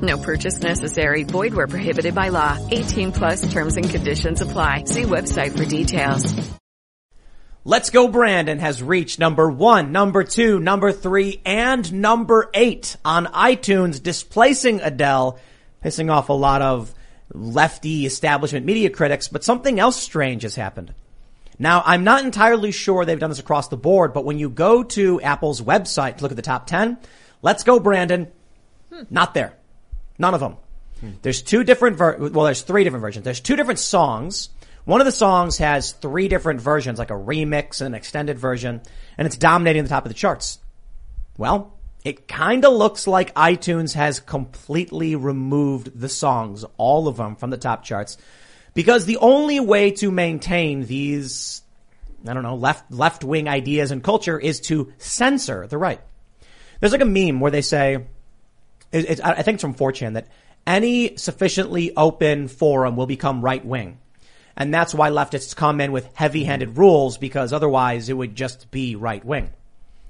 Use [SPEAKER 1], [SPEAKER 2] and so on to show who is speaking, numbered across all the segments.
[SPEAKER 1] No purchase necessary. Void where prohibited by law. 18 plus terms and conditions apply. See website for details.
[SPEAKER 2] Let's Go Brandon has reached number one, number two, number three, and number eight on iTunes, displacing Adele, pissing off a lot of lefty establishment media critics, but something else strange has happened. Now, I'm not entirely sure they've done this across the board, but when you go to Apple's website to look at the top 10, Let's Go Brandon, not there. None of them. There's two different, ver- well, there's three different versions. There's two different songs. One of the songs has three different versions, like a remix and an extended version, and it's dominating the top of the charts. Well, it kinda looks like iTunes has completely removed the songs, all of them, from the top charts, because the only way to maintain these, I don't know, left, left-wing ideas and culture is to censor the right. There's like a meme where they say, it, it's, I I think it's from 4chan that any sufficiently open forum will become right wing. And that's why leftists come in with heavy handed rules because otherwise it would just be right wing.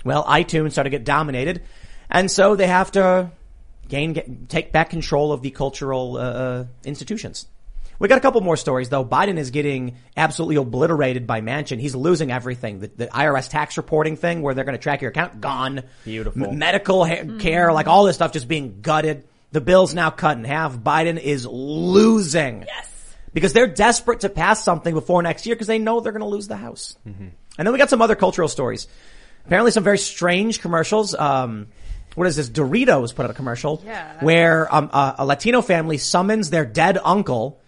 [SPEAKER 2] Well, iTunes started to get dominated and so they have to gain, get, take back control of the cultural, uh, institutions. We got a couple more stories though. Biden is getting absolutely obliterated by Manchin. He's losing everything. The, the IRS tax reporting thing where they're going to track your account, gone.
[SPEAKER 3] Beautiful.
[SPEAKER 2] M- medical ha- care, like all this stuff just being gutted. The bill's now cut in half. Biden is losing. Yes. Because they're desperate to pass something before next year because they know they're going to lose the House. And then we got some other cultural stories. Apparently some very strange commercials. Um, what is this? Doritos put out a commercial where um, a, a Latino family summons their dead uncle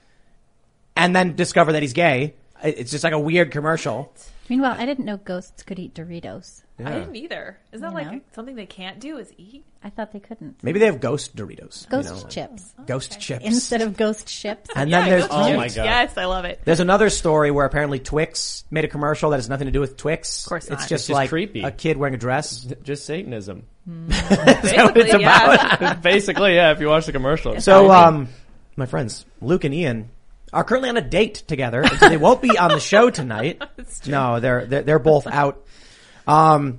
[SPEAKER 2] and then discover that he's gay. It- It's just like a weird commercial.
[SPEAKER 4] Meanwhile, I didn't know ghosts could eat Doritos.
[SPEAKER 5] I didn't either. Is that like
[SPEAKER 4] know?
[SPEAKER 5] something they can't do? Is eat?
[SPEAKER 4] I thought they couldn't.
[SPEAKER 2] Maybe they have ghost Doritos. you
[SPEAKER 4] Ghost
[SPEAKER 2] know,
[SPEAKER 4] chips
[SPEAKER 2] Ghost chips.
[SPEAKER 4] instead of ghost ships.
[SPEAKER 2] and then there's
[SPEAKER 3] Oh my god.
[SPEAKER 5] Yes, I love it.
[SPEAKER 2] There's another story where apparently Twix made a commercial that has nothing to do with Twix. Of
[SPEAKER 5] course
[SPEAKER 2] it's
[SPEAKER 5] not.
[SPEAKER 2] just
[SPEAKER 5] It's
[SPEAKER 3] just
[SPEAKER 2] like
[SPEAKER 3] creepy.
[SPEAKER 2] a kid wearing a dress.
[SPEAKER 3] Just Satanism.
[SPEAKER 5] Basically,
[SPEAKER 2] it's about?
[SPEAKER 3] Basically, yeah, if you watch the commercial.
[SPEAKER 2] So, um, my friends Luke and Ian are currently on a date together, and so they won't be on the show tonight. no, they're, they're they're both out. Um,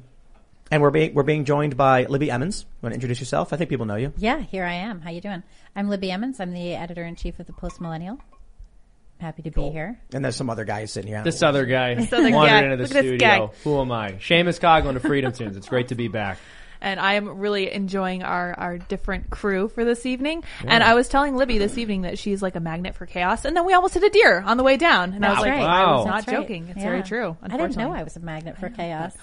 [SPEAKER 2] and we're being we're being joined by Libby Emmons. You want to introduce yourself? I think people know you.
[SPEAKER 4] Yeah, here I am. How you doing? I'm Libby Emmons. I'm the editor in chief of the Post Millennial. Happy to be here.
[SPEAKER 2] And there's some other guys sitting here.
[SPEAKER 3] this other guy
[SPEAKER 5] other
[SPEAKER 3] wandered
[SPEAKER 5] guy.
[SPEAKER 3] into the
[SPEAKER 5] Look at this
[SPEAKER 3] studio.
[SPEAKER 5] guy.
[SPEAKER 3] Who am I? Seamus Coglin of Freedom Tunes. It's great to be back.
[SPEAKER 5] and I am really enjoying our, our different crew for this evening. And I was telling Libby this evening that she's like a magnet for chaos, and then we almost hit a deer on the way down. And I was
[SPEAKER 4] That's
[SPEAKER 5] like,
[SPEAKER 4] right.
[SPEAKER 3] Wow.
[SPEAKER 5] I was not
[SPEAKER 4] That's right.
[SPEAKER 5] joking. It's
[SPEAKER 4] Yeah.
[SPEAKER 5] very true.
[SPEAKER 4] I didn't know
[SPEAKER 5] unfortunately.
[SPEAKER 4] I was a magnet for chaos.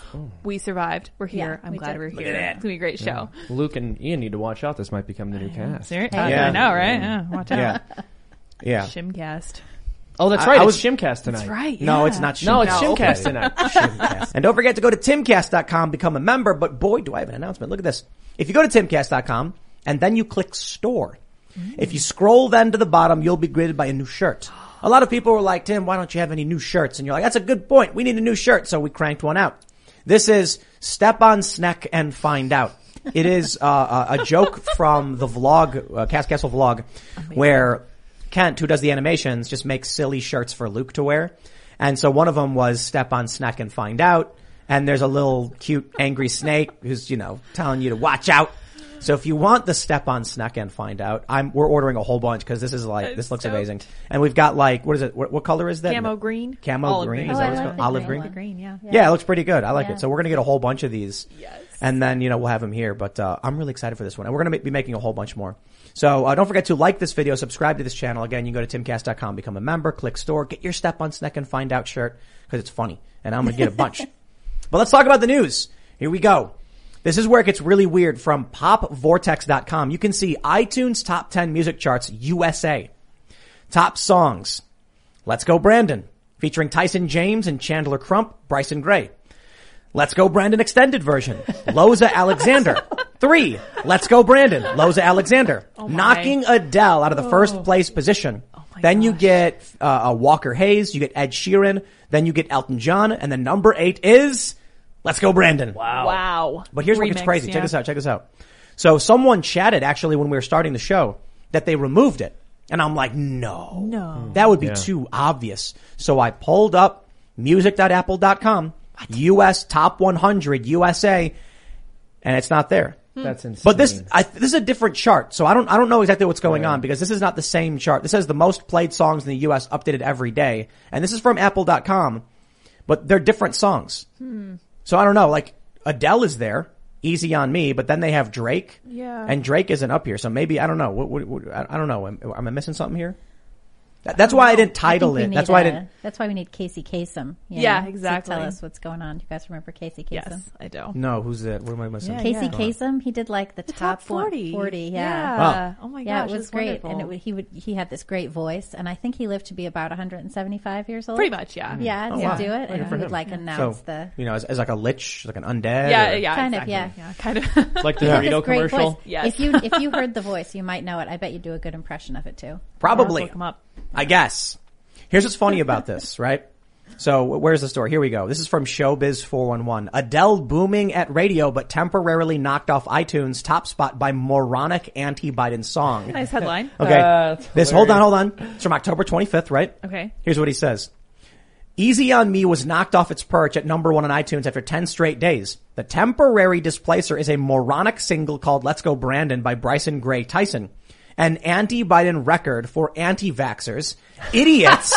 [SPEAKER 5] We survived. We're here.
[SPEAKER 4] Yeah,
[SPEAKER 5] I'm
[SPEAKER 4] we
[SPEAKER 5] glad
[SPEAKER 4] did.
[SPEAKER 5] we're here. It's gonna be a great show.
[SPEAKER 3] Luke and Ian need to watch out. This might become the new cast.
[SPEAKER 5] Ser-
[SPEAKER 4] Hey.
[SPEAKER 5] uh,
[SPEAKER 2] Yeah.
[SPEAKER 5] I know, right? Yeah, watch out.
[SPEAKER 2] yeah, yeah.
[SPEAKER 5] Shimcast.
[SPEAKER 3] Oh, that's
[SPEAKER 2] I-
[SPEAKER 3] right.
[SPEAKER 2] I
[SPEAKER 3] it's
[SPEAKER 2] was-
[SPEAKER 3] Shimcast tonight.
[SPEAKER 5] Right. Oh.
[SPEAKER 2] No,
[SPEAKER 5] yeah.
[SPEAKER 2] it's not.
[SPEAKER 3] No, it's
[SPEAKER 2] Shimcast.
[SPEAKER 3] Shimcast tonight.
[SPEAKER 2] And don't forget to go to timcast.com, become a member. But boy, do I have an announcement. Look at this. If you go to timcast.com and then you click store, if you scroll then to the bottom, you'll be greeted by a new shirt. A lot of people were like, Tim, why don't you have any new shirts? And you're like, that's a good point. We need a new shirt. So we cranked one out. This is step on snack and find out. It is uh, a- a joke from the vlog, uh, Cast Castle vlog, where Kent, who does the animations, just makes silly shirts for Luke to wear. And so one of them was step on snack and find out. And there's a little cute angry snake who's, you know, telling you to watch out. So if you want the step on snack and find out, I'm, we're ordering a whole bunch because this is like, this looks
[SPEAKER 5] stoked.
[SPEAKER 2] amazing. And we've got like, what is it? What, what color is that?
[SPEAKER 5] Camo green.
[SPEAKER 2] Camo
[SPEAKER 5] Olive
[SPEAKER 2] green.
[SPEAKER 5] green.
[SPEAKER 2] Is
[SPEAKER 4] Oh,
[SPEAKER 2] that
[SPEAKER 4] I
[SPEAKER 2] what it's
[SPEAKER 4] like
[SPEAKER 2] called?
[SPEAKER 4] the
[SPEAKER 2] Olive green.
[SPEAKER 4] green one.
[SPEAKER 5] Green, yeah.
[SPEAKER 2] Yeah, it looks pretty good. I like
[SPEAKER 4] Yeah.
[SPEAKER 2] it. So we're gonna get a whole bunch of these, and then you know we'll have them here. But uh, I'm really excited for this one, and we're gonna ma- be making a whole bunch more. So uh, don't forget to like this video, subscribe to this channel. Again, you can go to timcast.com, become a member, click store, get your step on snack and find out shirt because it's funny, and I'm gonna get a bunch. But let's talk about the news. Here we go. This is where it gets really weird. From popvortex.com, you can see iTunes top 10 music charts USA. Top songs. Let's Go Brandon, featuring Tyson James and Chandler Crump, Bryson Gray. Let's Go Brandon extended version, Loza Alexander. Three, Let's Go Brandon, Loza Alexander, knocking Adele out of the first place position then you get uh, uh, Walker Hayes, you get Ed Sheeran, then you get Elton John, and then number eight is Let's Go Brandon.
[SPEAKER 5] Wow. wow.
[SPEAKER 2] But here's what gets
[SPEAKER 5] Remix,
[SPEAKER 2] crazy.
[SPEAKER 5] yeah.
[SPEAKER 2] Check this out. Check this out. So someone chatted actually when we were starting the show that they removed it. And I'm like, no.
[SPEAKER 5] No.
[SPEAKER 2] That would be
[SPEAKER 3] Yeah.
[SPEAKER 2] too obvious. So I pulled up music.apple.com, US top 100 USA, and it's not there.
[SPEAKER 5] Hmm.
[SPEAKER 3] That's insane.
[SPEAKER 2] But this, I, this is a different chart. So I don't, I don't know exactly what's going on because this is not the same chart. This has the most played songs in the US updated every day. And this is from apple.com, but they're different songs.
[SPEAKER 5] Hmm.
[SPEAKER 2] So I don't know, like Adele is there, Easy on Me, but then they have Drake.
[SPEAKER 5] Yeah.
[SPEAKER 2] And Drake isn't up here. So maybe, I don't know. What, what, what- I I don't know. Am, am I missing something here? That- that's why I didn't
[SPEAKER 4] I think
[SPEAKER 2] title
[SPEAKER 4] we
[SPEAKER 2] it.
[SPEAKER 4] need,
[SPEAKER 2] That's why I
[SPEAKER 4] uh,
[SPEAKER 2] didn't.
[SPEAKER 4] That's why we need Casey Kasem. you
[SPEAKER 5] Yeah,
[SPEAKER 4] know,
[SPEAKER 5] exactly.
[SPEAKER 4] To tell us what's going on. Do you guys remember Casey Kasem?
[SPEAKER 5] Yes, I do.
[SPEAKER 2] No, who's that? What am I missing?
[SPEAKER 5] Yeah,
[SPEAKER 4] Casey Kasem, he did like the, top,
[SPEAKER 5] top 40.
[SPEAKER 4] 40. 40 yeah.
[SPEAKER 5] Yeah.
[SPEAKER 2] Wow.
[SPEAKER 5] Oh my gosh.
[SPEAKER 4] yeah, it was
[SPEAKER 5] it's
[SPEAKER 4] great, and it,
[SPEAKER 5] wonderful.
[SPEAKER 4] would- he would he had this great voice, and I think he lived to be about 175 years old.
[SPEAKER 5] Pretty much, yeah. Oh,
[SPEAKER 4] yeah, to
[SPEAKER 2] wow.
[SPEAKER 4] do it, and he would like
[SPEAKER 2] So,
[SPEAKER 4] announce the
[SPEAKER 2] you know, as, as like a lich, like an undead.
[SPEAKER 5] Yeah,
[SPEAKER 2] or-
[SPEAKER 5] yeah,
[SPEAKER 4] Kind of,
[SPEAKER 5] exactly.
[SPEAKER 4] yeah.
[SPEAKER 5] yeah, kind of.
[SPEAKER 3] like the
[SPEAKER 4] He had this
[SPEAKER 3] Dorito
[SPEAKER 4] great
[SPEAKER 3] commercial.
[SPEAKER 4] voice.
[SPEAKER 5] Yes.
[SPEAKER 4] If you if you heard the voice, you might know it. I bet you do a good impression of it too.
[SPEAKER 2] Probably.
[SPEAKER 5] Look 'em up.
[SPEAKER 2] I guess. Here's what's funny about this, right? So wh- where's the story? Here we go. This is from Showbiz 411. Adele booming at radio, but temporarily knocked off iTunes top spot by moronic anti-Biden song.
[SPEAKER 5] Nice headline.
[SPEAKER 2] Okay.
[SPEAKER 3] Uh, that's
[SPEAKER 2] this, hold on, hold on. It's from October 25th, right?
[SPEAKER 5] Okay.
[SPEAKER 2] Here's what he says. Easy on Me was knocked off its perch at number one on iTunes after 10 straight days. The temporary displacer is a moronic single called Let's Go Brandon by Bryson Gray Tyson. An anti-Biden record for anti-vaxxers. Idiots,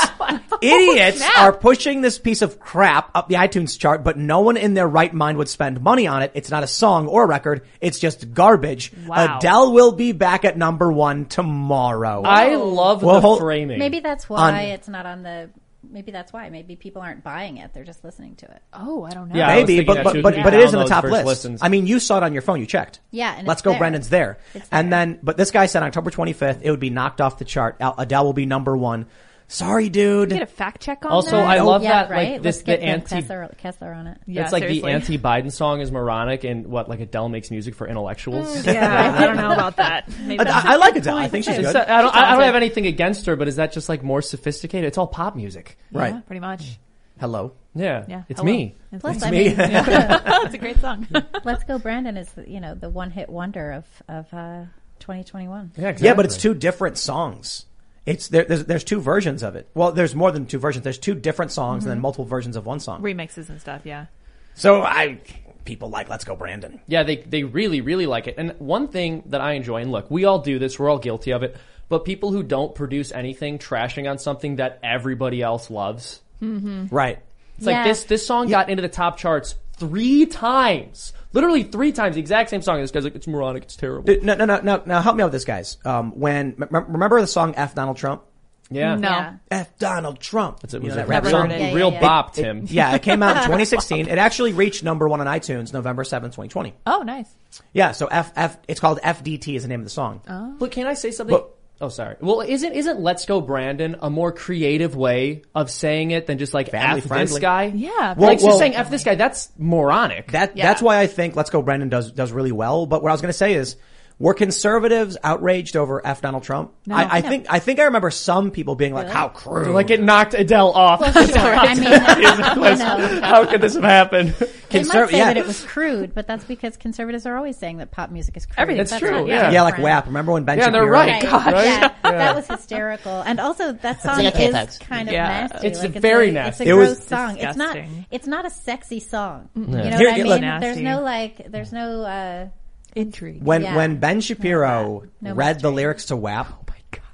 [SPEAKER 2] idiots are pushing this piece of crap up the iTunes chart, but no one in their right mind would spend money on it. It's not a song or a record. It's just garbage.
[SPEAKER 5] Wow.
[SPEAKER 2] Adele will be back at number one tomorrow.
[SPEAKER 3] I love
[SPEAKER 2] Well,
[SPEAKER 3] the
[SPEAKER 2] hold-
[SPEAKER 3] framing.
[SPEAKER 4] Maybe that's why it's not on the. Maybe that's why. Maybe people aren't buying it; they're just listening to it.
[SPEAKER 5] Oh, I don't know.
[SPEAKER 3] Yeah. I was
[SPEAKER 2] Maybe,
[SPEAKER 3] thinking
[SPEAKER 2] but
[SPEAKER 3] that
[SPEAKER 2] but,
[SPEAKER 3] too.
[SPEAKER 2] but,
[SPEAKER 3] Yeah.
[SPEAKER 2] but it is in the
[SPEAKER 3] Downloads
[SPEAKER 2] top
[SPEAKER 3] versus
[SPEAKER 2] list.
[SPEAKER 3] listens.
[SPEAKER 2] I mean, you saw it on your phone. You checked.
[SPEAKER 4] Yeah, and
[SPEAKER 2] let's
[SPEAKER 4] it's
[SPEAKER 2] go.
[SPEAKER 4] there.
[SPEAKER 2] Brandon's there.
[SPEAKER 4] It's
[SPEAKER 2] and
[SPEAKER 4] there.
[SPEAKER 2] then, but this guy said on October 25th it would be knocked off the chart. Al- Adele will be number one. Sorry, dude.
[SPEAKER 5] Get a fact check on
[SPEAKER 3] Also,
[SPEAKER 5] that. Oh,
[SPEAKER 3] I love
[SPEAKER 4] yeah,
[SPEAKER 3] that.
[SPEAKER 4] right.
[SPEAKER 3] Like
[SPEAKER 4] Let's
[SPEAKER 3] this,
[SPEAKER 4] get
[SPEAKER 3] the
[SPEAKER 4] Glenn
[SPEAKER 3] anti.
[SPEAKER 4] Kessler, Kessler on it.
[SPEAKER 5] Yeah,
[SPEAKER 3] it's like
[SPEAKER 5] seriously.
[SPEAKER 3] the anti-Biden song is moronic, and what like Adele makes music for
[SPEAKER 5] Mm,
[SPEAKER 3] intellectuals.
[SPEAKER 5] Yeah, I don't know about that. Maybe
[SPEAKER 2] I, I like Adele. I think she's
[SPEAKER 3] It's-
[SPEAKER 2] good.
[SPEAKER 4] uh,
[SPEAKER 3] I don't. I don't have anything against her, but is that just like more sophisticated? It's all pop music.
[SPEAKER 2] right.
[SPEAKER 5] Yeah, pretty much.
[SPEAKER 2] Hello.
[SPEAKER 3] Yeah.
[SPEAKER 5] Yeah,
[SPEAKER 3] It's
[SPEAKER 5] hello.
[SPEAKER 3] me.
[SPEAKER 4] Plus, I
[SPEAKER 2] me.
[SPEAKER 4] mean,
[SPEAKER 5] That's a great song.
[SPEAKER 4] Let's Go Brandon is the, you know the one hit wonder of of uh, 2021.
[SPEAKER 3] Yeah, exactly.
[SPEAKER 2] Yeah, but it's two different songs. It's there, there's there's two versions of it. Well, there's more than two versions. There's two different songs
[SPEAKER 4] Mm-hmm.
[SPEAKER 2] and then multiple versions of one song.
[SPEAKER 5] Remixes and stuff, yeah.
[SPEAKER 2] so I people like Let's Go Brandon.
[SPEAKER 3] Yeah, they they really really like it. And one thing that I enjoy, and look, we all do this, we're all guilty of it. But people who don't produce anything, trashing on something that everybody else loves,
[SPEAKER 4] Mm-hmm.
[SPEAKER 2] Right.
[SPEAKER 3] it's
[SPEAKER 4] Yeah.
[SPEAKER 3] like this this song got into the top charts three times, literally three times, the exact same song. And this guy's like, it's moronic, it's terrible.
[SPEAKER 2] No, no, no, no. Now help me out with this, guys. Um, when m- m- remember the song F Donald Trump?
[SPEAKER 3] yeah,
[SPEAKER 5] No.
[SPEAKER 4] Yeah.
[SPEAKER 2] F Donald Trump. That's
[SPEAKER 3] it was
[SPEAKER 2] you know,
[SPEAKER 3] a
[SPEAKER 2] that rap
[SPEAKER 5] Never
[SPEAKER 2] song.
[SPEAKER 5] heard it.
[SPEAKER 4] Yeah,
[SPEAKER 3] real
[SPEAKER 4] yeah, yeah.
[SPEAKER 3] bop, Tim.
[SPEAKER 2] Yeah, it came out in 2016. It actually reached number one on iTunes November 7th, 2020.
[SPEAKER 5] Oh, nice.
[SPEAKER 2] Yeah, so F, F, it's called FDT is the name of the song.
[SPEAKER 3] But can I say something?
[SPEAKER 2] But-
[SPEAKER 3] oh, sorry. Well, isn't isn't "Let's Go Brandon" a more creative way of saying it than just like
[SPEAKER 2] Family
[SPEAKER 3] "f this
[SPEAKER 2] friendly.
[SPEAKER 3] guy"?
[SPEAKER 5] Yeah.
[SPEAKER 2] Well,
[SPEAKER 3] like
[SPEAKER 2] well-
[SPEAKER 3] just saying "f this guy." That's moronic.
[SPEAKER 2] That,
[SPEAKER 5] Yeah.
[SPEAKER 2] that's why I think Let's Go Brandon does, does really well. But what I was going to say is, were conservatives outraged over F Donald Trump? I, I think, I think I remember some people being like, how crude.
[SPEAKER 3] like it knocked Adele off.
[SPEAKER 4] Sure. I mean, you know,
[SPEAKER 3] How could this have happened?
[SPEAKER 4] they
[SPEAKER 2] Conserv-
[SPEAKER 4] might say
[SPEAKER 2] yeah.
[SPEAKER 4] that it was crude, but that's because conservatives are always saying that pop music is crude.
[SPEAKER 5] Everything's
[SPEAKER 4] That's
[SPEAKER 3] true,
[SPEAKER 4] not
[SPEAKER 3] yeah.
[SPEAKER 2] yeah, like
[SPEAKER 4] different.
[SPEAKER 2] WAP. Remember when Ben
[SPEAKER 3] Yeah, they're
[SPEAKER 2] Shapiro?
[SPEAKER 3] right.
[SPEAKER 4] Right.
[SPEAKER 3] Gosh.
[SPEAKER 4] Yeah, that was hysterical. And also, that song is kind of
[SPEAKER 5] Yeah.
[SPEAKER 4] nasty.
[SPEAKER 3] It's
[SPEAKER 4] like,
[SPEAKER 3] very
[SPEAKER 4] a,
[SPEAKER 3] nasty.
[SPEAKER 4] It's
[SPEAKER 2] It
[SPEAKER 4] a
[SPEAKER 2] was
[SPEAKER 4] gross song. It's not.
[SPEAKER 5] disgusting.
[SPEAKER 4] It's not a sexy song. You know
[SPEAKER 2] Here-
[SPEAKER 4] what I
[SPEAKER 2] here,
[SPEAKER 4] mean?
[SPEAKER 2] look-
[SPEAKER 5] Nasty.
[SPEAKER 4] There's no like. There's no. Uh,
[SPEAKER 5] Intrigue.
[SPEAKER 2] When,
[SPEAKER 4] Yeah.
[SPEAKER 2] when Ben Shapiro
[SPEAKER 4] No
[SPEAKER 2] read the
[SPEAKER 4] mystery.
[SPEAKER 2] lyrics to WAP,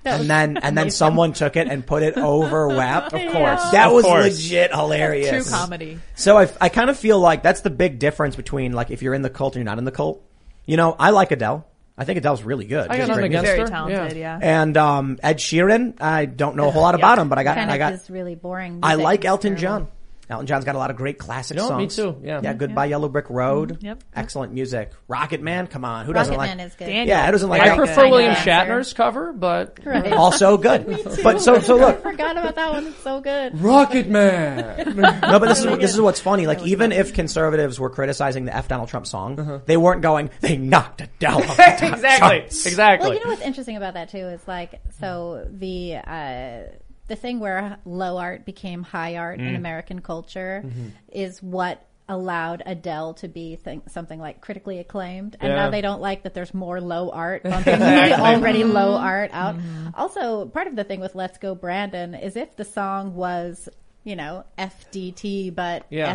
[SPEAKER 4] That
[SPEAKER 2] and
[SPEAKER 4] was
[SPEAKER 2] then, and then someone took it and put it over WAP. Of
[SPEAKER 3] course.
[SPEAKER 2] That
[SPEAKER 3] Of
[SPEAKER 2] was
[SPEAKER 3] course.
[SPEAKER 2] legit hilarious.
[SPEAKER 5] True comedy.
[SPEAKER 2] So I, I kind of feel like that's the big difference between like if you're in the cult or you're not in the cult. You know, I like Adele. I think Adele's really good.
[SPEAKER 3] I got
[SPEAKER 2] She's
[SPEAKER 3] nothing
[SPEAKER 2] great
[SPEAKER 3] against
[SPEAKER 2] music.
[SPEAKER 5] Very
[SPEAKER 3] her.
[SPEAKER 5] talented, yeah.
[SPEAKER 2] And um, Ed Sheeran, I don't know a whole lot about him, but I got
[SPEAKER 4] kind
[SPEAKER 2] I
[SPEAKER 4] of
[SPEAKER 2] got
[SPEAKER 4] is really boring.
[SPEAKER 2] I
[SPEAKER 4] music.
[SPEAKER 2] like
[SPEAKER 4] It's
[SPEAKER 2] Elton
[SPEAKER 4] terrible.
[SPEAKER 2] John. Elton John's got a lot of great classic
[SPEAKER 3] You know,
[SPEAKER 2] songs.
[SPEAKER 3] me too, yeah.
[SPEAKER 2] Yeah. Goodbye Yellow Brick Road.
[SPEAKER 5] yep.
[SPEAKER 2] Excellent music. Rocket Man. Come on. Who doesn't
[SPEAKER 4] Rocket
[SPEAKER 2] like?
[SPEAKER 4] Man is good.
[SPEAKER 5] Daniel.
[SPEAKER 2] Yeah. Who doesn't like?
[SPEAKER 3] I
[SPEAKER 2] that?
[SPEAKER 3] prefer William
[SPEAKER 4] good
[SPEAKER 3] Shatner's cover, but
[SPEAKER 4] Right.
[SPEAKER 2] Also good. But so so look.
[SPEAKER 4] Forgot about that one. It's so good.
[SPEAKER 3] Rocket Man.
[SPEAKER 2] No, but this is this is what's funny. Like even if conservatives were criticizing the F Donald Trump song,
[SPEAKER 3] Uh-huh.
[SPEAKER 2] they weren't going. They knocked it down.
[SPEAKER 3] exactly, exactly.
[SPEAKER 4] Well, you know what's interesting about that too is like so the uh, the thing where low art became high art
[SPEAKER 3] Mm.
[SPEAKER 4] in American culture
[SPEAKER 3] Mm-hmm.
[SPEAKER 4] is what allowed Adele to be thing, something like critically acclaimed, and
[SPEAKER 3] Yeah.
[SPEAKER 4] now they don't like that there's more low art bumping the already low art out. Also, part of the thing with "Let's Go Brandon" is if the song was you know FDT but
[SPEAKER 3] Yeah. Mm-hmm.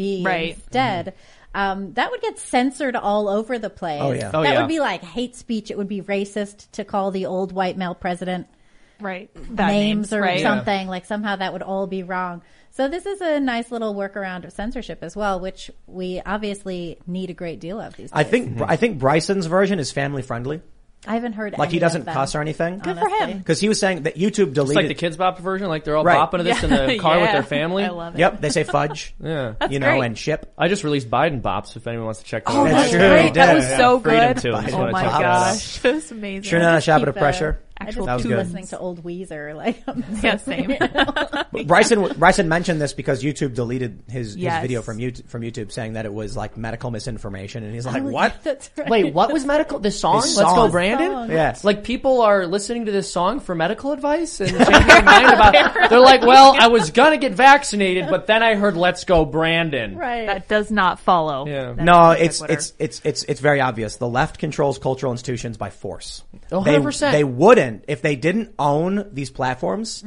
[SPEAKER 4] FJB
[SPEAKER 5] Right.
[SPEAKER 4] instead. Um, that would get censored all over the place.
[SPEAKER 2] Oh, yeah.
[SPEAKER 3] Oh,
[SPEAKER 4] that
[SPEAKER 3] yeah.
[SPEAKER 4] would be like hate speech. It would be racist to call the old white male president
[SPEAKER 5] right. That
[SPEAKER 4] names or
[SPEAKER 5] right?
[SPEAKER 4] something. Like somehow that would all be wrong. So this is a nice little workaround of censorship as well, which we obviously need a great deal of these days.
[SPEAKER 2] I think
[SPEAKER 3] Mm-hmm.
[SPEAKER 2] I think Bryson's version is family friendly.
[SPEAKER 4] I haven't heard
[SPEAKER 2] Like he
[SPEAKER 4] any of
[SPEAKER 2] doesn't
[SPEAKER 4] them.
[SPEAKER 2] cuss or anything.
[SPEAKER 4] Good
[SPEAKER 5] for him.
[SPEAKER 2] Because he was saying that YouTube deleted.
[SPEAKER 3] It's like the Kids Bop version, like they're all
[SPEAKER 2] Right.
[SPEAKER 3] bopping to this in the car with their family.
[SPEAKER 5] I love it.
[SPEAKER 2] Yep, they say fudge. yeah, you know,
[SPEAKER 5] great.
[SPEAKER 2] and ship.
[SPEAKER 3] I just released Biden bops. If anyone wants to check that out,
[SPEAKER 2] that's
[SPEAKER 5] That's
[SPEAKER 2] true.
[SPEAKER 5] great.
[SPEAKER 2] He
[SPEAKER 5] That
[SPEAKER 2] did.
[SPEAKER 5] was
[SPEAKER 2] Yeah.
[SPEAKER 5] so
[SPEAKER 3] Freedom
[SPEAKER 5] good.
[SPEAKER 3] too. If you
[SPEAKER 5] Oh
[SPEAKER 3] wanna
[SPEAKER 5] my
[SPEAKER 3] check that out.
[SPEAKER 5] gosh, that was amazing.
[SPEAKER 2] Sure, not a shot
[SPEAKER 4] Keep
[SPEAKER 2] bit of
[SPEAKER 4] the-
[SPEAKER 2] pressure.
[SPEAKER 4] uh, I just
[SPEAKER 5] Actual
[SPEAKER 2] That was
[SPEAKER 4] keep
[SPEAKER 2] good.
[SPEAKER 4] listening to old Weezer. Like,
[SPEAKER 5] Yeah, same.
[SPEAKER 2] But Bryson Bryson mentioned this because YouTube deleted his, his
[SPEAKER 5] Yes.
[SPEAKER 2] video from YouTube from YouTube saying that it was like medical misinformation, and he's like,
[SPEAKER 4] Oh,
[SPEAKER 2] "What?
[SPEAKER 4] That's right.
[SPEAKER 3] Wait, what was medical? The song? Oh.
[SPEAKER 2] His
[SPEAKER 3] Let's
[SPEAKER 2] song.
[SPEAKER 3] go, Brandon.
[SPEAKER 4] Song.
[SPEAKER 2] Yes.
[SPEAKER 3] Like people are listening to this song for medical advice and changing their mind about. They're like, well, I was gonna get vaccinated, but then I heard "Let's Go, Brandon."
[SPEAKER 4] Right.
[SPEAKER 5] That does not follow.
[SPEAKER 3] Yeah.
[SPEAKER 5] That
[SPEAKER 2] No,
[SPEAKER 5] is
[SPEAKER 2] it's
[SPEAKER 5] Twitter.
[SPEAKER 2] it's it's it's it's very obvious. The left controls cultural institutions by force.
[SPEAKER 3] Oh,
[SPEAKER 2] They-
[SPEAKER 3] 100%.
[SPEAKER 2] They wouldn't if they didn't own these platforms.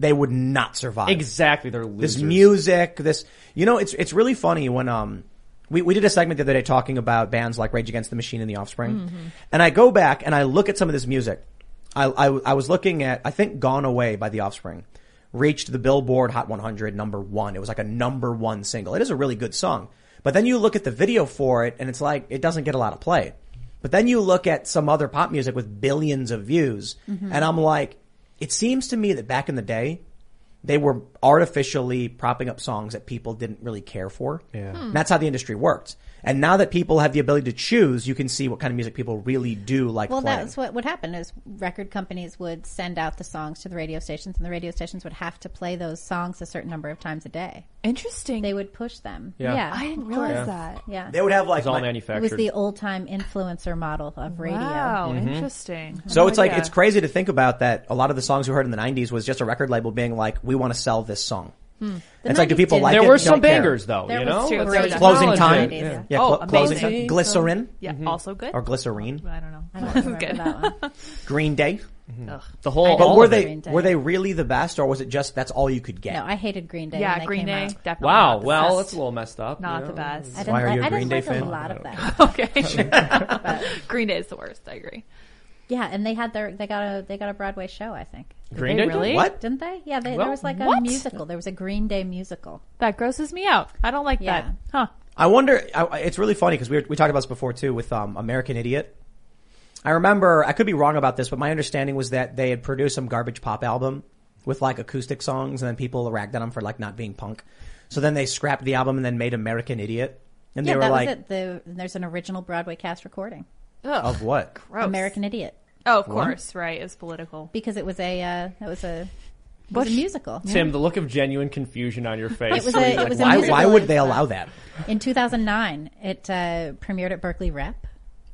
[SPEAKER 2] They would not survive.
[SPEAKER 3] Exactly. They're losers.
[SPEAKER 2] This music, this you know, it's it's really funny when um we, we did a segment the other day talking about bands like Rage Against the Machine and The Offspring, and I go back and I look at some of this music. I, I I was looking at I think Gone Away by The Offspring reached the Billboard Hot 100 number one. It was like a number one single. It is a really good song, but then you look at the video for it and it's like it doesn't get a lot of play. But then you look at some other pop music with billions of views, and I'm like, it seems to me that back in the day, they were artificially propping up songs that people didn't really care for. Yeah.
[SPEAKER 4] Hmm.
[SPEAKER 2] That's how the industry worked. And now that people have the ability to choose, you can see what kind of music people really do like
[SPEAKER 4] Well,
[SPEAKER 2] playing.
[SPEAKER 4] that's what would happen is record companies would send out the songs to the radio stations, and the radio stations would have to play those songs a certain number of times a day.
[SPEAKER 5] interesting.
[SPEAKER 4] They would push them.
[SPEAKER 3] Yeah.
[SPEAKER 4] Yeah,
[SPEAKER 5] I didn't realize that.
[SPEAKER 4] Yeah,
[SPEAKER 2] they would have like
[SPEAKER 3] It's all
[SPEAKER 2] my-
[SPEAKER 4] it was
[SPEAKER 3] manufactured.
[SPEAKER 4] the old-time influencer model of radio.
[SPEAKER 5] Wow,
[SPEAKER 3] Mm-hmm.
[SPEAKER 5] interesting.
[SPEAKER 2] So it's like
[SPEAKER 5] Yeah.
[SPEAKER 2] it's crazy to think about that. A lot of the songs we heard in the '90s was just a record label being like, "We want to sell this song."
[SPEAKER 4] Hmm.
[SPEAKER 2] It's like, do
[SPEAKER 4] 90s
[SPEAKER 2] people
[SPEAKER 4] did.
[SPEAKER 2] like
[SPEAKER 3] there
[SPEAKER 2] it? Don't
[SPEAKER 3] were some
[SPEAKER 2] care.
[SPEAKER 3] bangers though.
[SPEAKER 4] There
[SPEAKER 3] you
[SPEAKER 4] was
[SPEAKER 3] know,
[SPEAKER 4] two
[SPEAKER 3] Let's
[SPEAKER 4] great
[SPEAKER 3] acknowledge
[SPEAKER 2] Closing
[SPEAKER 3] it.
[SPEAKER 2] time.
[SPEAKER 4] Yeah.
[SPEAKER 2] Yeah,
[SPEAKER 3] Oh,
[SPEAKER 2] clo- closing
[SPEAKER 5] amazing.
[SPEAKER 2] time. Glycerin
[SPEAKER 5] Yeah,
[SPEAKER 3] Mm-hmm.
[SPEAKER 5] also good.
[SPEAKER 2] or glycerine.
[SPEAKER 5] I don't know.
[SPEAKER 4] I don't remember
[SPEAKER 5] good.
[SPEAKER 4] that one.
[SPEAKER 2] Green Day.
[SPEAKER 3] The whole.
[SPEAKER 2] But
[SPEAKER 3] all
[SPEAKER 2] were
[SPEAKER 3] of it.
[SPEAKER 2] they
[SPEAKER 4] Green Day.
[SPEAKER 2] were they really the best, or was it just that's all you could get?
[SPEAKER 4] No, I hated Green Day. when
[SPEAKER 5] Yeah,
[SPEAKER 4] they
[SPEAKER 5] Green
[SPEAKER 4] came
[SPEAKER 5] Day.
[SPEAKER 4] out.
[SPEAKER 5] Definitely.
[SPEAKER 3] Wow.
[SPEAKER 5] not the
[SPEAKER 3] Well,
[SPEAKER 5] best.
[SPEAKER 3] that's a little messed up.
[SPEAKER 5] not
[SPEAKER 3] you know?
[SPEAKER 5] the best.
[SPEAKER 4] I didn't
[SPEAKER 2] Why are
[SPEAKER 4] like-
[SPEAKER 2] you a
[SPEAKER 4] I
[SPEAKER 2] Green
[SPEAKER 4] didn't
[SPEAKER 2] Day
[SPEAKER 4] like a
[SPEAKER 2] fan? Oh,
[SPEAKER 4] lot of them.
[SPEAKER 5] Okay, sure. Green Day is the worst. I agree.
[SPEAKER 4] Yeah, and they had their they got a they got a Broadway show, I think.
[SPEAKER 3] Green
[SPEAKER 5] They
[SPEAKER 3] Day.
[SPEAKER 5] really?
[SPEAKER 2] What?
[SPEAKER 4] Didn't they? Yeah, they,
[SPEAKER 3] Well,
[SPEAKER 4] there was like a
[SPEAKER 5] what?
[SPEAKER 4] musical. There was a Green Day musical.
[SPEAKER 5] That grosses me out. I don't like
[SPEAKER 4] Yeah.
[SPEAKER 5] that. Huh?
[SPEAKER 2] I wonder. I- I, it's really funny because we were, we talked about this before too with um, American Idiot. I remember I could be wrong about this, but my understanding was that they had produced some garbage pop album with like acoustic songs, and then people ragged on them for like not being punk. So then they scrapped the album and then made American Idiot, and
[SPEAKER 4] yeah,
[SPEAKER 2] they were
[SPEAKER 4] that
[SPEAKER 2] like,
[SPEAKER 4] was it. The, there's an original Broadway cast recording.
[SPEAKER 5] Ugh.
[SPEAKER 2] "Of what?"
[SPEAKER 5] Gross.
[SPEAKER 4] American Idiot.
[SPEAKER 5] Oh, of course. Right. It's political.
[SPEAKER 4] because it was a uh, it was a, it was
[SPEAKER 5] Bush.
[SPEAKER 4] a musical.
[SPEAKER 3] Tim, the look of genuine confusion on your face.
[SPEAKER 4] It was a it was a
[SPEAKER 2] Why,
[SPEAKER 4] musical.
[SPEAKER 2] why would
[SPEAKER 4] in-
[SPEAKER 2] they allow that?
[SPEAKER 4] In 2009, it uh, premiered at Berkeley Rep.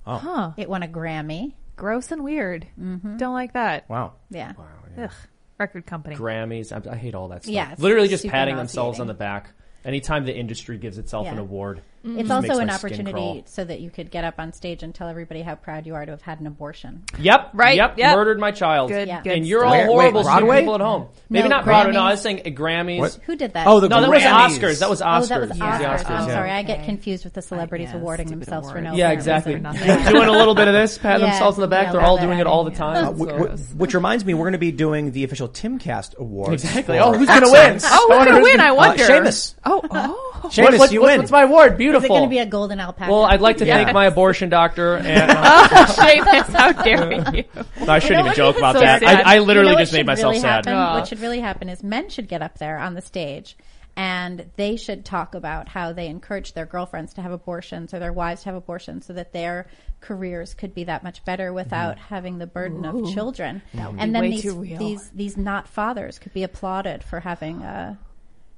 [SPEAKER 2] Oh,
[SPEAKER 5] Huh?
[SPEAKER 4] It won a Grammy.
[SPEAKER 5] Gross and weird. Don't like that.
[SPEAKER 2] Wow.
[SPEAKER 4] Yeah,
[SPEAKER 5] Ugh. Record company.
[SPEAKER 3] Grammys. I, I hate all that stuff.
[SPEAKER 4] Yeah, it's
[SPEAKER 3] Literally just
[SPEAKER 4] super
[SPEAKER 3] patting themselves on the
[SPEAKER 4] nauseating.
[SPEAKER 3] back. Anytime the industry gives itself an
[SPEAKER 4] Yeah. Mm-hmm.
[SPEAKER 3] award,
[SPEAKER 4] it's
[SPEAKER 3] Just makes
[SPEAKER 4] also an
[SPEAKER 3] my skin crawl.
[SPEAKER 4] opportunity so that you could get up on stage and tell everybody how proud you are to have had an abortion.
[SPEAKER 3] Yep.
[SPEAKER 5] Right,
[SPEAKER 3] Yep.
[SPEAKER 5] yep.
[SPEAKER 3] Murdered my child.
[SPEAKER 5] Good.
[SPEAKER 4] Yeah.
[SPEAKER 5] Good.
[SPEAKER 3] And you're
[SPEAKER 5] stuff.
[SPEAKER 2] Where-
[SPEAKER 3] all horrible
[SPEAKER 2] wait,
[SPEAKER 3] to
[SPEAKER 2] Broadway?
[SPEAKER 3] people at home. Maybe
[SPEAKER 4] No,
[SPEAKER 3] not Broadway. No, I
[SPEAKER 4] Grammys.
[SPEAKER 3] was saying uh, Grammys.
[SPEAKER 2] What?
[SPEAKER 4] Who did that?
[SPEAKER 2] Oh, the
[SPEAKER 3] No, that was
[SPEAKER 2] Grammys.
[SPEAKER 3] Oscars. That was Oscars.
[SPEAKER 4] Oh, that was
[SPEAKER 3] It
[SPEAKER 4] Oscars.
[SPEAKER 3] the
[SPEAKER 4] I'm
[SPEAKER 3] yeah.
[SPEAKER 4] sorry, I get
[SPEAKER 5] Okay.
[SPEAKER 4] confused with the celebrities
[SPEAKER 5] yeah,
[SPEAKER 4] awarding
[SPEAKER 5] stupid
[SPEAKER 4] themselves for
[SPEAKER 5] award.
[SPEAKER 4] no
[SPEAKER 3] Yeah,
[SPEAKER 4] apparent
[SPEAKER 3] exactly.
[SPEAKER 4] reason or nothing.
[SPEAKER 3] Doing a little bit of this, pat
[SPEAKER 4] Yeah,
[SPEAKER 3] themselves on the back.
[SPEAKER 4] yeah,
[SPEAKER 3] They're all
[SPEAKER 4] that-
[SPEAKER 3] doing it
[SPEAKER 4] that-
[SPEAKER 3] all the
[SPEAKER 4] yeah.
[SPEAKER 3] time.
[SPEAKER 2] Uh, wh-
[SPEAKER 3] so-
[SPEAKER 2] wh- which reminds me, we're going to be doing the official Timcast Award.
[SPEAKER 3] Exactly. Oh, who's
[SPEAKER 2] going to
[SPEAKER 3] win?
[SPEAKER 5] Oh, who's gonna win? I wonder.
[SPEAKER 2] Seamus.
[SPEAKER 5] Oh, oh.
[SPEAKER 2] Seamus,
[SPEAKER 3] What-
[SPEAKER 2] Uh, you
[SPEAKER 3] what-
[SPEAKER 2] win.
[SPEAKER 3] What's my award?
[SPEAKER 4] Is it going
[SPEAKER 3] Beautiful.
[SPEAKER 4] to be a golden alpaca?
[SPEAKER 3] Well, I'd like to
[SPEAKER 5] Yeah.
[SPEAKER 3] thank my abortion doctor. And
[SPEAKER 5] Seamus, how dare you?
[SPEAKER 3] no, I shouldn't even
[SPEAKER 5] what?
[SPEAKER 3] joke about
[SPEAKER 5] So
[SPEAKER 3] that.
[SPEAKER 5] sad.
[SPEAKER 3] I, I literally
[SPEAKER 4] You know what
[SPEAKER 3] just made
[SPEAKER 4] should
[SPEAKER 3] myself
[SPEAKER 4] really
[SPEAKER 3] sad.
[SPEAKER 4] happen? What should really happen is men should get up there on the stage and they should talk about how they encourage their girlfriends to have abortions or their wives to have abortions so that their careers could be that much better without
[SPEAKER 3] Mm-hmm.
[SPEAKER 4] having the burden of children. and then
[SPEAKER 5] way
[SPEAKER 4] these,
[SPEAKER 5] too real.
[SPEAKER 4] these these not fathers could be applauded for having uh,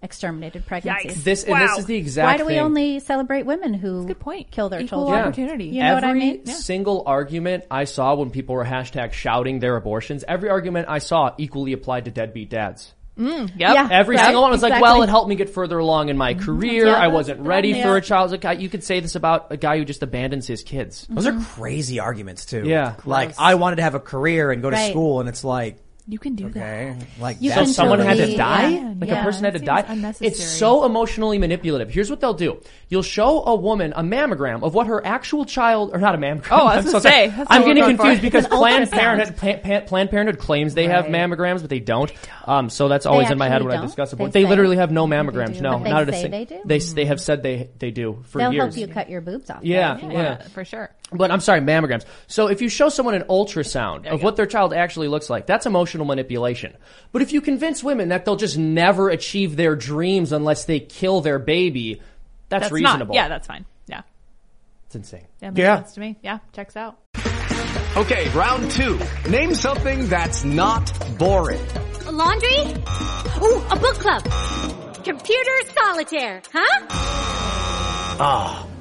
[SPEAKER 4] exterminated pregnancies.
[SPEAKER 5] Yikes.
[SPEAKER 3] This and this
[SPEAKER 5] Wow.
[SPEAKER 3] is the exact.
[SPEAKER 4] Why do we
[SPEAKER 3] thing.
[SPEAKER 4] only celebrate women who
[SPEAKER 5] good point.
[SPEAKER 4] kill their
[SPEAKER 5] Equal
[SPEAKER 4] children?
[SPEAKER 5] opportunity.
[SPEAKER 4] You know
[SPEAKER 3] every
[SPEAKER 4] what I mean?
[SPEAKER 3] single argument I saw when people were hashtag shouting their abortions, every argument I saw equally applied to deadbeat dads.
[SPEAKER 5] Yep.
[SPEAKER 4] Yeah.
[SPEAKER 3] Every
[SPEAKER 4] Right,
[SPEAKER 3] single one was like,
[SPEAKER 4] exactly. Mm-hmm.
[SPEAKER 3] well, it helped me get further along in my career.
[SPEAKER 4] Yeah.
[SPEAKER 3] I wasn't ready
[SPEAKER 4] Yeah.
[SPEAKER 3] for a child. Like, I- you could say this about a guy who just abandons his kids.
[SPEAKER 2] Those are
[SPEAKER 4] Mm-hmm.
[SPEAKER 2] crazy arguments too.
[SPEAKER 3] Yeah.
[SPEAKER 2] Like I wanted to have a career and go to
[SPEAKER 4] Right.
[SPEAKER 2] school and it's like,
[SPEAKER 5] You can do that.
[SPEAKER 2] okay, like
[SPEAKER 4] You
[SPEAKER 3] So
[SPEAKER 2] that's
[SPEAKER 4] can
[SPEAKER 3] someone had to
[SPEAKER 4] totally-
[SPEAKER 3] die?
[SPEAKER 4] yeah,
[SPEAKER 3] like
[SPEAKER 4] yeah.
[SPEAKER 3] a person had to
[SPEAKER 5] Seems
[SPEAKER 3] die?
[SPEAKER 5] unnecessary.
[SPEAKER 3] It's so emotionally manipulative. Here's what they'll do. You'll show a woman a mammogram of what her actual child, or not a mammogram.
[SPEAKER 5] Oh, I was
[SPEAKER 3] I'm
[SPEAKER 5] gonna
[SPEAKER 3] so sorry.
[SPEAKER 5] say, that's
[SPEAKER 3] I'm
[SPEAKER 5] what we're
[SPEAKER 3] getting
[SPEAKER 5] going for.
[SPEAKER 3] confused because
[SPEAKER 4] It's an
[SPEAKER 3] Planned
[SPEAKER 4] ultrasound.
[SPEAKER 3] Parenthood, Pla- Pa- Planned Parenthood claims they have mammograms, but they don't. Um, so that's always in my head
[SPEAKER 4] actually
[SPEAKER 3] when I
[SPEAKER 4] don't?
[SPEAKER 3] discuss
[SPEAKER 4] They
[SPEAKER 3] abortion. They,
[SPEAKER 4] say-
[SPEAKER 3] literally have no
[SPEAKER 4] They
[SPEAKER 3] mammograms.
[SPEAKER 4] do.
[SPEAKER 3] No,
[SPEAKER 4] But they
[SPEAKER 3] not at a
[SPEAKER 4] say
[SPEAKER 3] sing-
[SPEAKER 4] they do? Hmm.
[SPEAKER 3] They s- they have said they they do for
[SPEAKER 4] They'll
[SPEAKER 3] years.
[SPEAKER 4] help you cut your boobs off. though,
[SPEAKER 3] Yeah,
[SPEAKER 4] if you
[SPEAKER 3] yeah.
[SPEAKER 4] want.
[SPEAKER 5] for sure.
[SPEAKER 3] But I'm sorry, mammograms. So if you show someone an ultrasound of what their child actually looks like, that's emotional manipulation. But if you convince women that they'll just never achieve their dreams unless they kill their baby, that's,
[SPEAKER 5] That's
[SPEAKER 3] reasonable.
[SPEAKER 5] Not, yeah, that's fine. Yeah.
[SPEAKER 3] that's insane.
[SPEAKER 5] That makes
[SPEAKER 2] Yeah.
[SPEAKER 5] sense to me. Yeah. Checks out.
[SPEAKER 6] Okay, round two. Name something that's not boring.
[SPEAKER 7] A laundry? Ooh, a book club. Computer solitaire, huh?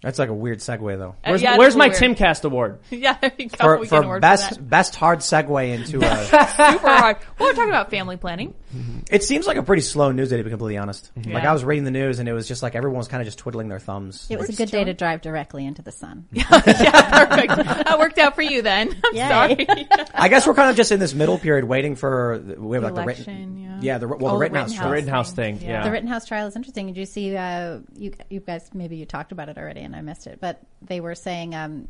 [SPEAKER 2] that's like a weird segue though.
[SPEAKER 5] Uh,
[SPEAKER 3] Where's,
[SPEAKER 5] yeah,
[SPEAKER 3] where's
[SPEAKER 5] it's
[SPEAKER 3] my
[SPEAKER 5] weird.
[SPEAKER 3] Timcast award?
[SPEAKER 5] Yeah, there you go.
[SPEAKER 2] For,
[SPEAKER 5] we
[SPEAKER 2] for
[SPEAKER 5] can award
[SPEAKER 2] best
[SPEAKER 5] for
[SPEAKER 2] best hard segue into a,
[SPEAKER 5] that. super hard. Well, we're talking about family planning.
[SPEAKER 2] it seems like a pretty slow news day to be completely honest. Like
[SPEAKER 4] Mm-hmm.
[SPEAKER 5] Yeah.
[SPEAKER 2] I was reading the news and it was just like everyone was kind of just twiddling their thumbs.
[SPEAKER 4] It was a good day to drive directly into the sun.
[SPEAKER 5] yeah, perfect. That worked out for you then. I'm
[SPEAKER 4] Yay.
[SPEAKER 5] sorry.
[SPEAKER 2] I guess we're kind of just in this middle period waiting for the, we have like
[SPEAKER 5] Election,
[SPEAKER 2] the
[SPEAKER 5] yeah.
[SPEAKER 2] written, yeah, the, well, the
[SPEAKER 5] Oh, the
[SPEAKER 2] Rittenhouse,
[SPEAKER 5] Rittenhouse.
[SPEAKER 2] trial.
[SPEAKER 3] Rittenhouse thing. Yeah.
[SPEAKER 4] The Rittenhouse trial is interesting. Did you see? Uh, you you guys maybe you talked about it already, and I missed it. But they were saying um,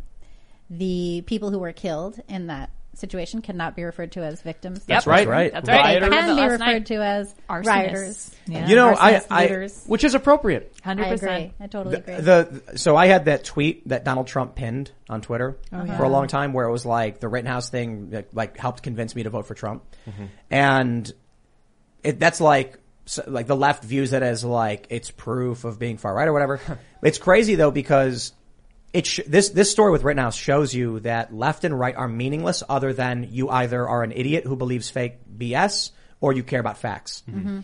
[SPEAKER 4] the people who were killed in that situation cannot be referred to as victims.
[SPEAKER 5] That's
[SPEAKER 2] right. right.
[SPEAKER 5] That's right.
[SPEAKER 3] Rioters.
[SPEAKER 5] I heard
[SPEAKER 4] Can
[SPEAKER 5] that
[SPEAKER 4] be
[SPEAKER 5] last
[SPEAKER 4] referred
[SPEAKER 5] night.
[SPEAKER 4] to as
[SPEAKER 5] Arsonists.
[SPEAKER 4] rioters.
[SPEAKER 5] Yeah.
[SPEAKER 2] You know, I-
[SPEAKER 4] arsonists,
[SPEAKER 2] I-
[SPEAKER 4] looters.
[SPEAKER 3] Which is appropriate.
[SPEAKER 4] I,
[SPEAKER 5] Hundred
[SPEAKER 4] agree.
[SPEAKER 5] percent.
[SPEAKER 4] I totally agree.
[SPEAKER 2] The so I had that tweet that Donald Trump pinned on Twitter
[SPEAKER 4] Oh,
[SPEAKER 2] for a long time, where it was like the Rittenhouse thing, like, like helped convince me to vote for Trump, and it, that's like so, like the left views it as like it's proof of being far right or whatever. it's crazy though because it sh- this this story with Rittenhouse shows you that left and right are meaningless other than you either are an idiot who believes fake BS or you care about facts.
[SPEAKER 4] Mm-hmm.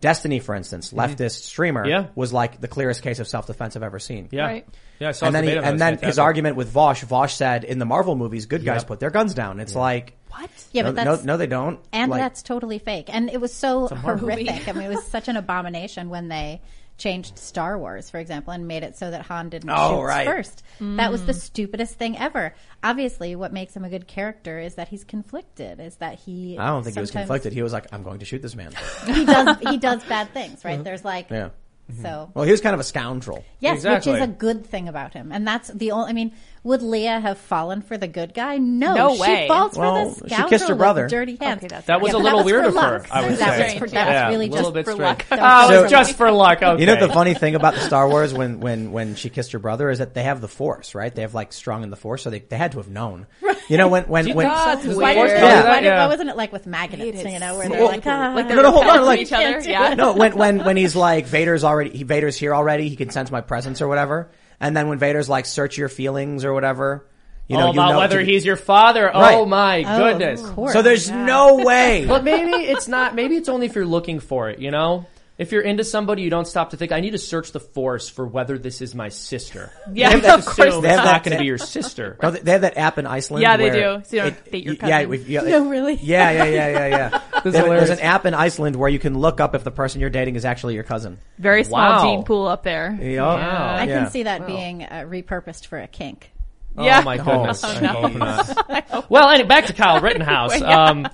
[SPEAKER 2] Destiny, for instance, leftist streamer,
[SPEAKER 3] Yeah.
[SPEAKER 2] was like the clearest case of self defense I've ever seen.
[SPEAKER 3] Yeah.
[SPEAKER 5] Right.
[SPEAKER 3] Yeah. I saw
[SPEAKER 2] And
[SPEAKER 3] the
[SPEAKER 2] then, he,
[SPEAKER 3] debate on that.
[SPEAKER 2] and
[SPEAKER 3] It's
[SPEAKER 2] then his
[SPEAKER 3] fantastic.
[SPEAKER 2] argument with Vosh, Vosh said in the Marvel movies, good guys
[SPEAKER 3] Yep.
[SPEAKER 2] put their guns down. It's like,
[SPEAKER 5] What?
[SPEAKER 4] yeah,
[SPEAKER 2] no,
[SPEAKER 4] but that's
[SPEAKER 2] no, no, they don't.
[SPEAKER 4] And
[SPEAKER 2] Like,
[SPEAKER 4] that's totally fake. And it was so horrific. I mean, it was such an abomination when they changed Star Wars, for example, and made it so that Han didn't
[SPEAKER 2] Oh,
[SPEAKER 4] shoot
[SPEAKER 2] right.
[SPEAKER 4] first. That was the stupidest thing ever. Obviously, what makes him a good character is that he's conflicted. Is that he?
[SPEAKER 2] I don't think he was
[SPEAKER 4] sometimes-
[SPEAKER 2] conflicted. He was like, I'm going to shoot this man.
[SPEAKER 4] He does. He does bad things, right? There's like
[SPEAKER 2] yeah. Mm-hmm.
[SPEAKER 4] so.
[SPEAKER 2] Well, he was kind of a scoundrel.
[SPEAKER 4] Yes,
[SPEAKER 3] Exactly.
[SPEAKER 4] which is a good thing about him, and that's the only. I mean, would Leah have fallen for the good guy? No,
[SPEAKER 5] No
[SPEAKER 4] she
[SPEAKER 5] way.
[SPEAKER 4] falls
[SPEAKER 2] Well,
[SPEAKER 4] for the
[SPEAKER 2] she
[SPEAKER 4] scoundrel
[SPEAKER 2] kissed her
[SPEAKER 4] with
[SPEAKER 2] brother.
[SPEAKER 4] dirty hands.
[SPEAKER 5] Okay, that's
[SPEAKER 3] That was
[SPEAKER 4] Yeah,
[SPEAKER 3] a
[SPEAKER 4] but
[SPEAKER 3] little
[SPEAKER 4] that was
[SPEAKER 3] weird
[SPEAKER 4] for
[SPEAKER 3] of her.
[SPEAKER 4] luck.
[SPEAKER 3] I would
[SPEAKER 4] That
[SPEAKER 3] say.
[SPEAKER 4] was for- that was
[SPEAKER 3] yeah,
[SPEAKER 4] really
[SPEAKER 3] a little
[SPEAKER 4] just
[SPEAKER 3] bit
[SPEAKER 4] for
[SPEAKER 3] strange.
[SPEAKER 4] luck.
[SPEAKER 3] Oh,
[SPEAKER 4] So-
[SPEAKER 3] it's just for luck. Okay.
[SPEAKER 2] You know the funny thing about the Star Wars when when when she kissed her brother is that they have the Force, right? They have like strong in the Force, so they, they had to have known. You know when when when
[SPEAKER 5] That's
[SPEAKER 4] Why,
[SPEAKER 5] weird.
[SPEAKER 4] did,
[SPEAKER 2] Yeah.
[SPEAKER 4] why, did,
[SPEAKER 3] Yeah.
[SPEAKER 4] why wasn't it like with magnets? You know, where they're
[SPEAKER 5] Well,
[SPEAKER 4] like, ah,
[SPEAKER 5] like they're
[SPEAKER 2] No, no, hold on,
[SPEAKER 5] repelled
[SPEAKER 2] like-
[SPEAKER 5] from each other. Yeah.
[SPEAKER 2] no when when when he's like Vader's already he, Vader's here already, he can sense my presence or whatever. And then when Vader's like search your feelings or whatever, you know,
[SPEAKER 3] Oh,
[SPEAKER 2] you
[SPEAKER 3] about
[SPEAKER 2] know
[SPEAKER 3] whether
[SPEAKER 2] to-
[SPEAKER 3] he's your father. Oh
[SPEAKER 2] Right.
[SPEAKER 3] my
[SPEAKER 4] oh, of
[SPEAKER 3] goodness.
[SPEAKER 4] course.
[SPEAKER 2] So there's no way.
[SPEAKER 3] But maybe it's not. Maybe it's only if you're looking for it. You know, if you're into somebody, you don't stop to think. I need to search the force for whether this is my sister.
[SPEAKER 5] Yeah,
[SPEAKER 3] You have to
[SPEAKER 5] of course
[SPEAKER 3] assume
[SPEAKER 2] they
[SPEAKER 3] it's
[SPEAKER 2] have
[SPEAKER 3] not
[SPEAKER 2] that-
[SPEAKER 3] going to be your sister.
[SPEAKER 2] No, they they have that app in Iceland.
[SPEAKER 5] Yeah, they
[SPEAKER 2] where
[SPEAKER 5] do. So you don't
[SPEAKER 2] it-
[SPEAKER 5] date your
[SPEAKER 2] y- Yeah,
[SPEAKER 5] cousin.
[SPEAKER 2] we've- yeah,
[SPEAKER 4] No,
[SPEAKER 2] it-
[SPEAKER 4] really?
[SPEAKER 2] Yeah, yeah, yeah, yeah, yeah. There's,
[SPEAKER 3] hilarious.
[SPEAKER 2] an app in Iceland where you can look up if the person you're dating is actually your cousin.
[SPEAKER 5] Very small
[SPEAKER 3] Wow.
[SPEAKER 5] gene pool up there.
[SPEAKER 2] Yeah.
[SPEAKER 3] Wow.
[SPEAKER 4] I
[SPEAKER 2] Yeah.
[SPEAKER 4] can see that being uh, repurposed for a kink.
[SPEAKER 5] Yeah.
[SPEAKER 3] Oh my goodness.
[SPEAKER 2] Oh,
[SPEAKER 3] Jeez. well, anyway, back to Kyle Rittenhouse. Um,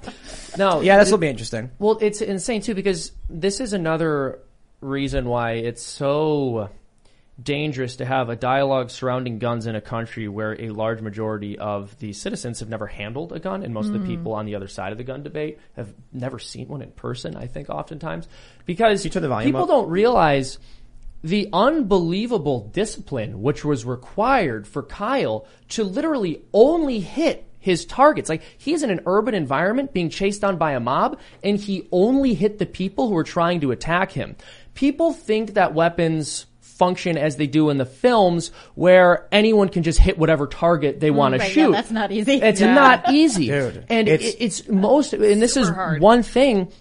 [SPEAKER 3] no,
[SPEAKER 2] Yeah, this will be interesting.
[SPEAKER 3] Well, it's insane too because this is another reason why it's so dangerous to have a dialogue surrounding guns in a country where a large majority of the citizens have never handled a gun, and most
[SPEAKER 2] Mm-hmm.
[SPEAKER 3] of the people on the other side of the gun debate have never seen one in person. I think oftentimes because
[SPEAKER 2] you turn the volume
[SPEAKER 3] people
[SPEAKER 2] up?
[SPEAKER 3] don't realize the unbelievable discipline which was required for Kyle to literally only hit his targets. Like he's in an urban environment being chased down by a mob and he only hit the people who were trying to attack him. People think that weapons function as they do in the films where anyone can just hit whatever target they want to
[SPEAKER 4] Right, yeah,
[SPEAKER 3] shoot.
[SPEAKER 4] that's not easy.
[SPEAKER 3] It's
[SPEAKER 4] Yeah.
[SPEAKER 3] not easy.
[SPEAKER 2] Dude,
[SPEAKER 3] and
[SPEAKER 2] it's-
[SPEAKER 3] it's, it's most, and this is
[SPEAKER 5] hard.
[SPEAKER 3] one thing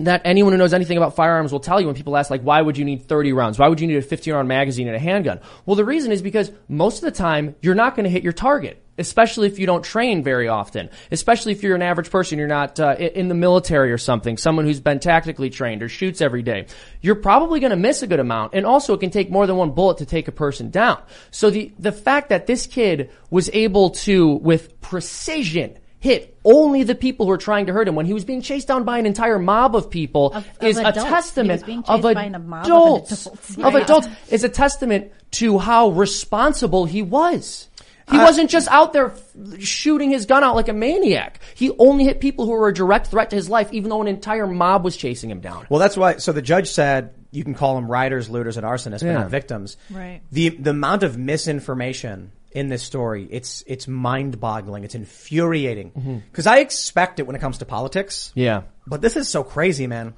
[SPEAKER 3] that anyone who knows anything about firearms will tell you when people ask like why would you need 30 rounds why would you need a 15 round magazine and a handgun well the reason is because most of the time you're not going to hit your target especially if you don't train very often especially if you're an average person you're not uh, i- in the military or something someone who's been tactically trained or shoots every day you're probably going to miss a good amount and also it can take more than one bullet to take a person down so the the fact that this kid was able to with precision hit only the people who are trying to hurt him when he was being chased down by an entire mob of people
[SPEAKER 4] Of- of
[SPEAKER 3] is a
[SPEAKER 4] adults. He was
[SPEAKER 3] testament
[SPEAKER 4] being
[SPEAKER 3] of
[SPEAKER 4] chased by a mob of
[SPEAKER 3] adults
[SPEAKER 4] adults.
[SPEAKER 3] of
[SPEAKER 4] Yeah.
[SPEAKER 3] adults is a testament to how responsible he was. He wasn't just out there f- shooting his gun out like a maniac. He only hit people who were a direct threat to his life, even though an entire mob was chasing him down.
[SPEAKER 2] Well, that's why. So the judge said you can call them rioters, looters, and arsonists, but
[SPEAKER 3] Yeah.
[SPEAKER 2] not victims.
[SPEAKER 5] Right.
[SPEAKER 2] The the amount of misinformation in this story it's it's mind boggling. It's infuriating because I expect it when it comes to politics.
[SPEAKER 3] Mm-hmm. Yeah.
[SPEAKER 2] But this is so crazy, man.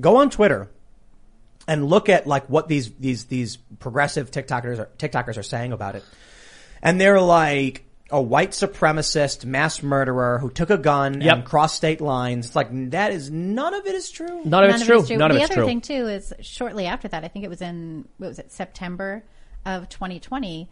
[SPEAKER 2] Go on Twitter and look at like what these these these progressive TikTokers are, TikTokers are saying about it. And they're like a white supremacist mass murderer who took a gun
[SPEAKER 3] Yep.
[SPEAKER 2] and crossed state lines. It's like that is none of it is true.
[SPEAKER 3] None of it's true. None of
[SPEAKER 4] the
[SPEAKER 3] it's
[SPEAKER 4] other
[SPEAKER 3] true.
[SPEAKER 4] thing too is shortly after that, I think it was in what was it September of 2020.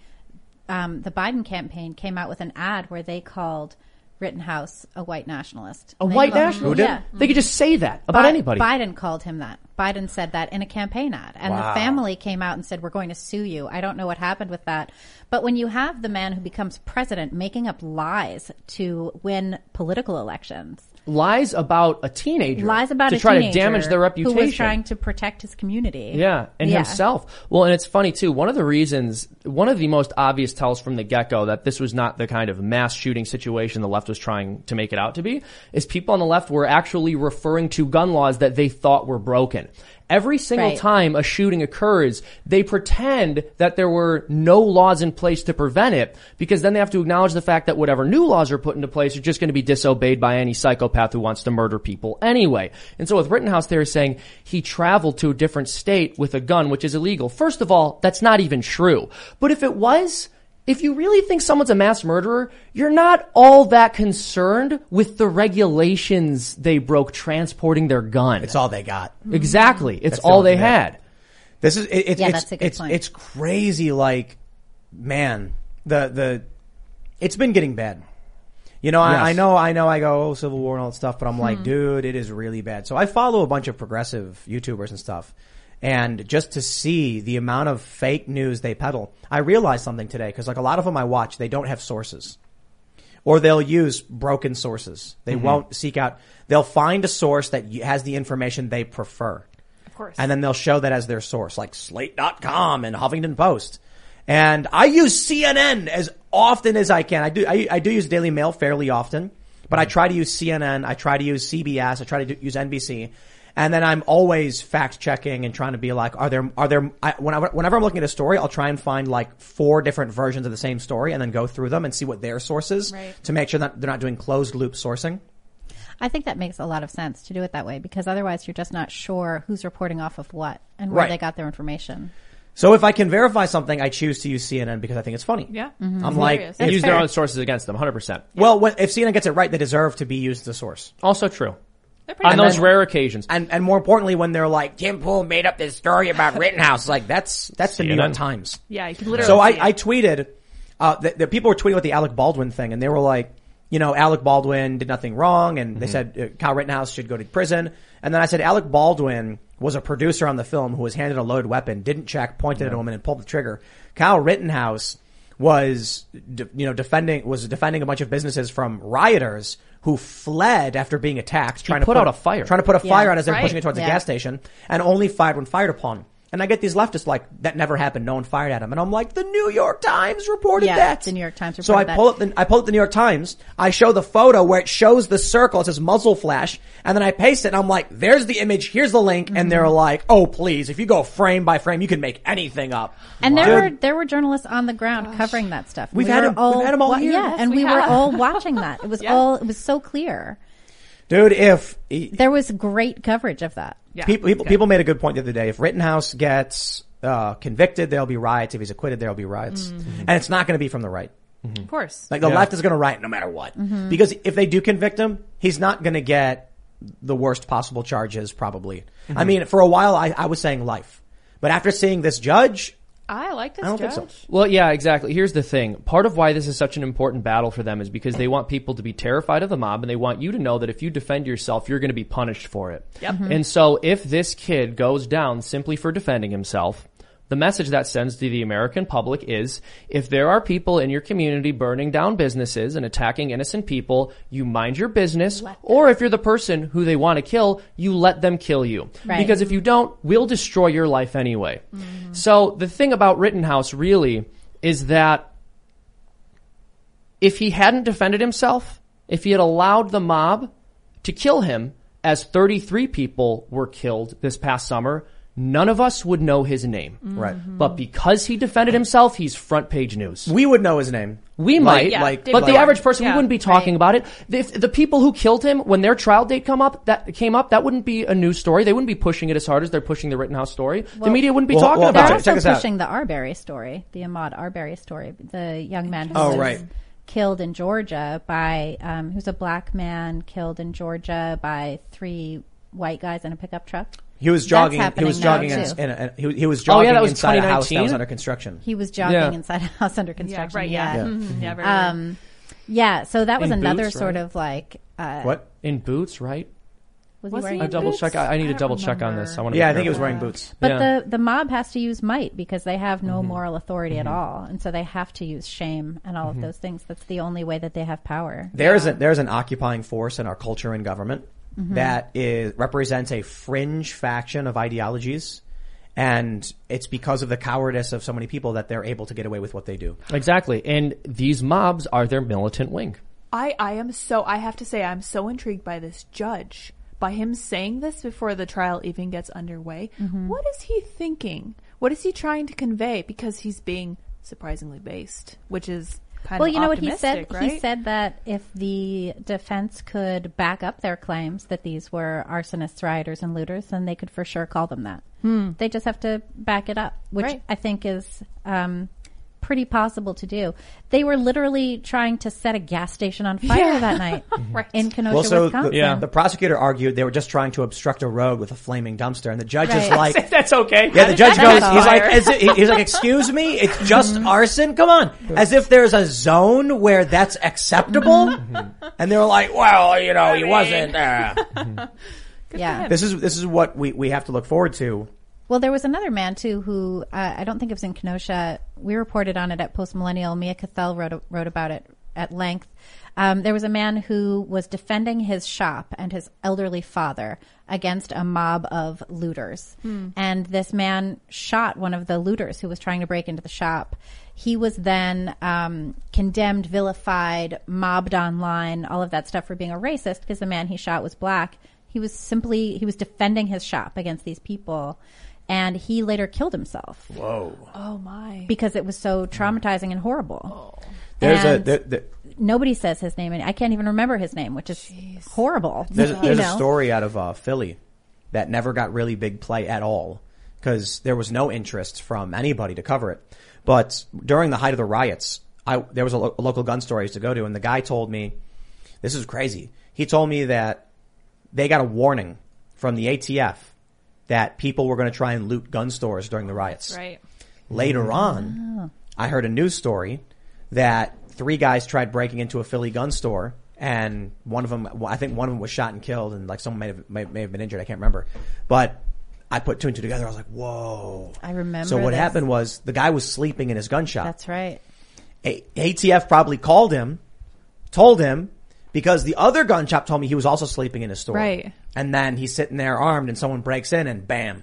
[SPEAKER 4] Um, the Biden campaign came out with an ad where they called Rittenhouse a white nationalist.
[SPEAKER 3] a white nationalist.
[SPEAKER 4] Yeah.
[SPEAKER 3] They could just say that about
[SPEAKER 4] Bi-
[SPEAKER 3] anybody.
[SPEAKER 4] Biden called him that. Biden said that in a campaign ad. And the family came out and said, We're going to sue you. I don't know what happened with that. But when you have the man who becomes president making up lies to win political elections,
[SPEAKER 3] lies about a teenager.
[SPEAKER 4] lies about
[SPEAKER 3] to
[SPEAKER 4] a
[SPEAKER 3] try to
[SPEAKER 4] teenager
[SPEAKER 3] damage their reputation.
[SPEAKER 4] who was trying to protect his community.
[SPEAKER 3] Yeah, and
[SPEAKER 4] Yeah.
[SPEAKER 3] himself. Well, and it's funny too. One of the reasons, one of the most obvious tells from the get-go that this was not the kind of mass shooting situation the left was trying to make it out to be is people on the left were actually referring to gun laws that they thought were broken. Every single
[SPEAKER 4] Right.
[SPEAKER 3] time a shooting occurs, they pretend that there were no laws in place to prevent it because then they have to acknowledge the fact that whatever new laws are put into place are just going to be disobeyed by any psychopath who wants to murder people anyway. And so with Rittenhouse, they're saying he traveled to a different state with a gun, which is illegal. First of all, that's not even true. But if it was, if you really think someone's a mass murderer, you're not all that concerned with the regulations they broke transporting their gun.
[SPEAKER 2] It's all they got.
[SPEAKER 3] Exactly. It's
[SPEAKER 2] the
[SPEAKER 3] all
[SPEAKER 2] only
[SPEAKER 3] they
[SPEAKER 2] thing.
[SPEAKER 3] had.
[SPEAKER 2] This is it, it,
[SPEAKER 4] Yeah,
[SPEAKER 2] it's,
[SPEAKER 4] that's a good
[SPEAKER 2] it's,
[SPEAKER 4] point.
[SPEAKER 2] it's crazy. Like, man, the the it's been getting bad. You know,
[SPEAKER 3] Yes.
[SPEAKER 2] I, I know, I know. I go oh, Civil War and all that stuff, but I'm
[SPEAKER 4] Hmm.
[SPEAKER 2] like, dude, it is really bad. So I follow a bunch of progressive YouTubers and stuff, and just to see the amount of fake news they peddle, I realized something today because like a lot of them I watch, they don't have sources or they'll use broken sources. They won't seek out. They'll find a source that y- has the information they prefer. Of
[SPEAKER 5] course.
[SPEAKER 2] And then they'll show that as their source, like Slate.com and Huffington Post. And I use CNN as often as I can. I do, I, I do use Daily Mail fairly often, but I try to use CNN. I try to use CBS. I try to do, use NBC. And then I'm always fact checking and trying to be like, are there, are there, I, when I, whenever I'm looking at a story, I'll try and find like four different versions of the same story and then go through them and see what their sources
[SPEAKER 5] Right.
[SPEAKER 2] to make sure that they're not doing closed loop sourcing.
[SPEAKER 4] I think that makes a lot of sense to do it that way because otherwise you're just not sure who's reporting off of what and where
[SPEAKER 2] Right.
[SPEAKER 4] they got their information.
[SPEAKER 2] So if I can verify something, I choose to use CNN because I think it's funny.
[SPEAKER 5] Yeah.
[SPEAKER 2] I'm like,
[SPEAKER 5] Hilarious.
[SPEAKER 3] They
[SPEAKER 2] if-
[SPEAKER 3] use their own sources against them, 100%.
[SPEAKER 2] well, when, if CNN gets it right, they deserve to be used as a source.
[SPEAKER 3] Also true.
[SPEAKER 5] They're pretty
[SPEAKER 3] On
[SPEAKER 5] good.
[SPEAKER 3] those rare occasions.
[SPEAKER 2] And and more importantly, when they're like, Jim Poole made up this story about Rittenhouse, like that's that's the New York
[SPEAKER 3] CNN.
[SPEAKER 2] Times.
[SPEAKER 5] yeah, you can literally.
[SPEAKER 2] So
[SPEAKER 5] see
[SPEAKER 2] I,
[SPEAKER 5] it.
[SPEAKER 2] I tweeted, uh, the, the people were tweeting about the Alec Baldwin thing, and they were like, you know, Alec Baldwin did nothing wrong, and
[SPEAKER 3] Mm-hmm.
[SPEAKER 2] they said uh, Kyle Rittenhouse should go to prison. And then I said Alec Baldwin was a producer on the film who was handed a loaded weapon, didn't check, pointed at a woman, and pulled the trigger. Kyle Rittenhouse was, de- you know, defending was defending a bunch of businesses from rioters who fled after being attacked, trying
[SPEAKER 3] put
[SPEAKER 2] to
[SPEAKER 3] out a fire.
[SPEAKER 2] trying to put a fire out as they're
[SPEAKER 5] Right.
[SPEAKER 2] pushing it towards a
[SPEAKER 4] Yeah.
[SPEAKER 2] gas station, and only fired when fired upon. And I get these leftists like, that never happened. No one fired at him. And I'm like, the New York Times reported
[SPEAKER 4] Yeah,
[SPEAKER 2] that.
[SPEAKER 4] the New York Times
[SPEAKER 2] So I
[SPEAKER 4] reported that.
[SPEAKER 2] pull up the, I pull up the New York Times. I show the photo where it shows the circle. It says muzzle flash. And then I paste it and I'm like, there's the image. Here's the link. And
[SPEAKER 4] Mm-hmm.
[SPEAKER 2] they're like, oh, please, if you go frame by frame, you can make anything up.
[SPEAKER 4] And there
[SPEAKER 2] Dude.
[SPEAKER 4] were there were journalists on the ground covering that stuff.
[SPEAKER 2] We've had
[SPEAKER 4] were
[SPEAKER 2] 'em- we've had 'em all
[SPEAKER 4] wa-
[SPEAKER 2] here.
[SPEAKER 4] Yeah,
[SPEAKER 2] Yes,
[SPEAKER 4] and
[SPEAKER 5] we
[SPEAKER 4] we, were
[SPEAKER 5] have.
[SPEAKER 4] all watching that. It was all it was so clear.
[SPEAKER 2] Dude, if, e-
[SPEAKER 4] There was great coverage of that.
[SPEAKER 5] Yeah.
[SPEAKER 2] People, people, people made a good point the other day. If Rittenhouse gets uh, convicted, there'll be riots. If he's acquitted, there'll be riots.
[SPEAKER 4] Mm-hmm.
[SPEAKER 2] And it's not going to be from the right.
[SPEAKER 5] Of course.
[SPEAKER 2] Like the left is going to riot no matter what.
[SPEAKER 5] Mm-hmm.
[SPEAKER 2] Because if they do convict him, he's not going to get the worst possible charges, probably.
[SPEAKER 3] Mm-hmm.
[SPEAKER 2] I mean, for a while, I, I was saying life. But after seeing this judge,
[SPEAKER 5] I like this
[SPEAKER 2] I don't
[SPEAKER 5] judge.
[SPEAKER 2] think so.
[SPEAKER 3] Well, yeah, exactly. Here's the thing. Part of why this is such an important battle for them is because they want people to be terrified of the mob and they want you to know that if you defend yourself, you're going to be punished for it. Yep. And so if this kid goes down simply for defending himself, the message that sends to the American public is if there are people in your community burning down businesses and attacking innocent people, you mind your business, or if you're the person who they want to kill, you let them kill you.
[SPEAKER 4] Right.
[SPEAKER 3] Because if you don't, we'll destroy your life anyway. So the thing about Rittenhouse really is that if he hadn't defended himself, if he had allowed the mob to kill him, as 33 people were killed this past summer, none of us would know his name.
[SPEAKER 2] right,
[SPEAKER 5] Mm-hmm.
[SPEAKER 3] But because he defended himself, he's front page news.
[SPEAKER 2] we would know his name.
[SPEAKER 3] We might,
[SPEAKER 5] yeah,
[SPEAKER 3] like,
[SPEAKER 5] did
[SPEAKER 3] but
[SPEAKER 5] we?
[SPEAKER 3] the average person,
[SPEAKER 5] Yeah,
[SPEAKER 3] we wouldn't be talking about it. The, if the people who killed him, when their trial date come up, that came up, that wouldn't be a news story. They wouldn't be pushing it as hard as they're pushing the Rittenhouse story. the media wouldn't be
[SPEAKER 2] Well,
[SPEAKER 3] talking
[SPEAKER 2] well,
[SPEAKER 4] They're
[SPEAKER 3] about
[SPEAKER 2] check-
[SPEAKER 3] it.
[SPEAKER 4] also
[SPEAKER 2] check this out.
[SPEAKER 4] pushing the Arbery story, the Ahmad Arbery story, the young man who
[SPEAKER 2] Oh,
[SPEAKER 4] was
[SPEAKER 2] right.
[SPEAKER 4] killed in Georgia by um, who's a black man killed in Georgia by three white guys in a pickup truck.
[SPEAKER 2] He was
[SPEAKER 4] That's
[SPEAKER 2] jogging. He
[SPEAKER 4] happening
[SPEAKER 2] was
[SPEAKER 4] now,
[SPEAKER 2] jogging. In,
[SPEAKER 4] too.
[SPEAKER 2] in a, he, he was
[SPEAKER 3] Oh, yeah,
[SPEAKER 2] jogging
[SPEAKER 3] that was
[SPEAKER 2] inside a house that
[SPEAKER 3] 2019?
[SPEAKER 2] was under construction.
[SPEAKER 4] He was jogging
[SPEAKER 3] Yeah.
[SPEAKER 4] inside a house under
[SPEAKER 5] Yeah,
[SPEAKER 4] construction.
[SPEAKER 5] right. Yeah.
[SPEAKER 4] yeah.
[SPEAKER 5] Mhm, yeah, right, right.
[SPEAKER 4] Um, yeah, so that was
[SPEAKER 3] In
[SPEAKER 4] another
[SPEAKER 3] boots,
[SPEAKER 4] sort
[SPEAKER 3] right?
[SPEAKER 4] of like uh,
[SPEAKER 2] what?
[SPEAKER 3] In boots, right?
[SPEAKER 4] was,
[SPEAKER 5] Was
[SPEAKER 4] he wearing
[SPEAKER 5] he
[SPEAKER 3] I
[SPEAKER 5] In
[SPEAKER 3] double
[SPEAKER 5] boots?
[SPEAKER 3] check. I, I need
[SPEAKER 5] I
[SPEAKER 3] to
[SPEAKER 5] don't
[SPEAKER 3] double check on
[SPEAKER 5] remember.
[SPEAKER 3] this. I want to.
[SPEAKER 2] Yeah, I think he was wearing boots.
[SPEAKER 4] But
[SPEAKER 3] Yeah.
[SPEAKER 4] the the mob has to use might because they have no moral authority at all, and so they have to use shame and all of those things. That's the only way that they have power.
[SPEAKER 2] There's a, there's an occupying force in our culture and government
[SPEAKER 4] Mm-hmm.
[SPEAKER 2] that is represents a fringe faction of ideologies, and it's because of the cowardice of so many people that they're able to get away with what they do.
[SPEAKER 3] Exactly. And these mobs are their militant wing.
[SPEAKER 5] I, I am so, I have to say, I'm so intrigued by this judge, by him saying this before the trial even gets underway. What is he thinking? What is he trying to convey? Because he's being surprisingly based, which is kind
[SPEAKER 4] Well,
[SPEAKER 5] of
[SPEAKER 4] you know what he said.
[SPEAKER 5] optimistic, right?
[SPEAKER 4] He said that if the defense could back up their claims that these were arsonists, rioters, and looters, then they could for sure call them that. They just have to back it up, which
[SPEAKER 5] Hmm. Right.
[SPEAKER 4] I think is um, pretty possible to do. They were literally trying to set a gas station on fire that night
[SPEAKER 5] Right.
[SPEAKER 4] in Kenosha,
[SPEAKER 2] Well, so the,
[SPEAKER 4] Wisconsin.
[SPEAKER 3] Yeah.
[SPEAKER 2] the prosecutor argued they were just trying to obstruct a road with a flaming dumpster, and the judge is
[SPEAKER 4] Right.
[SPEAKER 2] like,
[SPEAKER 3] That's okay.
[SPEAKER 2] Yeah, the judge
[SPEAKER 4] that
[SPEAKER 2] goes.
[SPEAKER 4] catch
[SPEAKER 2] He's
[SPEAKER 5] fire?
[SPEAKER 2] like, as if- he's like, excuse me, it's just
[SPEAKER 4] Mm-hmm.
[SPEAKER 2] arson. Come on, as if there's a zone where that's acceptable.
[SPEAKER 4] Mm-hmm.
[SPEAKER 2] And they're like, well, you know, he wasn't. uh."
[SPEAKER 4] yeah.
[SPEAKER 2] This is this is what we we have to look forward to.
[SPEAKER 4] Well, there was another man too who uh, I don't think it was in Kenosha. We reported on it at Post Millennial. Mia Cathell wrote wrote about it at length. Um, there was a man who was defending his shop and his elderly father against a mob of looters, and this man shot one of the looters who was trying to break into the shop. He was then um, condemned, vilified, mobbed online, all of that stuff for being a racist because the man he shot was black. He was simply he was defending his shop against these people, and he later killed himself
[SPEAKER 5] oh my.
[SPEAKER 4] because it was so traumatizing and horrible.
[SPEAKER 2] Oh. There's a
[SPEAKER 4] And
[SPEAKER 2] there, there-
[SPEAKER 4] nobody says his name, and I can't even remember his name, which is horrible.
[SPEAKER 2] there's,
[SPEAKER 4] you
[SPEAKER 2] there's a
[SPEAKER 4] know?
[SPEAKER 2] story out of uh, Philly that never got really big play at all because there was no interest from anybody to cover it. But during the height of the riots, I there was a, lo- a local gun store I used to go to, and the guy told me, "This is crazy." He told me that they got a warning from the ATF that people were going to try and loot gun stores during the riots.
[SPEAKER 5] Right.
[SPEAKER 2] Later on, I heard a news story that three guys tried breaking into a Philly gun store, and one of them, well, I think one of them was shot and killed, and like someone may have may, may have been injured. I can't remember, but I put two and two together. I was like, "Whoa!"
[SPEAKER 4] I remember
[SPEAKER 2] So what
[SPEAKER 4] this.
[SPEAKER 2] happened was the guy was sleeping in his gun shop.
[SPEAKER 4] That's right.
[SPEAKER 2] A- ATF probably called him, told him, because the other gun shop told me he was also sleeping in his store.
[SPEAKER 5] Right.
[SPEAKER 2] And then he's sitting there armed, and someone breaks in, and bam,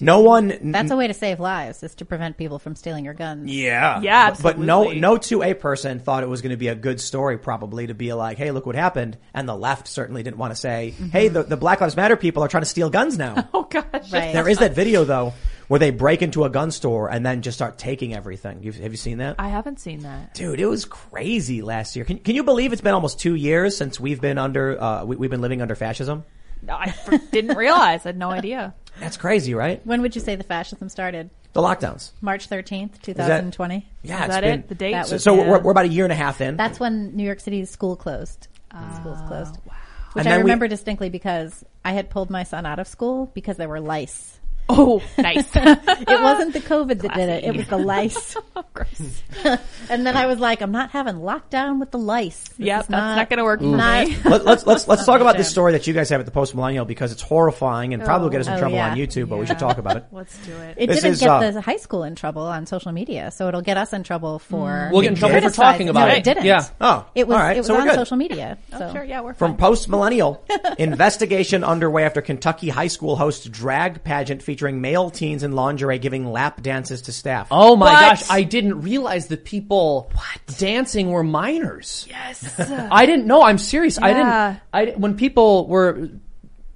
[SPEAKER 2] No one.
[SPEAKER 4] That's a way to save lives is to prevent people from stealing your guns.
[SPEAKER 2] Yeah.
[SPEAKER 5] Yeah,
[SPEAKER 2] But no,
[SPEAKER 5] absolutely.
[SPEAKER 2] no 2A person thought it was going to be a good story probably to be like, hey, look what happened. And the left certainly didn't want to say,
[SPEAKER 5] Mm-hmm.
[SPEAKER 2] hey, the, the Black Lives Matter people are trying to steal guns now.
[SPEAKER 5] Oh gosh.
[SPEAKER 4] Right.
[SPEAKER 2] There is that video though where they break into a gun store and then just start taking everything. You've, have you seen that?
[SPEAKER 5] I haven't seen that.
[SPEAKER 2] Dude, it was crazy last year. Can, can you believe it's been almost two years since we've been under, uh, we, we've been living under fascism?
[SPEAKER 5] No, I for- didn't realize. I had no idea.
[SPEAKER 2] That's crazy, right?
[SPEAKER 4] When would you say the fascism started?
[SPEAKER 2] The lockdowns.
[SPEAKER 4] March 13th, 2020?
[SPEAKER 2] Yeah,
[SPEAKER 5] Is
[SPEAKER 2] it's
[SPEAKER 5] that
[SPEAKER 2] been,
[SPEAKER 5] it? The date?
[SPEAKER 4] That
[SPEAKER 2] So,
[SPEAKER 4] was-
[SPEAKER 2] so we're,
[SPEAKER 4] yeah.
[SPEAKER 2] we're about a year and a half in.
[SPEAKER 4] That's when New York City's school closed. Schools closed. Which
[SPEAKER 2] And
[SPEAKER 4] I
[SPEAKER 2] then we-
[SPEAKER 4] remember distinctly because I had pulled my son out of school because there were lice.
[SPEAKER 5] oh, nice.
[SPEAKER 4] It wasn't the COVID that did it. It was the lice. and then I was like, I'm not having lockdown with the lice. This
[SPEAKER 5] Yep,
[SPEAKER 4] is
[SPEAKER 5] that's not gonna work for me.
[SPEAKER 2] Let, let's let's let's talk about this
[SPEAKER 4] Understand.
[SPEAKER 2] story that you guys have at the Post Millennial because it's horrifying and probably will get us in
[SPEAKER 4] Oh,
[SPEAKER 2] trouble
[SPEAKER 4] yeah.
[SPEAKER 2] on YouTube, but we should talk about it.
[SPEAKER 5] Let's do it.
[SPEAKER 4] It
[SPEAKER 2] This
[SPEAKER 4] didn't
[SPEAKER 2] is,
[SPEAKER 4] get
[SPEAKER 2] uh,
[SPEAKER 4] the high school in trouble on social media, so it'll get us in trouble
[SPEAKER 5] Mm.
[SPEAKER 4] for.
[SPEAKER 3] We'll get in trouble for
[SPEAKER 4] criticizing-
[SPEAKER 3] talking about
[SPEAKER 4] no,
[SPEAKER 3] it.
[SPEAKER 4] It didn't.
[SPEAKER 3] Yeah.
[SPEAKER 2] Oh,
[SPEAKER 4] it was.
[SPEAKER 2] all right,
[SPEAKER 4] It was
[SPEAKER 2] so we're
[SPEAKER 4] on
[SPEAKER 2] good.
[SPEAKER 4] social media. So
[SPEAKER 5] Oh, Sure, yeah, we're
[SPEAKER 2] From Post Millennial, investigation underway after Kentucky high school hosts drag pageant featuring male teens in lingerie giving lap dances to staff.
[SPEAKER 3] Oh my
[SPEAKER 5] What?
[SPEAKER 3] gosh, I didn't realize the people dancing were minors.
[SPEAKER 5] Yes.
[SPEAKER 3] I didn't know. I'm serious. I
[SPEAKER 5] Yeah.
[SPEAKER 3] didn't. I didn't- when people were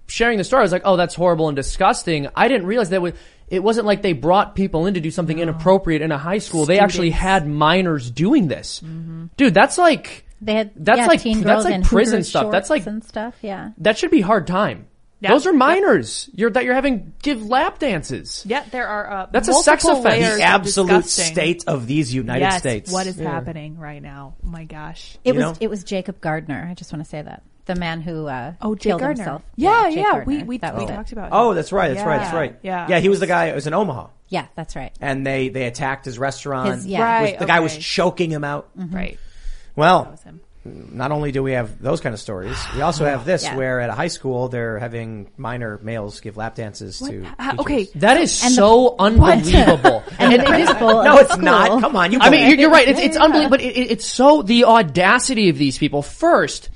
[SPEAKER 3] sharing the story, I was like, "Oh, that's horrible and disgusting." I didn't realize that was, it wasn't like they brought people in to do something inappropriate in a high school. They actually had minors doing this.
[SPEAKER 5] Mm-hmm.
[SPEAKER 3] Dude, that's like
[SPEAKER 4] they had.
[SPEAKER 3] That's
[SPEAKER 4] yeah,
[SPEAKER 3] like-
[SPEAKER 4] teen
[SPEAKER 3] that's
[SPEAKER 4] girls
[SPEAKER 3] like
[SPEAKER 4] in
[SPEAKER 3] prison
[SPEAKER 4] Hooters
[SPEAKER 3] stuff. That's
[SPEAKER 4] shorts
[SPEAKER 3] like-
[SPEAKER 4] and stuff. Yeah.
[SPEAKER 3] that should be hard time.
[SPEAKER 5] Yeah.
[SPEAKER 3] Those are minors. You're that you're having give lap dances.
[SPEAKER 5] yeah, there are. Uh,
[SPEAKER 3] That's a sex
[SPEAKER 5] multiple
[SPEAKER 3] offense.
[SPEAKER 5] layers
[SPEAKER 3] The
[SPEAKER 5] of
[SPEAKER 2] the absolute
[SPEAKER 5] disgusting.
[SPEAKER 2] state of these United
[SPEAKER 5] Yes,
[SPEAKER 2] States.
[SPEAKER 5] what is happening right now? Oh my gosh.
[SPEAKER 4] It was.
[SPEAKER 2] know?
[SPEAKER 4] It was Jacob Gardner. I just want to say that the man who. Uh,
[SPEAKER 5] Oh, Jake
[SPEAKER 4] killed
[SPEAKER 5] Gardner.
[SPEAKER 4] Himself.
[SPEAKER 5] Yeah, yeah.
[SPEAKER 4] Jake
[SPEAKER 5] We
[SPEAKER 4] Gardner.
[SPEAKER 5] we, we
[SPEAKER 4] That was it.
[SPEAKER 5] talked about.
[SPEAKER 2] Oh,
[SPEAKER 5] him.
[SPEAKER 2] that's right. That's right. That's
[SPEAKER 5] Yeah,
[SPEAKER 2] right.
[SPEAKER 5] yeah.
[SPEAKER 2] Yeah, he was the guy. It was in Omaha,
[SPEAKER 4] Yeah, that's right.
[SPEAKER 2] and they they attacked his restaurant.
[SPEAKER 4] His- yeah. Mm-hmm. Right,
[SPEAKER 2] Was- the guy was
[SPEAKER 5] okay.
[SPEAKER 2] choking him out.
[SPEAKER 5] right.
[SPEAKER 2] Well,
[SPEAKER 5] him.
[SPEAKER 2] not only do we have those kind of stories, we also have this
[SPEAKER 4] Yeah.
[SPEAKER 2] where at a high school they're having minor males give lap dances to.
[SPEAKER 5] Uh, okay,
[SPEAKER 3] That is so unbelievable.
[SPEAKER 4] And, the principal.
[SPEAKER 2] No,
[SPEAKER 4] of
[SPEAKER 2] it's not.
[SPEAKER 4] school-
[SPEAKER 2] Come on, you.
[SPEAKER 3] I mean,
[SPEAKER 2] can't.
[SPEAKER 3] you're, you're right. It's, it's unbelievable. But it, it- it's so the audacity of these people. First,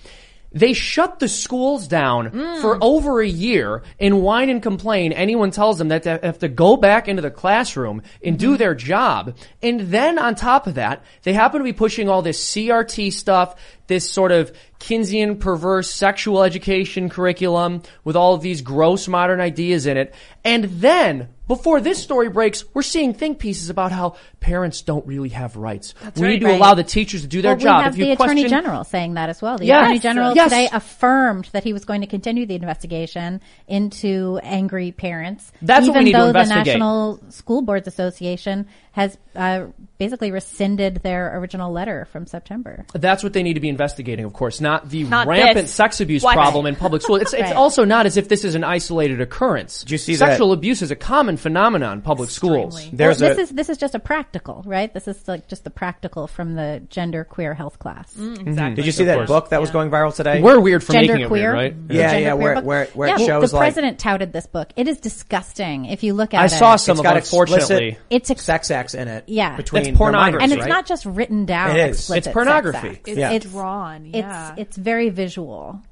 [SPEAKER 3] they shut the schools down
[SPEAKER 4] Mm.
[SPEAKER 3] for over a year and whine and complain. Anyone tells them that they have to go back into the classroom and
[SPEAKER 4] Mm-hmm.
[SPEAKER 3] do their job. And then on top of that, they happen to be pushing all this CRT stuff, this sort of Keynesian perverse sexual education curriculum with all of these gross modern ideas in it. And then before this story breaks, we're seeing think pieces about how parents don't really have rights. we need to
[SPEAKER 4] right.
[SPEAKER 3] allow the teachers to do their
[SPEAKER 4] Well,
[SPEAKER 3] job.
[SPEAKER 4] We have
[SPEAKER 3] if you
[SPEAKER 4] the
[SPEAKER 3] question,
[SPEAKER 4] attorney general saying that as well. The
[SPEAKER 3] Yes.
[SPEAKER 4] attorney general
[SPEAKER 3] Yes.
[SPEAKER 4] today affirmed that he was going to continue the investigation into angry parents.
[SPEAKER 3] That's
[SPEAKER 4] even
[SPEAKER 3] what we need to
[SPEAKER 4] though
[SPEAKER 3] investigate.
[SPEAKER 4] the National School Boards Association has uh, basically rescinded their original letter from September.
[SPEAKER 3] That's what they need to be investigating, of course, not the
[SPEAKER 5] Not
[SPEAKER 3] rampant
[SPEAKER 5] this.
[SPEAKER 3] sex abuse
[SPEAKER 5] What?
[SPEAKER 3] problem in public school. It's, it's
[SPEAKER 4] Right.
[SPEAKER 3] also not as if this is an isolated occurrence.
[SPEAKER 2] you see
[SPEAKER 3] Sexual
[SPEAKER 2] that-
[SPEAKER 3] abuse is a common phenomenon in public schools.
[SPEAKER 2] There's
[SPEAKER 4] well, this
[SPEAKER 2] a-
[SPEAKER 4] is this is just a practical, right? This is like just the practical from the gender queer health class.
[SPEAKER 2] Mm.
[SPEAKER 5] exactly.
[SPEAKER 2] Did you see that book that was going viral today?
[SPEAKER 3] We're weird for
[SPEAKER 4] gender
[SPEAKER 3] making it
[SPEAKER 4] queer,
[SPEAKER 3] weird, right?
[SPEAKER 4] The
[SPEAKER 2] Yeah,
[SPEAKER 4] gender
[SPEAKER 2] yeah,
[SPEAKER 4] queer
[SPEAKER 2] where-
[SPEAKER 4] book.
[SPEAKER 2] where- where it
[SPEAKER 4] yeah, well,
[SPEAKER 2] shows,
[SPEAKER 4] the
[SPEAKER 2] like-
[SPEAKER 4] president touted this book. It is disgusting if you look at
[SPEAKER 3] I
[SPEAKER 4] it.
[SPEAKER 3] saw some
[SPEAKER 2] it's
[SPEAKER 3] of
[SPEAKER 2] got
[SPEAKER 3] them,
[SPEAKER 2] explicit
[SPEAKER 3] unfortunately.
[SPEAKER 4] It's ex-
[SPEAKER 2] sex acts in it.
[SPEAKER 4] Yeah.
[SPEAKER 2] between
[SPEAKER 3] That's pornography,
[SPEAKER 4] and
[SPEAKER 2] minors,
[SPEAKER 4] it's
[SPEAKER 2] right?
[SPEAKER 4] not just written down.
[SPEAKER 2] It is.
[SPEAKER 4] explicit
[SPEAKER 3] It's pornography.
[SPEAKER 4] sex acts.
[SPEAKER 5] It's
[SPEAKER 2] Yeah.
[SPEAKER 5] drawn, yeah.
[SPEAKER 4] It's it's very visual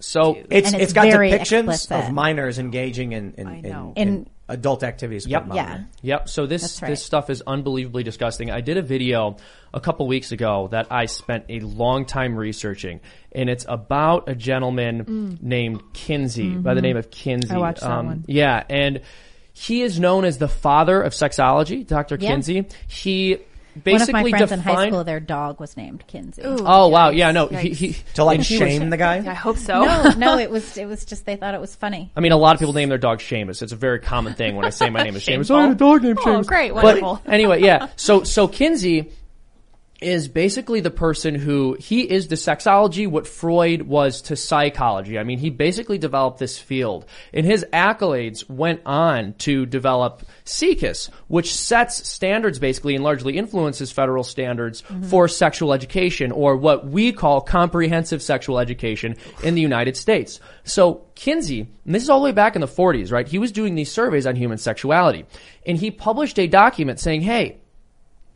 [SPEAKER 3] So
[SPEAKER 2] It's,
[SPEAKER 4] and
[SPEAKER 2] it's
[SPEAKER 4] it's
[SPEAKER 2] got
[SPEAKER 4] very
[SPEAKER 2] depictions
[SPEAKER 4] explicit.
[SPEAKER 2] of minors engaging in in, in,
[SPEAKER 5] know.
[SPEAKER 2] in
[SPEAKER 4] In-
[SPEAKER 2] adult activities.
[SPEAKER 3] Yep.
[SPEAKER 2] with
[SPEAKER 4] Yeah.
[SPEAKER 2] minors.
[SPEAKER 3] Yep. So this
[SPEAKER 4] That's right.
[SPEAKER 3] this stuff is unbelievably disgusting. I did a video a couple weeks ago that I spent a long time researching, and it's about a gentleman
[SPEAKER 4] Mm.
[SPEAKER 3] named Kinsey by
[SPEAKER 4] Mm-hmm.
[SPEAKER 3] the name of Kinsey. I
[SPEAKER 5] watched that one.
[SPEAKER 3] Yeah, and he is known as the father of sexology, Dr.
[SPEAKER 4] Yeah.
[SPEAKER 3] Kinsey. He basically
[SPEAKER 4] One of my friends in
[SPEAKER 3] defined.
[SPEAKER 4] high school, their dog was named Kinsey.
[SPEAKER 3] oh wow! Yeah, no. He,
[SPEAKER 5] Yikes.
[SPEAKER 3] he,
[SPEAKER 2] to like
[SPEAKER 3] and he was-
[SPEAKER 2] shame the guy.
[SPEAKER 5] I hope so.
[SPEAKER 4] No, no, it was it was just they thought it was funny.
[SPEAKER 3] I mean, a lot of people name their dog Seamus. It's a very common thing when I say my name is Seamus.
[SPEAKER 5] Shameful.
[SPEAKER 3] Oh, I had a dog named
[SPEAKER 5] Oh,
[SPEAKER 3] Seamus.
[SPEAKER 5] great,
[SPEAKER 3] But
[SPEAKER 5] wonderful.
[SPEAKER 3] anyway, yeah. So, so Kinsey is basically the person who he is the sexology what Freud was to psychology. I mean, he basically developed this field, and his accolades went on to develop CECUS, which sets standards basically and largely influences federal standards for sexual education or what we call comprehensive sexual education in the United States. So Kinsey, and this is all the way back in the 40s, right? He was doing these surveys on human sexuality, and he published a document saying, "Hey,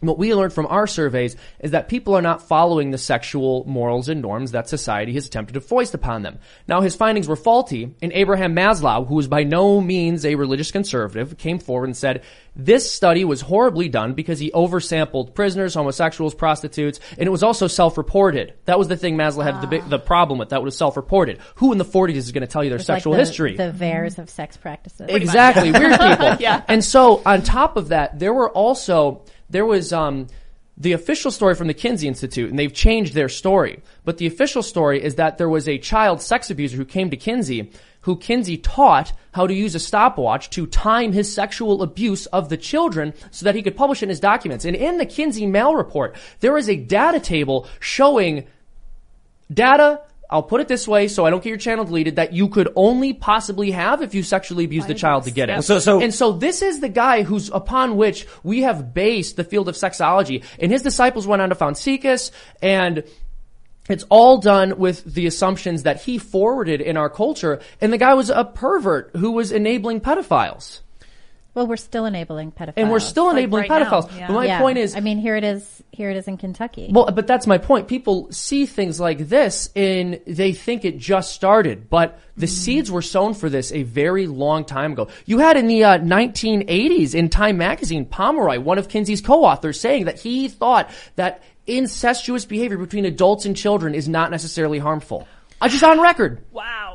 [SPEAKER 3] And What we learned from our surveys is that people are not following the sexual morals and norms that society has attempted to foist upon them. Now, his findings were faulty, and Abraham Maslow, who was by no means a religious conservative, came forward and said, this study was horribly done because he oversampled prisoners, homosexuals, prostitutes, and it was also self-reported. That was the thing Maslow had the, big, the problem with, that was self-reported. Who in the 40s is going to tell you
[SPEAKER 4] Ah.
[SPEAKER 3] their
[SPEAKER 4] It's
[SPEAKER 3] sexual
[SPEAKER 4] like the,
[SPEAKER 3] history?
[SPEAKER 4] The VARs of sex practices.
[SPEAKER 3] Exactly, weird people. And so on top of that, there were also there was um the official story from the Kinsey Institute, and they've changed their story. But the official story is that there was a child sex abuser who came to Kinsey, who Kinsey taught how to use a stopwatch to time his sexual abuse of the children so that he could publish it in his documents. And in the Kinsey mail report, there is a data table showing data. I'll put it this way, so I don't get your channel deleted. That you could only possibly have if you sexually abused the child to get it.
[SPEAKER 2] So- so-
[SPEAKER 3] and so this is the guy who's upon which we have based the field of sexology, and his disciples went on to found Cetus, and it's all done with the assumptions that he forwarded in our culture. And the guy was a pervert who was enabling pedophiles,
[SPEAKER 4] Well, we're still enabling pedophiles.
[SPEAKER 3] and we're still enabling
[SPEAKER 5] right now,
[SPEAKER 3] pedophiles.
[SPEAKER 5] yeah.
[SPEAKER 3] But my
[SPEAKER 4] Yeah.
[SPEAKER 3] point is,
[SPEAKER 4] I mean, here it is. Here it is in Kentucky.
[SPEAKER 3] Well, but that's my point. People see things like this and they think it just started, but the seeds were sown for this a very long time ago. You had in the uh, 1980s in Time magazine, Pomeroy, one of Kinsey's co-authors, saying that he thought that incestuous behavior between adults and children is not necessarily harmful. Uh, just on record.
[SPEAKER 5] Wow.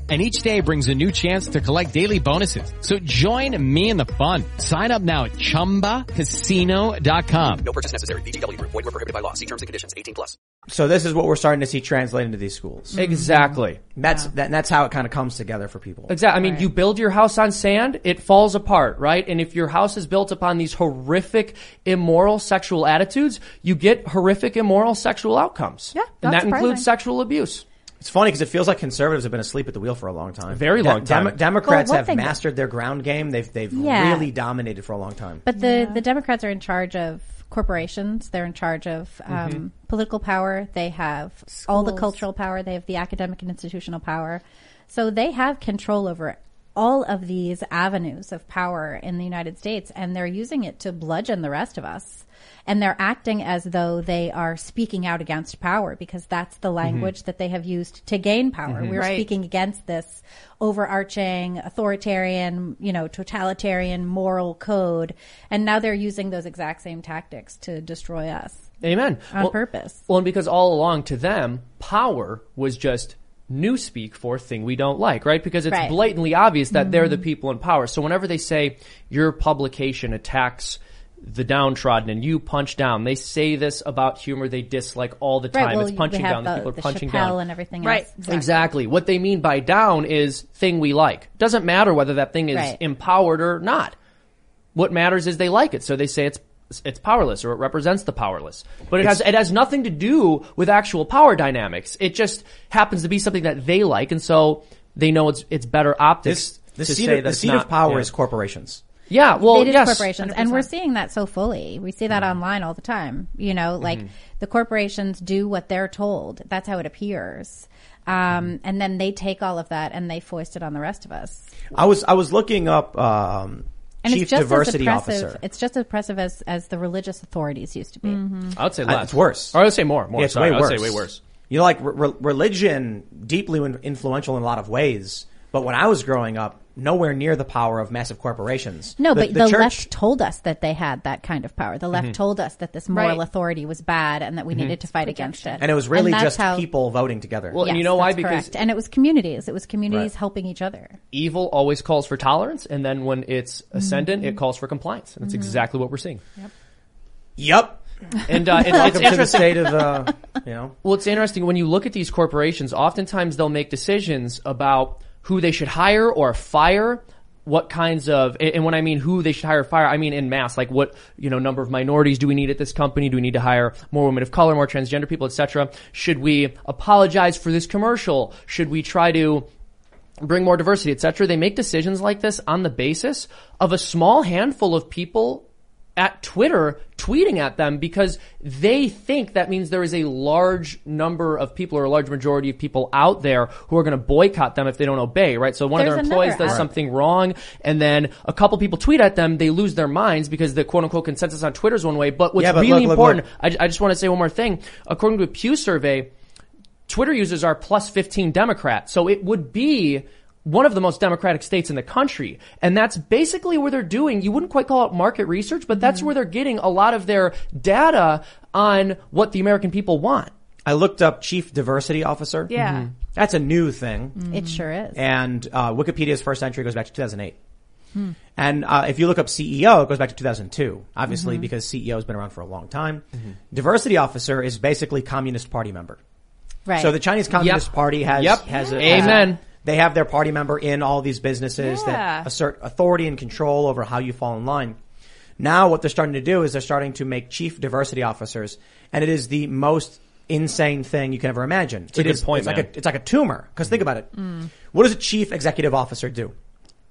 [SPEAKER 8] And each day brings a new chance to collect daily bonuses. So join me in the fun. Sign up now at ChumbaCasino.com.
[SPEAKER 2] So this is what we're starting to see translate into these
[SPEAKER 4] Mm-hmm.
[SPEAKER 2] schools.
[SPEAKER 3] Exactly.
[SPEAKER 2] That's that, and that's how it kind of comes together for people.
[SPEAKER 3] Exactly. I mean, you build your house on sand, it falls apart, right? And if your house is built upon these horrific, immoral sexual attitudes, you get horrific, immoral sexual outcomes.
[SPEAKER 5] Yeah,
[SPEAKER 3] and that
[SPEAKER 5] not
[SPEAKER 3] includes
[SPEAKER 5] surprising.
[SPEAKER 3] sexual abuse.
[SPEAKER 2] It's funny because it feels like conservatives have been asleep at the wheel for a long time.
[SPEAKER 3] Very long time.
[SPEAKER 2] Democrats
[SPEAKER 4] Well, one
[SPEAKER 2] have
[SPEAKER 4] thing-
[SPEAKER 2] mastered their ground game. They've they've
[SPEAKER 4] Yeah.
[SPEAKER 2] really dominated for a long time.
[SPEAKER 4] But the, the Democrats are in charge of corporations. They're in charge of um, political power. They have all the
[SPEAKER 5] Schools.
[SPEAKER 4] cultural power. They have the academic and institutional power. So they have control over all of these avenues of power in the United States, and they're using it to bludgeon the rest of us. And they're acting as though they are speaking out against power because that's
[SPEAKER 3] Mm-hmm.
[SPEAKER 4] the language that they have used to gain power. We're
[SPEAKER 5] Right.
[SPEAKER 4] speaking against this overarching authoritarian, you know, totalitarian moral code. And now they're using those exact same tactics to destroy us
[SPEAKER 3] Amen.
[SPEAKER 4] on
[SPEAKER 3] Well-
[SPEAKER 4] purpose.
[SPEAKER 3] Well, and because all along to them, power was just newspeak for thing we don't like, right? Because it's
[SPEAKER 4] Right. Mm-hmm.
[SPEAKER 3] blatantly obvious that they're the people in power. So whenever they say your publication attacks the downtrodden and you punch down, they say this about humor they dislike all the time.
[SPEAKER 4] well,
[SPEAKER 3] it's
[SPEAKER 4] we
[SPEAKER 3] punching
[SPEAKER 4] have
[SPEAKER 3] down.
[SPEAKER 4] the,
[SPEAKER 3] people are
[SPEAKER 4] the
[SPEAKER 3] punching
[SPEAKER 4] Chappelle
[SPEAKER 3] down.
[SPEAKER 4] and everything
[SPEAKER 5] Right.
[SPEAKER 4] else.
[SPEAKER 3] Exactly. What they mean by down is thing we like. Doesn't matter whether that thing is
[SPEAKER 4] Right.
[SPEAKER 3] empowered or not. What matters is they like it. So they say it's it's powerless or it represents the powerless. But it has it has nothing to do with actual power dynamics. It just happens to be something that they like and so they know it's it's better optics.
[SPEAKER 2] This the
[SPEAKER 3] to
[SPEAKER 2] seat,
[SPEAKER 3] say
[SPEAKER 2] of, the
[SPEAKER 3] that's
[SPEAKER 2] seat
[SPEAKER 3] not-
[SPEAKER 2] of power
[SPEAKER 3] yeah.
[SPEAKER 2] is corporations.
[SPEAKER 3] Yeah,
[SPEAKER 2] Oh,
[SPEAKER 3] well,
[SPEAKER 4] it is
[SPEAKER 3] yes.
[SPEAKER 4] corporations, and we're seeing that so fully. We see that
[SPEAKER 2] Mm-hmm.
[SPEAKER 4] online all the time. You know, like the corporations do what they're told. That's how it appears,
[SPEAKER 2] Mm-hmm.
[SPEAKER 4] um, and then they take all of that and they foist it on the rest of us.
[SPEAKER 2] I was I was looking up um,
[SPEAKER 4] And
[SPEAKER 2] chief
[SPEAKER 4] it's just
[SPEAKER 2] diversity
[SPEAKER 4] as oppressive.
[SPEAKER 2] officer.
[SPEAKER 4] It's just as oppressive as as the religious authorities used to be.
[SPEAKER 3] I would say
[SPEAKER 2] Uh,
[SPEAKER 3] less.
[SPEAKER 2] it's worse.
[SPEAKER 3] Or Oh, I would say more. More.
[SPEAKER 2] Yeah, it's
[SPEAKER 3] Sorry,
[SPEAKER 2] way
[SPEAKER 3] I
[SPEAKER 2] worse.
[SPEAKER 3] would say way worse.
[SPEAKER 2] You know, like re- re- religion deeply in- influential in a lot of ways. But when I was growing up, nowhere near the power of massive corporations.
[SPEAKER 4] No, but the,
[SPEAKER 2] church, Mm-hmm.
[SPEAKER 4] left told us that they had that kind of power. The left told us that this moral
[SPEAKER 5] Right.
[SPEAKER 4] authority was bad and that we needed to fight against it.
[SPEAKER 2] and it was really
[SPEAKER 4] that's
[SPEAKER 2] just
[SPEAKER 4] how-
[SPEAKER 2] people voting together.
[SPEAKER 3] Well, and
[SPEAKER 4] Yes,
[SPEAKER 3] you know why?
[SPEAKER 4] that's
[SPEAKER 3] Because
[SPEAKER 4] correct. and it was communities. It was communities
[SPEAKER 2] Right.
[SPEAKER 4] helping each other.
[SPEAKER 3] evil always calls for tolerance, and then when it's ascendant, it calls for compliance, and that's exactly what we're seeing.
[SPEAKER 2] yep.
[SPEAKER 3] And uh, it, it's
[SPEAKER 2] Welcome to the
[SPEAKER 3] interesting.
[SPEAKER 2] state of the, you know,
[SPEAKER 3] Well, it's interesting when you look at these corporations. Oftentimes, they'll make decisions about who they should hire or fire. What kinds of, and and when I mean who they should hire or fire, I mean in mass, like what, you know, number of minorities do we need at this company? Do we need to hire more women of color, more transgender people, etc.? Should we apologize for this commercial? Should we try to bring more diversity, etc. They make decisions like this on the basis of a small handful of people at Twitter tweeting at them because they think that means there is a large number of people or a large majority of people out there who are going to boycott them if they don't obey, right? So one of their
[SPEAKER 4] There's
[SPEAKER 3] employees
[SPEAKER 4] another
[SPEAKER 3] does
[SPEAKER 4] aspect.
[SPEAKER 3] something wrong and then a couple people tweet at them, they lose their minds because the quote unquote consensus on Twitter is one way. But what's
[SPEAKER 2] Yeah, but
[SPEAKER 3] really
[SPEAKER 2] look, look,
[SPEAKER 3] important,
[SPEAKER 2] look.
[SPEAKER 3] I, I just want to say one more thing. According to a Pew survey, Twitter users are plus 15 Democrat. So it would be one of the most democratic states in the country. And that's basically where they're doing, you wouldn't quite call it market research, but
[SPEAKER 4] Mm-hmm.
[SPEAKER 3] that's where they're getting a lot of their data on what the American people want.
[SPEAKER 2] I looked up chief diversity officer. Mm-hmm.
[SPEAKER 5] Yeah.
[SPEAKER 2] That's a new thing.
[SPEAKER 4] It sure is.
[SPEAKER 2] Mm-hmm. And uh, Wikipedia's first entry goes back to 2008. And uh, if you look up CEO, it goes back to 2002, obviously, because CEO has been around for a long time.
[SPEAKER 3] Mm-hmm.
[SPEAKER 2] Diversity officer is basically Communist Party member.
[SPEAKER 4] right.
[SPEAKER 2] So the Chinese Communist
[SPEAKER 3] Yep.
[SPEAKER 2] Party has
[SPEAKER 3] Yep.
[SPEAKER 2] has a uh,
[SPEAKER 3] Amen.
[SPEAKER 2] they have their party member in all these businesses
[SPEAKER 5] Yeah.
[SPEAKER 2] that assert authority and control over how you fall in line. Now what they're starting to do is they're starting to make chief diversity officers, and it is the most insane thing you can ever imagine. It's
[SPEAKER 3] a good point,
[SPEAKER 2] It's
[SPEAKER 3] man. Mm.
[SPEAKER 2] like a it's like a tumor. Because think about it. What does a chief executive officer do?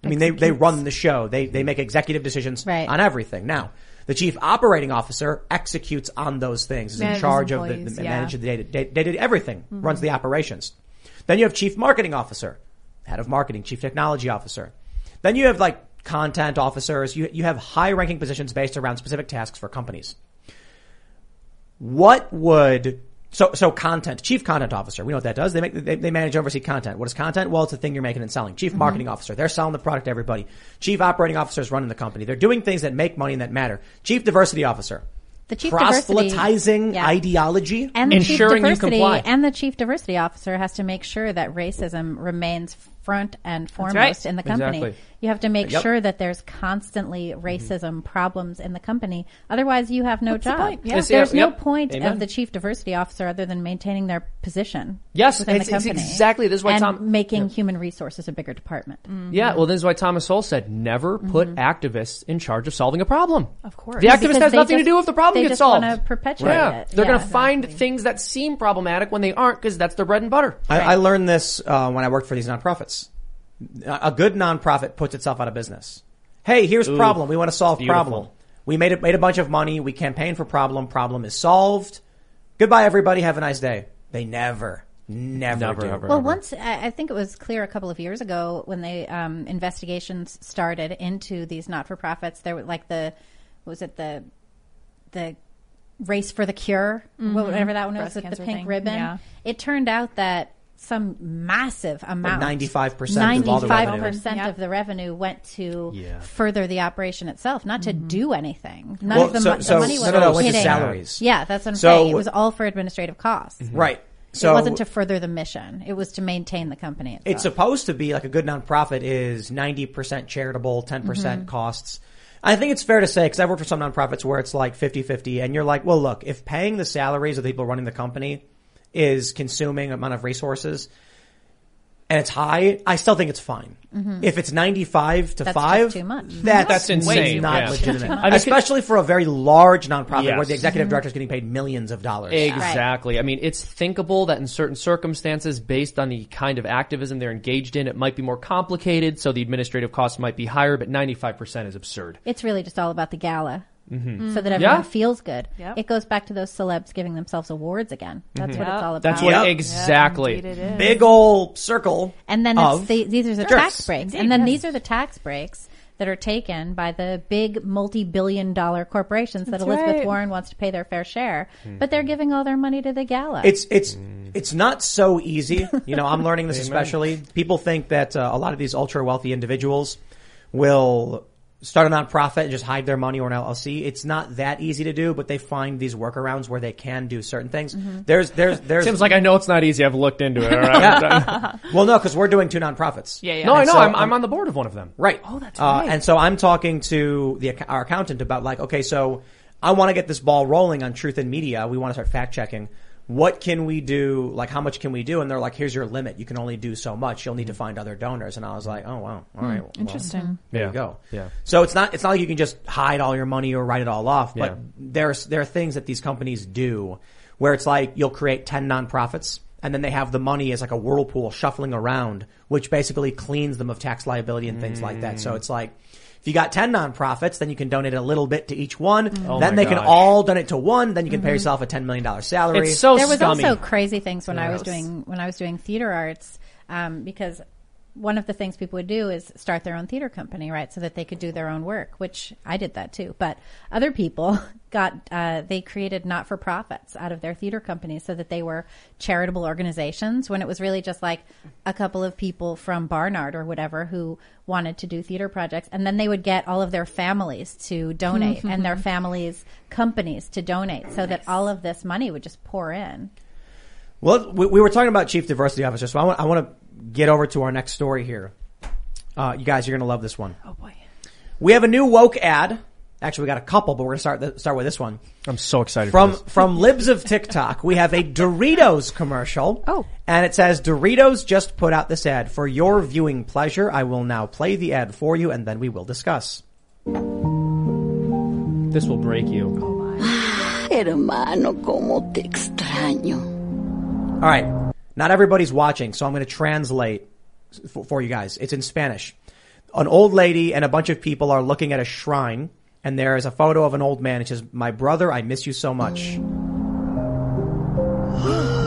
[SPEAKER 2] I mean, they, they run the show. They they make executive decisions
[SPEAKER 4] Right.
[SPEAKER 2] on everything. Now, the chief operating officer executes on those things. Is in
[SPEAKER 5] Manages
[SPEAKER 2] charge of the,
[SPEAKER 5] employees,
[SPEAKER 2] the
[SPEAKER 5] yeah. Mm-hmm.
[SPEAKER 2] manager they did, they, they did everything, runs the operations. Then you have chief marketing officer, head of marketing, chief technology officer. Then you have like content officers. You, you have high ranking positions based around specific tasks for companies. What would, so, so content, chief content officer, we know what that does. They make, they, they manage and oversee content. What is content? Well, it's the thing you're making and selling.
[SPEAKER 4] Mm-hmm.
[SPEAKER 2] Chief marketing officer, they're selling the product to everybody. Chief operating officer is running the company. They're doing things that make money and that matter. Chief diversity officer.
[SPEAKER 4] The chief
[SPEAKER 2] proselytizing
[SPEAKER 4] diversity- yeah.
[SPEAKER 2] ideology.
[SPEAKER 4] and the
[SPEAKER 3] Ensuring
[SPEAKER 4] chief
[SPEAKER 3] you
[SPEAKER 4] diversity
[SPEAKER 3] comply.
[SPEAKER 4] and the chief diversity officer has to make sure that racism remains front and foremost
[SPEAKER 5] right.
[SPEAKER 4] in the company.
[SPEAKER 3] Exactly. Mm-hmm.
[SPEAKER 4] You have to make
[SPEAKER 2] Yep.
[SPEAKER 4] sure that there's constantly racism problems in the company. Otherwise, you have no job.
[SPEAKER 5] point? Yeah.
[SPEAKER 3] Yes,
[SPEAKER 4] There's
[SPEAKER 3] yeah,
[SPEAKER 4] no
[SPEAKER 3] yep.
[SPEAKER 4] point
[SPEAKER 3] Amen.
[SPEAKER 4] of the chief diversity officer other than maintaining their position.
[SPEAKER 3] Yes,
[SPEAKER 4] within
[SPEAKER 3] it's-
[SPEAKER 4] the
[SPEAKER 3] it's
[SPEAKER 4] company.
[SPEAKER 3] exactly- this is why
[SPEAKER 4] and
[SPEAKER 3] Tom- Mm-hmm.
[SPEAKER 4] making human resources a bigger department.
[SPEAKER 3] Yeah, well, this is why Thomas Sowell said never put activists in charge of solving a problem.
[SPEAKER 5] Of course.
[SPEAKER 3] The
[SPEAKER 4] Mm-hmm. Because
[SPEAKER 3] activist has
[SPEAKER 4] they
[SPEAKER 3] nothing to
[SPEAKER 4] just-
[SPEAKER 3] do with the problem
[SPEAKER 4] they
[SPEAKER 3] gets
[SPEAKER 4] just
[SPEAKER 3] solved.
[SPEAKER 4] wanna perpetuate
[SPEAKER 3] Yeah.
[SPEAKER 4] it.
[SPEAKER 3] They're
[SPEAKER 4] Yeah,
[SPEAKER 3] going to find things that seem problematic when they aren't because that's their bread and butter.
[SPEAKER 2] I, I learned this uh, when I worked for these nonprofits. A a good nonprofit puts itself out of business. Hey, here's problem. We want to solve problem. We made it, made a bunch of money. We campaigned for problem. Problem is solved. Goodbye, everybody. Have a nice day. They never, never,
[SPEAKER 3] Never,
[SPEAKER 2] do.
[SPEAKER 3] ever.
[SPEAKER 4] Well, once I, I think it was clear a couple of years ago when the um, investigations started into these not-for-profits. There were like the what was it the the race for the cure, whatever that one
[SPEAKER 5] Mm-hmm. Breast
[SPEAKER 4] was, with the
[SPEAKER 5] cancer
[SPEAKER 4] pink
[SPEAKER 5] thing,
[SPEAKER 4] ribbon.
[SPEAKER 5] yeah.
[SPEAKER 4] It turned out that some massive amount,
[SPEAKER 2] 95% of all the revenue.
[SPEAKER 4] 95% of the revenue went to further the operation itself, not
[SPEAKER 5] Mm-hmm.
[SPEAKER 4] to do anything. None
[SPEAKER 2] Well,
[SPEAKER 4] of the,
[SPEAKER 2] so-
[SPEAKER 4] mo- the
[SPEAKER 2] so-
[SPEAKER 4] money
[SPEAKER 2] no,
[SPEAKER 4] was
[SPEAKER 2] no, no, it went to
[SPEAKER 4] hitting-
[SPEAKER 2] salaries.
[SPEAKER 4] Yeah, that's what I'm
[SPEAKER 2] So- Mm-hmm.
[SPEAKER 4] saying. It was all for administrative costs
[SPEAKER 2] Right. So
[SPEAKER 4] it wasn't to further the mission. It was to maintain the company. Itself.
[SPEAKER 2] It's supposed to be like a good nonprofit is 90% charitable, 10% percent
[SPEAKER 4] Mm-hmm.
[SPEAKER 2] costs. I think it's fair to say, cause I've worked for some nonprofits where it's like 50-50 and you're like, well, look, if paying the salaries of the people running the company is consuming amount of resources and it's high, I still think it's fine. If it's 95 to
[SPEAKER 4] Mm-hmm. That's
[SPEAKER 2] 5,
[SPEAKER 4] just too much.
[SPEAKER 2] That's,
[SPEAKER 3] That's
[SPEAKER 2] way
[SPEAKER 3] insane,
[SPEAKER 2] not
[SPEAKER 3] yeah.
[SPEAKER 2] legitimate.
[SPEAKER 3] I mean,
[SPEAKER 2] Especially for a very large nonprofit where
[SPEAKER 3] Yes.
[SPEAKER 2] the executive
[SPEAKER 4] Mm-hmm.
[SPEAKER 2] director is getting paid millions of dollars.
[SPEAKER 3] Exactly. I mean, it's thinkable that in certain circumstances, based on the kind of activism they're engaged in, it might be more complicated, so the administrative costs might be higher, but 95% is absurd.
[SPEAKER 4] It's really just all about the gala,
[SPEAKER 2] Mm-hmm.
[SPEAKER 4] so that everyone
[SPEAKER 3] Yeah.
[SPEAKER 4] feels good.
[SPEAKER 5] Yep.
[SPEAKER 4] It goes back to those celebs giving themselves awards again.
[SPEAKER 2] Mm-hmm.
[SPEAKER 4] That's what it's all about.
[SPEAKER 3] That's what
[SPEAKER 2] Yep.
[SPEAKER 3] exactly.
[SPEAKER 5] Indeed it is.
[SPEAKER 2] Big old circle.
[SPEAKER 4] and then
[SPEAKER 2] of
[SPEAKER 4] it's the, these are the
[SPEAKER 2] jerks.
[SPEAKER 4] tax breaks, and then these are the tax breaks that are taken by the big multi-billion dollar corporations that Elizabeth
[SPEAKER 5] right.
[SPEAKER 4] Warren wants to pay their fair share, but they're giving all their money to the gala.
[SPEAKER 2] Hmm. It's it's
[SPEAKER 5] Mm.
[SPEAKER 2] it's not so easy. You know, I'm learning this especially. People think that uh, a lot of these ultra wealthy individuals will start a nonprofit and just hide their money or an LLC. It's not that easy to do, but they find these workarounds where they can do certain things.
[SPEAKER 5] Mm-hmm.
[SPEAKER 2] There's there's there's
[SPEAKER 3] Seems like I know it's not easy. I've looked into it. All right.
[SPEAKER 2] well, no, because we're doing two nonprofits.
[SPEAKER 5] Yeah, yeah.
[SPEAKER 3] No, I know.
[SPEAKER 2] so-
[SPEAKER 3] I'm, I'm on the board of one of them.
[SPEAKER 2] Right. Oh, that's right. And so I'm talking to the acc- our accountant about like, okay, so I want to get this ball rolling on truth and media. We want to start fact checking. What can we do? Like, how much can we do? And they're like, here's your limit. You can only do so much. You'll need to find other donors. And I was like, oh wow, all right, well,
[SPEAKER 5] Interesting.
[SPEAKER 2] there
[SPEAKER 3] Yeah.
[SPEAKER 2] you go.
[SPEAKER 3] Yeah.
[SPEAKER 2] So it's not it's not like you can just hide all your money or write it all off. But
[SPEAKER 3] Yeah.
[SPEAKER 2] there's there are things that these companies do where it's like you'll create ten nonprofits and then they have the money as like a whirlpool shuffling around, which basically cleans them of tax liability and things like that.
[SPEAKER 3] Mm.
[SPEAKER 2] So it's like if you got ten nonprofits, then you can donate a little bit to each one. then
[SPEAKER 3] Mm. Oh my
[SPEAKER 2] they can
[SPEAKER 3] gosh. Mm-hmm.
[SPEAKER 2] all donate to one. Then you can pay yourself a ten million dollar salary.
[SPEAKER 3] It's so
[SPEAKER 4] there was
[SPEAKER 3] scummy.
[SPEAKER 4] also crazy things when I was doing when I was doing theater arts um, because one of the things people would do is start their own theater company, right, so that they could do their own work. Which I did that too, but other people got uh, they created not for profits out of their theater companies so that they were charitable organizations when it was really just like a couple of people from Barnard or whatever who wanted to do theater projects, and then they would get all of their families to donate and their families' companies to donate so that all of this money would just pour in.
[SPEAKER 2] Well, we, we were talking about chief diversity officer, so I want I want to get over to our next story here. Uh, you guys, you're gonna love this one.
[SPEAKER 5] Oh boy.
[SPEAKER 2] We have a new woke ad. Actually, we got a couple, but we're gonna start th- start with this one
[SPEAKER 3] I'm so excited
[SPEAKER 2] from
[SPEAKER 3] for this.
[SPEAKER 2] from libs of TikTok. We have a Doritos commercial.
[SPEAKER 5] Oh.
[SPEAKER 2] and it says Doritos just put out this ad for your viewing pleasure. I will now play the ad for you, and then we will discuss.
[SPEAKER 3] This will break you.
[SPEAKER 9] Hermano, cómo te extraño.
[SPEAKER 2] All right, not everybody's watching, so I'm gonna translate for, for you guys. It's in Spanish. An old lady and a bunch of people are looking at a shrine, and there is a photo of an old man. It says, "My brother, I miss you so much."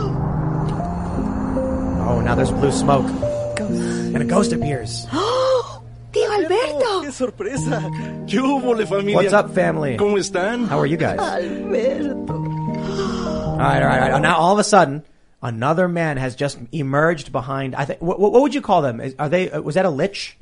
[SPEAKER 2] Oh, now there's blue smoke. And a ghost appears.
[SPEAKER 9] Tío Alberto.
[SPEAKER 10] sorpresa! ¿Qué hubo, le familia?
[SPEAKER 2] What's up, family?
[SPEAKER 10] ¿Cómo están?
[SPEAKER 2] How are you guys?
[SPEAKER 9] Alberto.
[SPEAKER 2] All right, all right, all right. Now all of a sudden, another man has just emerged behind. I think. What, what would you call them? Is- Are they? uh, Was that a lich?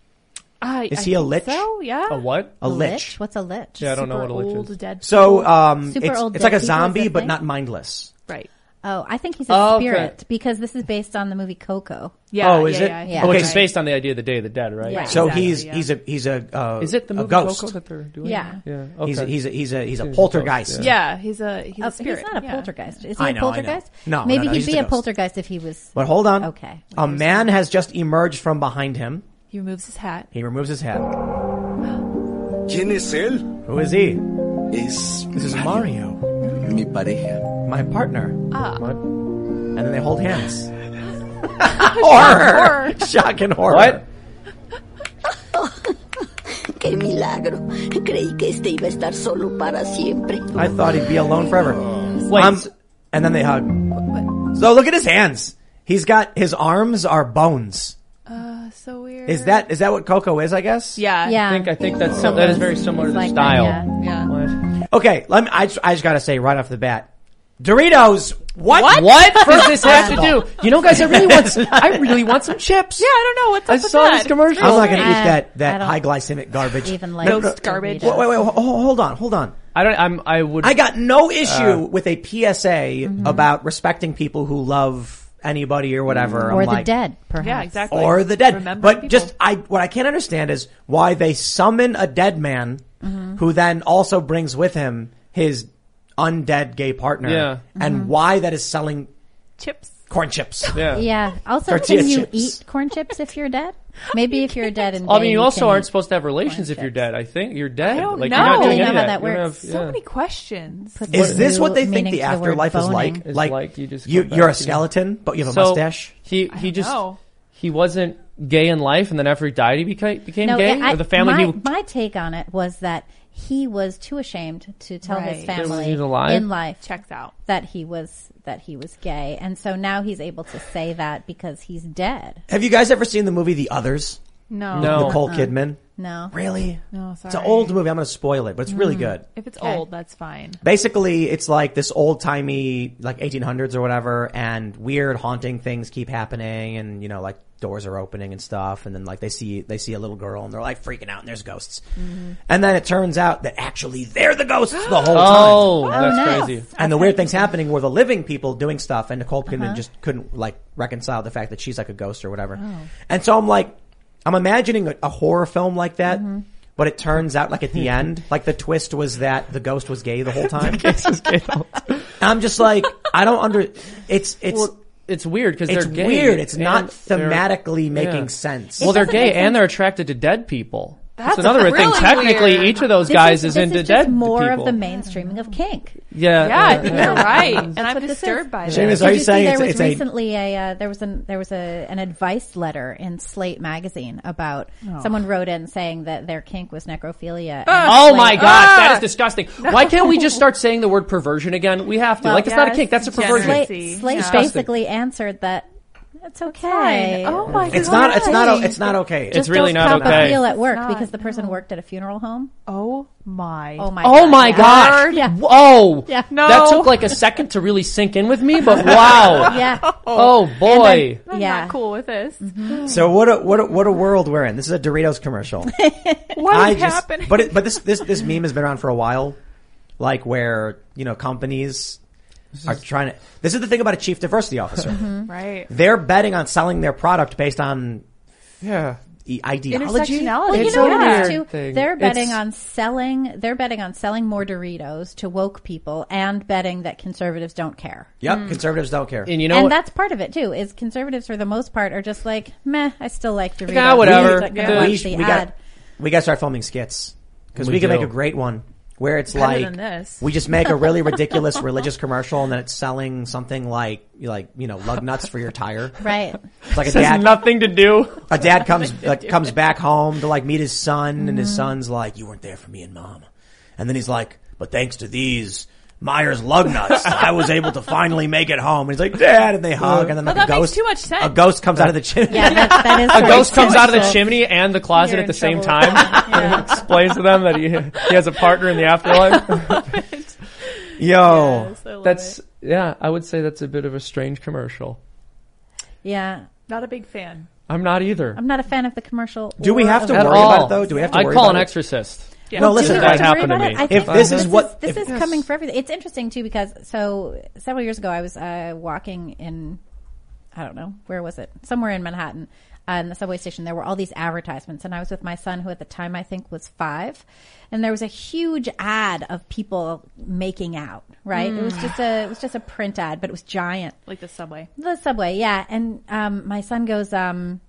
[SPEAKER 5] I,
[SPEAKER 2] Is
[SPEAKER 5] I
[SPEAKER 2] he a
[SPEAKER 5] think
[SPEAKER 2] lich? Oh,
[SPEAKER 5] So yeah.
[SPEAKER 3] A what?
[SPEAKER 2] A lich.
[SPEAKER 4] What's a lich?
[SPEAKER 3] Yeah, I don't know
[SPEAKER 5] Super
[SPEAKER 3] what a lich
[SPEAKER 5] old
[SPEAKER 3] is.
[SPEAKER 5] dead.
[SPEAKER 2] So um,
[SPEAKER 4] Super
[SPEAKER 2] it's,
[SPEAKER 4] old
[SPEAKER 2] it's like
[SPEAKER 4] dead
[SPEAKER 2] a
[SPEAKER 4] people, is
[SPEAKER 2] zombie,
[SPEAKER 4] that
[SPEAKER 2] but
[SPEAKER 4] thing?
[SPEAKER 2] not mindless.
[SPEAKER 5] right.
[SPEAKER 4] Oh, I think he's a
[SPEAKER 3] Oh, okay.
[SPEAKER 4] spirit because this is based on the movie Coco.
[SPEAKER 5] Yeah.
[SPEAKER 2] Oh,
[SPEAKER 5] yeah,
[SPEAKER 2] is it?
[SPEAKER 5] Yeah.
[SPEAKER 4] Yeah.
[SPEAKER 3] Oh, which
[SPEAKER 2] Okay.
[SPEAKER 3] is based on the idea of the Day of the Dead, right?
[SPEAKER 4] Right.
[SPEAKER 2] So
[SPEAKER 5] Exactly,
[SPEAKER 2] he's
[SPEAKER 5] yeah.
[SPEAKER 2] he's a he's a uh,
[SPEAKER 3] Is it the
[SPEAKER 2] a
[SPEAKER 3] movie
[SPEAKER 2] ghost?
[SPEAKER 3] Coco that they're doing?
[SPEAKER 4] Yeah.
[SPEAKER 3] Yeah. Okay.
[SPEAKER 2] He's a, he's a, he's a he's a
[SPEAKER 3] ghost,
[SPEAKER 2] poltergeist.
[SPEAKER 3] yeah.
[SPEAKER 5] Yeah, he's a he's
[SPEAKER 4] Oh,
[SPEAKER 5] a spirit.
[SPEAKER 4] he's not a
[SPEAKER 5] yeah.
[SPEAKER 4] poltergeist. Is he
[SPEAKER 2] I
[SPEAKER 4] a
[SPEAKER 2] know, I know.
[SPEAKER 4] poltergeist?
[SPEAKER 2] No, no,
[SPEAKER 4] maybe
[SPEAKER 2] no,
[SPEAKER 4] he'd
[SPEAKER 2] he's
[SPEAKER 4] be
[SPEAKER 2] just a
[SPEAKER 4] a
[SPEAKER 2] ghost.
[SPEAKER 4] poltergeist if he was.
[SPEAKER 2] But hold on.
[SPEAKER 4] Okay.
[SPEAKER 2] A man has just emerged from behind him.
[SPEAKER 5] He removes his hat.
[SPEAKER 2] He removes his hat.
[SPEAKER 10] ¿Quién es él?
[SPEAKER 2] Who is he?
[SPEAKER 10] Es
[SPEAKER 2] This is Mario,
[SPEAKER 10] mi pareja.
[SPEAKER 2] my partner.
[SPEAKER 4] Ah.
[SPEAKER 3] What?
[SPEAKER 2] And then they hold hands. horror, shock and horror.
[SPEAKER 3] What?
[SPEAKER 9] Qué milagro. Creí que este iba a estar solo para siempre.
[SPEAKER 2] I thought he'd be alone forever.
[SPEAKER 3] Wait.
[SPEAKER 2] Um, and then they hug. So look at his hands. He's got his arms are bones.
[SPEAKER 5] That's so weird.
[SPEAKER 2] Is that is that what Coco is? I guess.
[SPEAKER 5] Yeah.
[SPEAKER 4] Yeah.
[SPEAKER 3] I think I think that's
[SPEAKER 4] Something
[SPEAKER 3] that is very similar to the
[SPEAKER 4] like that,
[SPEAKER 3] style.
[SPEAKER 4] yeah.
[SPEAKER 5] Yeah.
[SPEAKER 3] What?
[SPEAKER 2] Okay. Let me. I just, I just gotta say right off the bat, Doritos. What?
[SPEAKER 3] What does this have to do? You know, guys, I really want s- I really want some chips.
[SPEAKER 5] Yeah. I don't know what's up
[SPEAKER 3] I
[SPEAKER 5] with
[SPEAKER 3] saw
[SPEAKER 5] that.
[SPEAKER 3] this commercial.
[SPEAKER 2] I'm not gonna
[SPEAKER 4] I-
[SPEAKER 2] eat that
[SPEAKER 4] Uh, I
[SPEAKER 2] that
[SPEAKER 4] don't
[SPEAKER 2] high glycemic garbage.
[SPEAKER 4] Even like
[SPEAKER 5] Ghost garbage.
[SPEAKER 2] Wait, wait, wait. ho- ho- Hold on. Hold on.
[SPEAKER 3] I don't. I'm. I would.
[SPEAKER 2] I got no issue with a PSA
[SPEAKER 4] Mm-hmm.
[SPEAKER 2] about respecting people who love anybody or whatever. I'm
[SPEAKER 4] Mm-hmm. or the
[SPEAKER 2] like,
[SPEAKER 4] dead, perhaps.
[SPEAKER 5] Yeah, exactly.
[SPEAKER 2] or the dead.
[SPEAKER 5] Remember
[SPEAKER 2] but
[SPEAKER 5] people.
[SPEAKER 2] just I what I can't understand is why they summon a dead man
[SPEAKER 5] Mm-hmm.
[SPEAKER 2] who then also brings with him his undead gay partner.
[SPEAKER 3] Yeah.
[SPEAKER 2] And why that is selling
[SPEAKER 5] Mm-hmm. chips.
[SPEAKER 2] corn chips.
[SPEAKER 3] yeah.
[SPEAKER 4] Yeah. Also,
[SPEAKER 2] Tortilla
[SPEAKER 4] can you
[SPEAKER 2] chips.
[SPEAKER 4] eat corn chips if you're dead? Maybe if you're dead and
[SPEAKER 3] I mean,
[SPEAKER 4] gay,
[SPEAKER 3] you also
[SPEAKER 4] can
[SPEAKER 3] aren't
[SPEAKER 4] eat-
[SPEAKER 3] supposed to have relations if you're
[SPEAKER 4] chips.
[SPEAKER 3] dead. I think you're dead.
[SPEAKER 5] don't
[SPEAKER 3] like,
[SPEAKER 5] know.
[SPEAKER 3] You're
[SPEAKER 5] I
[SPEAKER 3] not
[SPEAKER 5] don't
[SPEAKER 3] doing
[SPEAKER 5] know
[SPEAKER 3] any
[SPEAKER 4] how
[SPEAKER 3] of
[SPEAKER 4] that
[SPEAKER 3] You don't
[SPEAKER 4] works.
[SPEAKER 3] have-
[SPEAKER 5] So
[SPEAKER 3] yeah.
[SPEAKER 5] many questions.
[SPEAKER 2] Is this what they think
[SPEAKER 4] Meaning
[SPEAKER 2] the
[SPEAKER 4] to the word
[SPEAKER 2] afterlife is like?
[SPEAKER 4] boning.
[SPEAKER 3] It's like you just
[SPEAKER 2] you,
[SPEAKER 3] come back
[SPEAKER 2] you're a
[SPEAKER 3] to-
[SPEAKER 2] skeleton, but you have a
[SPEAKER 3] So
[SPEAKER 2] mustache.
[SPEAKER 3] he he just
[SPEAKER 5] know.
[SPEAKER 3] he wasn't gay in life, and then after he died, he became became gay.
[SPEAKER 4] I-
[SPEAKER 3] or the family
[SPEAKER 4] My,
[SPEAKER 3] he
[SPEAKER 4] my take on it was that he was too ashamed to tell his
[SPEAKER 5] Right. That
[SPEAKER 3] was
[SPEAKER 4] family
[SPEAKER 3] he's alive?
[SPEAKER 4] in life
[SPEAKER 5] Checks out.
[SPEAKER 4] that he was that he was gay, and so now he's able to say that because he's dead.
[SPEAKER 2] Have you guys ever seen the movie The Others?
[SPEAKER 5] No.
[SPEAKER 3] No.
[SPEAKER 2] Nicole Kidman.
[SPEAKER 4] No.
[SPEAKER 2] Really?
[SPEAKER 5] Uh-uh. No,
[SPEAKER 2] It's an
[SPEAKER 5] sorry.
[SPEAKER 2] old movie. I'm going to spoil it, but it's really
[SPEAKER 5] Mm.
[SPEAKER 2] good.
[SPEAKER 5] If it's
[SPEAKER 4] Okay.
[SPEAKER 5] old, that's fine.
[SPEAKER 2] Basically, it's like this old timey, like 1800s or whatever, and weird haunting things keep happening, and you know, like doors are opening and stuff, and then like they see they see a little girl, and they're like freaking out, and there's ghosts, and then it turns out that actually they're the ghosts the whole
[SPEAKER 3] Oh,
[SPEAKER 2] time.
[SPEAKER 3] that's nice. crazy.
[SPEAKER 2] And the weird things happening were the living people doing stuff, and Nicole Kidman
[SPEAKER 4] Uh-huh.
[SPEAKER 2] just couldn't like reconcile the fact that she's like a ghost or whatever. And so I'm like, I'm imagining a, a horror film like that. But it turns out, like at the end, like the twist was that the ghost was gay the whole time. I'm just like, I don't under. It's it's
[SPEAKER 3] Well, it's weird because
[SPEAKER 2] it's
[SPEAKER 3] they're gay.
[SPEAKER 2] weird. It's not
[SPEAKER 3] and they're-
[SPEAKER 2] thematically making
[SPEAKER 3] yeah.
[SPEAKER 2] sense.
[SPEAKER 3] Well, they're
[SPEAKER 4] doesn't
[SPEAKER 3] gay
[SPEAKER 4] make
[SPEAKER 3] and
[SPEAKER 4] sense.
[SPEAKER 3] they're attracted to dead people. That's,
[SPEAKER 4] That's
[SPEAKER 3] another weird thing.
[SPEAKER 5] really
[SPEAKER 3] Technically,
[SPEAKER 5] weird.
[SPEAKER 3] each of those
[SPEAKER 4] This
[SPEAKER 3] guys is,
[SPEAKER 4] this
[SPEAKER 3] into
[SPEAKER 4] just
[SPEAKER 3] dead
[SPEAKER 4] more
[SPEAKER 3] people.
[SPEAKER 4] of the mainstreaming of kink.
[SPEAKER 3] yeah,
[SPEAKER 5] Yeah, I
[SPEAKER 3] yeah,
[SPEAKER 5] think
[SPEAKER 3] yeah.
[SPEAKER 5] you're right, and I'm
[SPEAKER 4] what this
[SPEAKER 5] disturbed
[SPEAKER 4] is.
[SPEAKER 5] by that.
[SPEAKER 2] Seamus,
[SPEAKER 4] Did
[SPEAKER 2] are you
[SPEAKER 4] you see
[SPEAKER 2] saying
[SPEAKER 4] there
[SPEAKER 2] it's,
[SPEAKER 4] was
[SPEAKER 2] it's a
[SPEAKER 4] recently a, uh, there was an there was a an advice letter in Slate magazine about someone wrote in saying that their kink was necrophilia. and
[SPEAKER 3] Oh
[SPEAKER 4] Slate-
[SPEAKER 3] my gosh,
[SPEAKER 4] Ah!
[SPEAKER 3] that is disgusting. Why can't we just start saying the word perversion again? We have to. like, it's not a
[SPEAKER 5] yes,
[SPEAKER 3] kink. That's a perversion.
[SPEAKER 4] Slate,
[SPEAKER 5] generous. Disgusting.
[SPEAKER 4] Slate
[SPEAKER 5] Yeah.
[SPEAKER 4] basically answered that it's okay.
[SPEAKER 5] Oh my god.
[SPEAKER 2] It's not. It's not. It's not okay.
[SPEAKER 3] It's
[SPEAKER 2] It's
[SPEAKER 3] really
[SPEAKER 4] Don't
[SPEAKER 3] not
[SPEAKER 4] pop
[SPEAKER 3] okay.
[SPEAKER 4] a heel at work
[SPEAKER 5] not,
[SPEAKER 4] because the person worked at a funeral home.
[SPEAKER 5] Oh my.
[SPEAKER 4] Oh my.
[SPEAKER 3] Oh my
[SPEAKER 4] yeah.
[SPEAKER 3] gosh.
[SPEAKER 4] Yeah.
[SPEAKER 3] Whoa.
[SPEAKER 4] Yeah.
[SPEAKER 3] That
[SPEAKER 5] No.
[SPEAKER 3] took like a second to really sink in with me, but wow.
[SPEAKER 4] Yeah.
[SPEAKER 3] Oh boy.
[SPEAKER 5] I'm
[SPEAKER 4] Yeah. Mm-hmm.
[SPEAKER 5] not cool with this.
[SPEAKER 2] so. What a what a what a world we're in. This is a Doritos commercial.
[SPEAKER 5] What
[SPEAKER 2] I
[SPEAKER 5] is
[SPEAKER 2] just,
[SPEAKER 5] happening?
[SPEAKER 2] But it, but this this this meme has been around for a while, like where you know companies are trying to. This is the thing about a chief diversity officer.
[SPEAKER 5] right.
[SPEAKER 2] They're betting on selling their product based on
[SPEAKER 3] Yeah.
[SPEAKER 2] e- ideology.
[SPEAKER 4] Well,
[SPEAKER 5] It's
[SPEAKER 4] you know
[SPEAKER 5] so
[SPEAKER 4] what it is
[SPEAKER 5] weird.
[SPEAKER 4] too.
[SPEAKER 3] thing.
[SPEAKER 4] They're betting
[SPEAKER 3] It's-
[SPEAKER 4] on selling. They're betting on selling more Doritos to woke people, and betting that conservatives don't care.
[SPEAKER 2] Yep,
[SPEAKER 5] Mm.
[SPEAKER 2] conservatives don't care.
[SPEAKER 3] And you know
[SPEAKER 4] and
[SPEAKER 3] what?
[SPEAKER 4] that's part of it too. Is conservatives for the most part are just like, meh, I still like Doritos.
[SPEAKER 3] ah, whatever.
[SPEAKER 4] I'm not
[SPEAKER 3] Yeah.
[SPEAKER 4] gonna watch
[SPEAKER 2] we,
[SPEAKER 4] the
[SPEAKER 2] we
[SPEAKER 4] ad.
[SPEAKER 2] got we got to start filming skits because
[SPEAKER 3] We
[SPEAKER 2] we, can
[SPEAKER 3] do.
[SPEAKER 2] make a great one where it's
[SPEAKER 5] Better
[SPEAKER 2] like
[SPEAKER 5] than this.
[SPEAKER 2] we just make a really ridiculous religious commercial and then it's selling something like like you know lug nuts for your tire.
[SPEAKER 4] right.
[SPEAKER 2] It's like a
[SPEAKER 3] This has
[SPEAKER 2] dad
[SPEAKER 3] nothing to do.
[SPEAKER 2] a dad comes like, comes back home to like meet his son, and
[SPEAKER 5] Mm-hmm.
[SPEAKER 2] his son's like, "You weren't there for me and mom," and then he's like, "But thanks to these." Myers lug nuts. I was able to finally make it home. And he's like, Dad, and they hug, and then like
[SPEAKER 5] Well,
[SPEAKER 2] a
[SPEAKER 5] that makes
[SPEAKER 2] ghost,
[SPEAKER 5] too much sense.
[SPEAKER 2] a ghost comes out of the chimney.
[SPEAKER 4] Yeah, that, that is
[SPEAKER 3] A ghost comes out of the
[SPEAKER 4] chimney.
[SPEAKER 3] chimney and the closet
[SPEAKER 4] You're
[SPEAKER 3] at the
[SPEAKER 4] in
[SPEAKER 3] same
[SPEAKER 4] trouble.
[SPEAKER 3] time. and explains to them that he, he has a partner in the afterlife.
[SPEAKER 2] Yo,
[SPEAKER 3] Oh. that's, yeah, I would say that's a bit of a strange commercial.
[SPEAKER 4] Yeah,
[SPEAKER 5] Not a big fan.
[SPEAKER 3] I'm not either.
[SPEAKER 4] I'm not a fan of the commercial.
[SPEAKER 2] do we
[SPEAKER 4] or
[SPEAKER 2] have to
[SPEAKER 4] of-
[SPEAKER 3] At
[SPEAKER 2] worry
[SPEAKER 3] all.
[SPEAKER 2] about it though? Do we have to
[SPEAKER 3] I'd
[SPEAKER 2] worry
[SPEAKER 3] call
[SPEAKER 2] about
[SPEAKER 3] an
[SPEAKER 2] it?
[SPEAKER 3] exorcist.
[SPEAKER 5] Yeah.
[SPEAKER 2] No,
[SPEAKER 5] Do
[SPEAKER 2] listen,
[SPEAKER 4] Do we
[SPEAKER 3] that
[SPEAKER 4] have to worry
[SPEAKER 3] happened to
[SPEAKER 4] about
[SPEAKER 3] me.
[SPEAKER 4] it? I
[SPEAKER 3] If
[SPEAKER 4] think
[SPEAKER 2] this is
[SPEAKER 4] is
[SPEAKER 2] what-
[SPEAKER 4] this
[SPEAKER 2] if-
[SPEAKER 4] is coming for everything. It's interesting too because so several years ago I was uh, walking in, I don't know where was it, somewhere in Manhattan, uh, in the subway station. There were all these advertisements, and I was with my son, who at the time I think was five, and there was a huge ad of people making out. Right? It was just a it was just a print ad, but it was giant.
[SPEAKER 5] Like the subway.
[SPEAKER 4] The subway, yeah. And um, my son goes, um,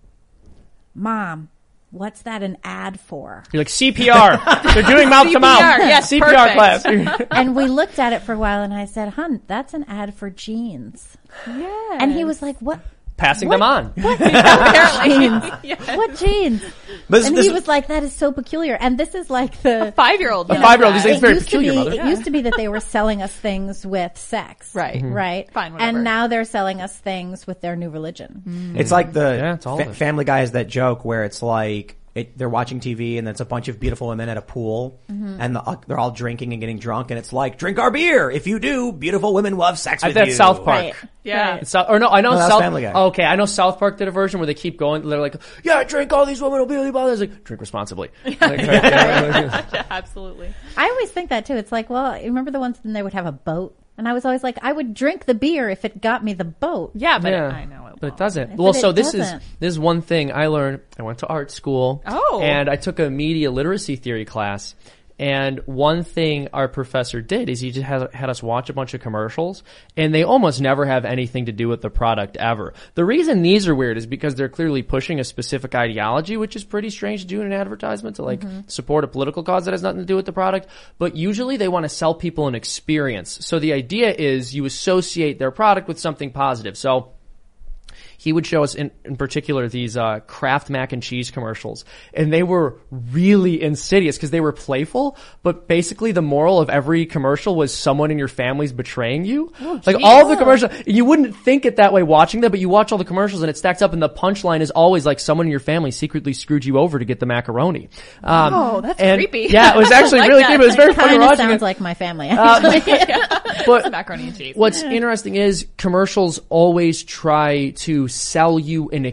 [SPEAKER 4] "Mom, what's that an ad for?"
[SPEAKER 3] You're like CPR. They're doing mouth to mouth.
[SPEAKER 5] CPR, yes,
[SPEAKER 3] CPR
[SPEAKER 5] perfect.
[SPEAKER 3] class.
[SPEAKER 4] and we looked at it for a while, and I said, "Hun, that's an ad for jeans."
[SPEAKER 5] Yeah.
[SPEAKER 4] And he was like, "What?
[SPEAKER 3] Passing
[SPEAKER 4] What?
[SPEAKER 3] them on.
[SPEAKER 4] Jeans? What jeans?"
[SPEAKER 2] This-
[SPEAKER 4] and
[SPEAKER 2] this-
[SPEAKER 4] he was like, "That is so peculiar." And this is like the
[SPEAKER 5] Five year old.
[SPEAKER 4] you know,
[SPEAKER 3] five-year-old, he's like,
[SPEAKER 4] it
[SPEAKER 3] "It's very
[SPEAKER 4] used to
[SPEAKER 3] peculiar,
[SPEAKER 4] be-
[SPEAKER 3] mother."
[SPEAKER 4] It used to be that they were selling us things with sex,
[SPEAKER 5] Right.
[SPEAKER 3] Mm-hmm.
[SPEAKER 5] Mhm.
[SPEAKER 4] Right,
[SPEAKER 5] Fine, whatever. Mm-hmm.
[SPEAKER 4] and now they're selling us things with their new religion.
[SPEAKER 2] It's like the
[SPEAKER 3] Yeah, it's all
[SPEAKER 2] fa-
[SPEAKER 3] of it.
[SPEAKER 2] Family Guy has that joke where it's like it, they're watching TV and it's a bunch of beautiful women at a pool
[SPEAKER 5] Mm-hmm.
[SPEAKER 2] and the, uh, they're all drinking and getting drunk and it's like drink our beer if you do beautiful women will have sex with
[SPEAKER 3] That's
[SPEAKER 2] you.
[SPEAKER 3] South Park.
[SPEAKER 4] Right.
[SPEAKER 5] Yeah.
[SPEAKER 3] It's South, or no, I know
[SPEAKER 2] No, that was
[SPEAKER 3] South.
[SPEAKER 2] Family Guy.
[SPEAKER 3] Okay, I know South Park did a version where they keep going. They're like, "Yeah, drink all these women will be really bothered." It's like, drink responsibly. Like,
[SPEAKER 5] Absolutely.
[SPEAKER 4] I always think that too. It's like, well, you remember the ones when they would have a boat, and I was always like, I would drink the beer if it got me the boat.
[SPEAKER 5] Yeah, but
[SPEAKER 3] yeah,
[SPEAKER 5] I know it.
[SPEAKER 3] but it
[SPEAKER 5] won't.
[SPEAKER 3] doesn't.
[SPEAKER 4] But
[SPEAKER 3] Well,
[SPEAKER 4] it
[SPEAKER 3] so this
[SPEAKER 4] doesn't.
[SPEAKER 3] is this is one thing I learned. I went to art school.
[SPEAKER 5] Oh.
[SPEAKER 3] and I took a media literacy theory class. And one thing our professor did is he just had, had us watch a bunch of commercials, and they almost never have anything to do with the product ever. The reason these are weird is because they're clearly pushing a specific ideology, which is pretty strange to do in an advertisement to like support a political cause that has nothing to do with the product. But usually they want to sell people an experience. So the idea is you associate their product with something positive. So he would show us in, in particular these uh, Kraft mac and cheese commercials, and they were really insidious because they were playful. But basically, the moral of every commercial was someone in your family's betraying you.
[SPEAKER 4] Oh,
[SPEAKER 3] like
[SPEAKER 11] geez.
[SPEAKER 3] all the commercials, you wouldn't think it that way watching them, but you watch all the commercials and it stacks up. And the punchline is always like someone in your family secretly screwed you over to get the macaroni. Um,
[SPEAKER 4] Oh, that's
[SPEAKER 3] and-
[SPEAKER 4] creepy.
[SPEAKER 3] Yeah, it was actually
[SPEAKER 4] I like
[SPEAKER 3] really
[SPEAKER 4] that.
[SPEAKER 3] creepy. It was very Uh,
[SPEAKER 4] It
[SPEAKER 3] funny
[SPEAKER 4] kinda
[SPEAKER 3] watching
[SPEAKER 4] sounds
[SPEAKER 3] it.
[SPEAKER 4] like my family,
[SPEAKER 3] actually. but
[SPEAKER 5] macaroni and cheese.
[SPEAKER 3] What's interesting is commercials always try to sell you an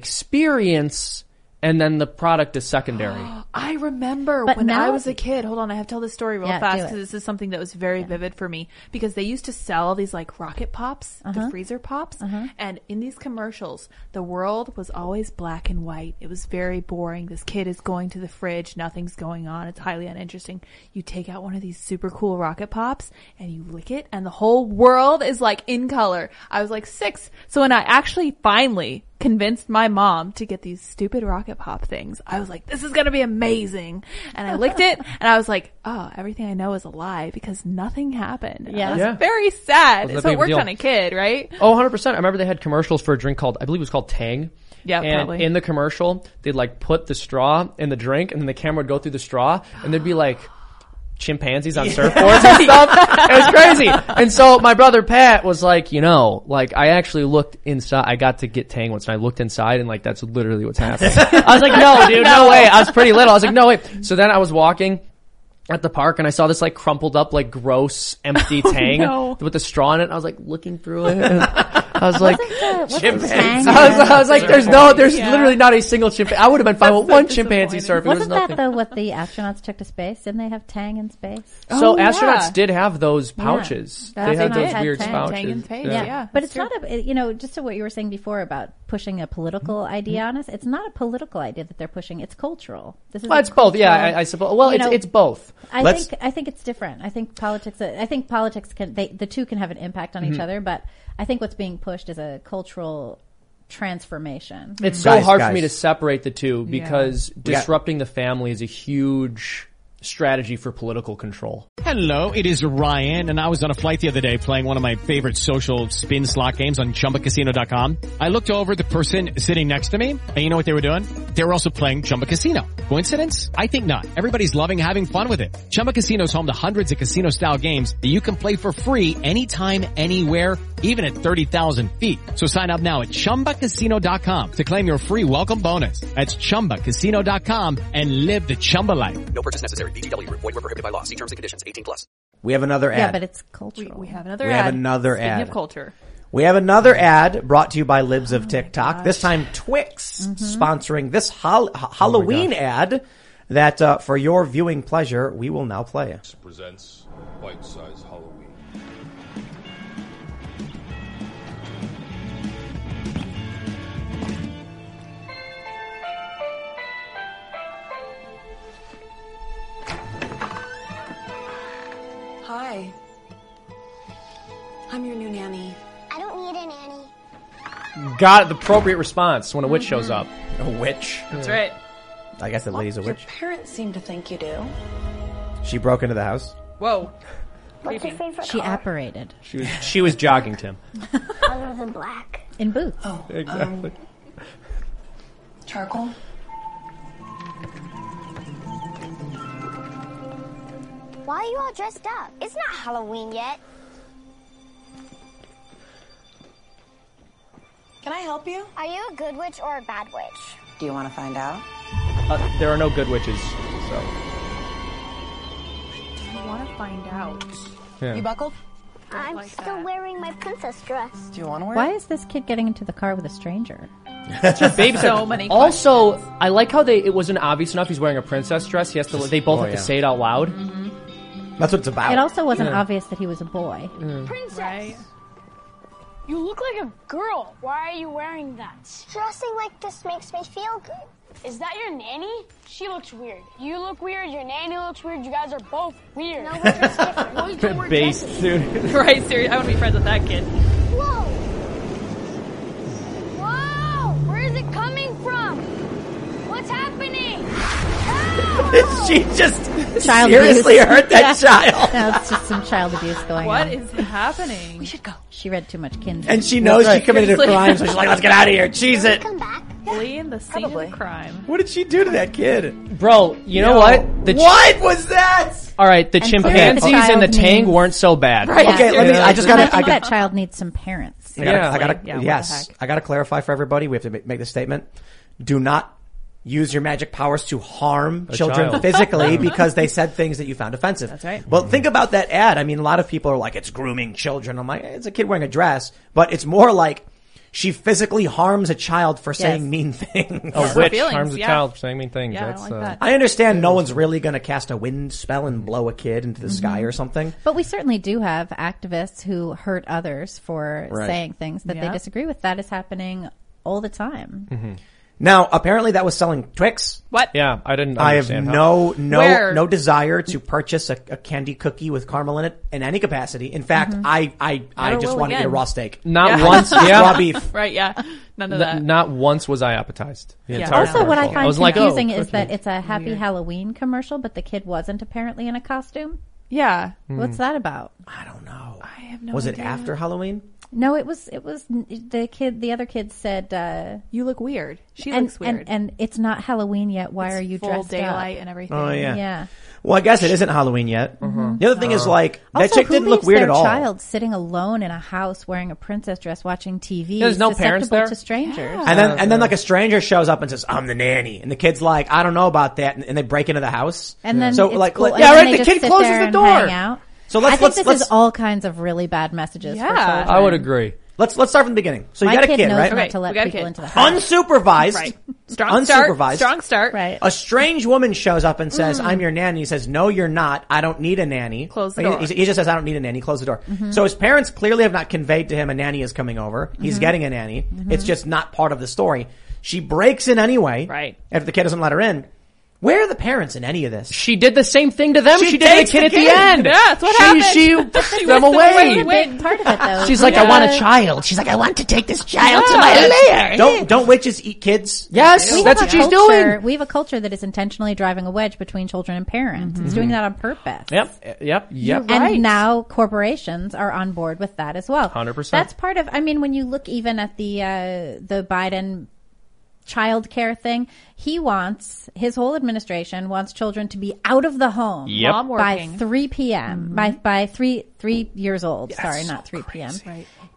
[SPEAKER 3] experience and then the product is secondary.
[SPEAKER 5] I remember
[SPEAKER 4] But
[SPEAKER 5] when I
[SPEAKER 4] now-
[SPEAKER 5] was a kid. Hold on, I have to tell this story real
[SPEAKER 4] Yeah,
[SPEAKER 5] fast
[SPEAKER 4] do it.
[SPEAKER 5] because this is something that was very vivid for me because they used to sell these like rocket pops,
[SPEAKER 4] Uh-huh.
[SPEAKER 5] the freezer pops, and in these commercials, the world was always black and white. It was very boring. This kid is going to the fridge, nothing's going on. It's highly uninteresting. You take out one of these super cool rocket pops and you lick it and the whole world is like in color. I was like 6. So when I actually finally convinced my mom to get these stupid rocket pop things. I was like, this is going to be amazing. And I licked it and I was like, oh, everything I know is a lie because nothing happened.
[SPEAKER 4] Yeah.
[SPEAKER 5] Yeah. It's
[SPEAKER 3] Yeah.
[SPEAKER 5] very sad.
[SPEAKER 3] Wasn't that
[SPEAKER 5] So it
[SPEAKER 3] big of a
[SPEAKER 5] worked
[SPEAKER 3] deal?
[SPEAKER 5] on a kid, right?
[SPEAKER 3] Oh, 100%. I remember they had commercials for a drink called, I believe it was called Tang.
[SPEAKER 5] Yeah,
[SPEAKER 3] and
[SPEAKER 5] probably.
[SPEAKER 3] in the commercial, they'd like put the straw in the drink and then the camera would go through the straw and there'd be like chimpanzees on surfboards and stuff. It was crazy. And so my brother Pat was like, you know, like I actually looked inside. I got to get Tang once and I looked inside and like that's literally what's happening. I was like, no, dude, no. way. I was pretty little. I was like, no way. So then I was walking at the park and I saw this like crumpled up, like gross, empty Tang
[SPEAKER 5] Oh, no.
[SPEAKER 3] with the straw in it. I was like looking through it. And I was like,
[SPEAKER 4] Tang?
[SPEAKER 3] I was, I was like, there's no, there's literally not a single chimpanzee. I would have been fine with one chimpanzee surfing. It was
[SPEAKER 4] Wasn't that
[SPEAKER 3] nothing.
[SPEAKER 4] though what the astronauts took to space? Didn't they have Tang in space?
[SPEAKER 5] Oh,
[SPEAKER 3] so astronauts
[SPEAKER 5] yeah.
[SPEAKER 3] did have those pouches.
[SPEAKER 4] Yeah.
[SPEAKER 3] They
[SPEAKER 4] That's
[SPEAKER 3] had
[SPEAKER 4] what
[SPEAKER 3] those
[SPEAKER 4] I had
[SPEAKER 3] weird
[SPEAKER 4] too.
[SPEAKER 3] pouches.
[SPEAKER 5] Tang and Tang,
[SPEAKER 3] Yeah.
[SPEAKER 5] yeah.
[SPEAKER 4] but it's not a you know just to what you were saying before about pushing a political
[SPEAKER 3] Mm-hmm.
[SPEAKER 4] idea on us. It's not a political idea that they're pushing. It's cultural. This is
[SPEAKER 3] Well,
[SPEAKER 4] a
[SPEAKER 3] it's both. Yeah,
[SPEAKER 4] cultural-
[SPEAKER 3] I, I suppose. Well,
[SPEAKER 4] you
[SPEAKER 3] it's
[SPEAKER 4] know,
[SPEAKER 3] it's both.
[SPEAKER 4] I
[SPEAKER 2] Let's-
[SPEAKER 4] think I think it's different. I think politics. I think politics can they the two can have an impact on
[SPEAKER 3] Mm-hmm.
[SPEAKER 4] each other, but I think what's being pushed is a cultural transformation.
[SPEAKER 3] It's so
[SPEAKER 2] Guys,
[SPEAKER 3] hard for
[SPEAKER 2] guys.
[SPEAKER 3] me to separate the two because disrupting the family is a huge strategy for political control.
[SPEAKER 8] Hello, it is Ryan, and I was on a flight the other day playing one of my favorite social spin slot games on ChumbaCasino.com. I looked over at the person sitting next to me, and you know what they were doing? They were also playing Chumba Casino. Coincidence? I think not. Everybody's loving having fun with it. Chumba Casino is home to hundreds of casino-style games that you can play for free anytime, anywhere, even at 30,000 feet. So sign up now at ChumbaCasino.com to claim your free welcome bonus. That's ChumbaCasino.com and live the Chumba life.
[SPEAKER 12] No purchase necessary. BGW. Void were prohibited by law. See terms and conditions. 18 plus.
[SPEAKER 2] We have another ad.
[SPEAKER 4] yeah, but it's cultural.
[SPEAKER 5] We have another
[SPEAKER 2] We
[SPEAKER 5] ad.
[SPEAKER 2] have another
[SPEAKER 5] Speaking
[SPEAKER 2] ad.
[SPEAKER 5] of culture.
[SPEAKER 2] We have another
[SPEAKER 5] Mm-hmm.
[SPEAKER 2] ad brought to you by Libs
[SPEAKER 5] Oh
[SPEAKER 2] of TikTok. This time Twix
[SPEAKER 5] Mm-hmm.
[SPEAKER 2] sponsoring this hol-
[SPEAKER 5] Oh
[SPEAKER 2] ha- Halloween ad that uh, for your viewing pleasure, we will now play.
[SPEAKER 13] presents Bite Size Halloween.
[SPEAKER 14] Hi. I'm your new nanny.
[SPEAKER 15] I don't need a nanny.
[SPEAKER 3] Got the appropriate response when a witch shows up. A witch.
[SPEAKER 5] That's right.
[SPEAKER 2] I guess the lady's a witch.
[SPEAKER 14] Parents seem to think you do.
[SPEAKER 2] She broke into the house.
[SPEAKER 5] Whoa.
[SPEAKER 15] What's your favorite
[SPEAKER 4] She
[SPEAKER 15] color
[SPEAKER 4] apparated
[SPEAKER 3] She was she was jogging Tim.
[SPEAKER 15] other than black?
[SPEAKER 4] in boots.
[SPEAKER 5] Oh.
[SPEAKER 3] Exactly.
[SPEAKER 14] Charcoal?
[SPEAKER 15] Why are you all dressed up? It's not Halloween yet.
[SPEAKER 14] Can I help you?
[SPEAKER 15] Are you a good witch or a bad witch?
[SPEAKER 14] Do you want to find out?
[SPEAKER 3] Uh, there are no good witches. So
[SPEAKER 5] You want to find out.
[SPEAKER 3] yeah.
[SPEAKER 14] You buckled?
[SPEAKER 15] I'm
[SPEAKER 14] like
[SPEAKER 15] still wearing my princess dress.
[SPEAKER 14] Do you want to wear
[SPEAKER 4] Why
[SPEAKER 14] it?
[SPEAKER 4] is this kid getting into the car with a stranger?
[SPEAKER 3] Baby's
[SPEAKER 5] So
[SPEAKER 3] like-
[SPEAKER 5] many
[SPEAKER 3] Also, I like how they. It wasn't obvious enough. He's wearing a princess dress. He has to. They both
[SPEAKER 2] oh,
[SPEAKER 3] have to
[SPEAKER 2] yeah.
[SPEAKER 3] say it out loud.
[SPEAKER 5] Mm-hmm.
[SPEAKER 2] That's what it's about.
[SPEAKER 4] It also wasn't obvious that he was a boy.
[SPEAKER 15] Princess!
[SPEAKER 16] You look like a girl. Why are you wearing that?
[SPEAKER 15] Dressing like this makes me feel good.
[SPEAKER 16] Is that your nanny? She looks weird. You look weird. Your nanny looks weird. You guys are both weird.
[SPEAKER 15] No, we're just different.
[SPEAKER 16] Boys don't wear
[SPEAKER 3] Base,
[SPEAKER 16] dresses.
[SPEAKER 3] dude.
[SPEAKER 5] right, seriously. I want to be friends with that kid.
[SPEAKER 15] Whoa!
[SPEAKER 16] Whoa! Where is it coming from? What's happening?
[SPEAKER 2] she just
[SPEAKER 4] Child
[SPEAKER 2] Seriously
[SPEAKER 4] abuse.
[SPEAKER 2] hurt that child.
[SPEAKER 4] No, it's just some child abuse going
[SPEAKER 5] What
[SPEAKER 4] on.
[SPEAKER 5] is happening? We
[SPEAKER 4] should go. She read too much Kindle.
[SPEAKER 2] And she knows she committed a
[SPEAKER 4] Seriously.
[SPEAKER 2] crime, so she's like, let's get out of here. Cheese it.
[SPEAKER 5] Flee in the scene of the crime.
[SPEAKER 2] What did she do to that kid?
[SPEAKER 3] Bro, you know
[SPEAKER 2] Yo.
[SPEAKER 3] what? The ch-
[SPEAKER 2] what was that?
[SPEAKER 3] All right, the
[SPEAKER 4] And
[SPEAKER 3] chimpanzees
[SPEAKER 4] clearly the
[SPEAKER 3] and the
[SPEAKER 4] child
[SPEAKER 3] tang
[SPEAKER 4] needs-
[SPEAKER 3] weren't so bad.
[SPEAKER 2] Okay, let me. I just gotta.
[SPEAKER 4] I think
[SPEAKER 2] I got-
[SPEAKER 4] that child needs some parents.
[SPEAKER 2] I gotta,
[SPEAKER 3] Yeah.
[SPEAKER 2] I gotta,
[SPEAKER 3] Like, yeah, what the
[SPEAKER 2] yes, I gotta clarify for everybody. We have to ma- make this statement. Do not use your magic powers to harm
[SPEAKER 3] A
[SPEAKER 2] children
[SPEAKER 3] child.
[SPEAKER 2] physically because they said things that you found offensive. That's right. Well, think about that ad. I mean, a lot of people are like, it's grooming children. I'm like, eh, it's a kid wearing a dress, but it's more like she physically harms a child for saying mean things.
[SPEAKER 3] A witch harms a child for saying mean things.
[SPEAKER 5] Yeah, I
[SPEAKER 3] That's,
[SPEAKER 5] don't like
[SPEAKER 3] uh,
[SPEAKER 5] that.
[SPEAKER 2] I understand no one's really gonna cast a wind spell and blow a kid into the
[SPEAKER 3] Mm-hmm.
[SPEAKER 2] sky or something.
[SPEAKER 4] But we certainly do have activists who hurt others for
[SPEAKER 2] Right.
[SPEAKER 4] saying things that
[SPEAKER 5] Yeah.
[SPEAKER 4] they disagree with. That is happening all the time.
[SPEAKER 2] Mm-hmm. Now, apparently that was selling Twix.
[SPEAKER 5] What?
[SPEAKER 3] Yeah, I didn't.
[SPEAKER 2] I have
[SPEAKER 3] understand how-
[SPEAKER 2] no no
[SPEAKER 5] Where-
[SPEAKER 2] no desire to purchase a, a candy cookie with caramel in it in any capacity. In fact,
[SPEAKER 4] Mm-hmm.
[SPEAKER 2] I I, I
[SPEAKER 5] Never
[SPEAKER 2] just
[SPEAKER 5] will
[SPEAKER 2] want to eat a
[SPEAKER 5] again.
[SPEAKER 2] raw steak.
[SPEAKER 3] Not once. Yeah.
[SPEAKER 2] raw beef.
[SPEAKER 5] Right, yeah. None of
[SPEAKER 3] N-
[SPEAKER 5] that.
[SPEAKER 3] Not once was I appetized.
[SPEAKER 5] Yeah.
[SPEAKER 3] The entire
[SPEAKER 4] Also, what I
[SPEAKER 3] commercial.
[SPEAKER 4] find
[SPEAKER 3] was like, oh,
[SPEAKER 4] confusing is
[SPEAKER 3] cookie.
[SPEAKER 4] that it's a happy Halloween commercial, but the kid wasn't apparently in a costume.
[SPEAKER 5] Yeah.
[SPEAKER 2] Hmm.
[SPEAKER 4] What's that about?
[SPEAKER 2] I don't know.
[SPEAKER 5] I have no
[SPEAKER 2] was it
[SPEAKER 5] idea.
[SPEAKER 2] after Halloween?
[SPEAKER 4] No, it was it was the kid. The other kid said, uh,
[SPEAKER 5] You look weird. She
[SPEAKER 4] and,
[SPEAKER 5] looks weird.
[SPEAKER 4] and and it's not Halloween yet. Why are you
[SPEAKER 5] full
[SPEAKER 4] dressed
[SPEAKER 5] daylight
[SPEAKER 4] up?
[SPEAKER 5] and everything.
[SPEAKER 2] Oh yeah.
[SPEAKER 4] Yeah. Mm-hmm.
[SPEAKER 2] Well, I guess it isn't Halloween yet. The other thing is like that
[SPEAKER 4] also,
[SPEAKER 2] chick
[SPEAKER 4] who
[SPEAKER 2] didn't look
[SPEAKER 4] leaves
[SPEAKER 2] weird
[SPEAKER 4] their
[SPEAKER 2] at all.
[SPEAKER 4] Child sitting alone in a house wearing a princess dress, watching TV.
[SPEAKER 3] There's no
[SPEAKER 4] susceptible
[SPEAKER 3] parents there?
[SPEAKER 4] to strangers.
[SPEAKER 2] And then and then like a stranger shows up and says, "I'm the nanny," and the kid's like, "I don't know about that," and, and they break into the house.
[SPEAKER 4] And then
[SPEAKER 2] so
[SPEAKER 4] it's
[SPEAKER 2] like,
[SPEAKER 4] cool.
[SPEAKER 2] like-
[SPEAKER 4] And
[SPEAKER 2] yeah,
[SPEAKER 4] then
[SPEAKER 2] right.
[SPEAKER 4] they
[SPEAKER 2] The
[SPEAKER 4] just
[SPEAKER 2] kid
[SPEAKER 4] sit
[SPEAKER 2] closes
[SPEAKER 4] there
[SPEAKER 2] the
[SPEAKER 4] and
[SPEAKER 2] door.
[SPEAKER 4] hang out.
[SPEAKER 2] So let's
[SPEAKER 4] I think
[SPEAKER 2] let's
[SPEAKER 4] this
[SPEAKER 2] let's,
[SPEAKER 4] is all kinds of really bad messages. for
[SPEAKER 5] Yeah.
[SPEAKER 4] children.
[SPEAKER 3] I would agree.
[SPEAKER 2] let's let's start from the beginning. So you
[SPEAKER 4] My
[SPEAKER 2] got a
[SPEAKER 4] kid,
[SPEAKER 2] kid,
[SPEAKER 4] knows
[SPEAKER 2] right?
[SPEAKER 4] not
[SPEAKER 5] Okay,
[SPEAKER 4] to
[SPEAKER 5] we
[SPEAKER 4] let
[SPEAKER 5] got a
[SPEAKER 4] people
[SPEAKER 5] kid.
[SPEAKER 4] into the house.
[SPEAKER 2] Unsupervised.
[SPEAKER 5] Right. Strong start.
[SPEAKER 2] Unsupervised.
[SPEAKER 5] Strong start.
[SPEAKER 4] right.
[SPEAKER 2] A strange woman shows up and says, "I'm your nanny." He says, "No, you're not. I don't need a nanny."
[SPEAKER 5] Close the
[SPEAKER 2] He-
[SPEAKER 5] door.
[SPEAKER 2] He, he just says, "I don't need a nanny." Close the door. So his parents clearly have not conveyed to him a nanny is coming over. He's
[SPEAKER 5] Mm-hmm.
[SPEAKER 2] getting a nanny. It's just not part of the story. She breaks in anyway.
[SPEAKER 5] Right.
[SPEAKER 2] If the kid doesn't let her in, where are the parents in any of this?
[SPEAKER 3] She did the same thing to them.
[SPEAKER 2] She
[SPEAKER 3] She, did to
[SPEAKER 2] takes
[SPEAKER 3] the kid
[SPEAKER 2] the
[SPEAKER 3] at the
[SPEAKER 2] kid.
[SPEAKER 3] end.
[SPEAKER 5] Yeah, that's what
[SPEAKER 3] she,
[SPEAKER 5] happened.
[SPEAKER 3] She pushed them away.
[SPEAKER 4] That's a big part of it, though.
[SPEAKER 3] She's like, I want a child.
[SPEAKER 9] She's like, I want to take this child to my lair.
[SPEAKER 2] Don't don't witches eat kids?
[SPEAKER 3] Yes,
[SPEAKER 4] We
[SPEAKER 3] that's
[SPEAKER 4] have
[SPEAKER 3] what
[SPEAKER 4] a
[SPEAKER 3] she's
[SPEAKER 4] culture-
[SPEAKER 3] doing.
[SPEAKER 4] We have a culture that is intentionally driving a wedge between children and parents.
[SPEAKER 2] Mm-hmm.
[SPEAKER 4] It's doing that on purpose.
[SPEAKER 3] Yep, yep, yep.
[SPEAKER 4] And
[SPEAKER 5] Right.
[SPEAKER 4] now corporations are on board with that as well.
[SPEAKER 3] 100%.
[SPEAKER 4] That's part of. I mean, when you look even at the uh, the Biden child care thing, he wants his whole administration wants children to be out of the home
[SPEAKER 3] Yep.
[SPEAKER 5] Mom
[SPEAKER 4] by
[SPEAKER 5] working.
[SPEAKER 4] three p.m. by by three three years old. Sorry, not three p.m.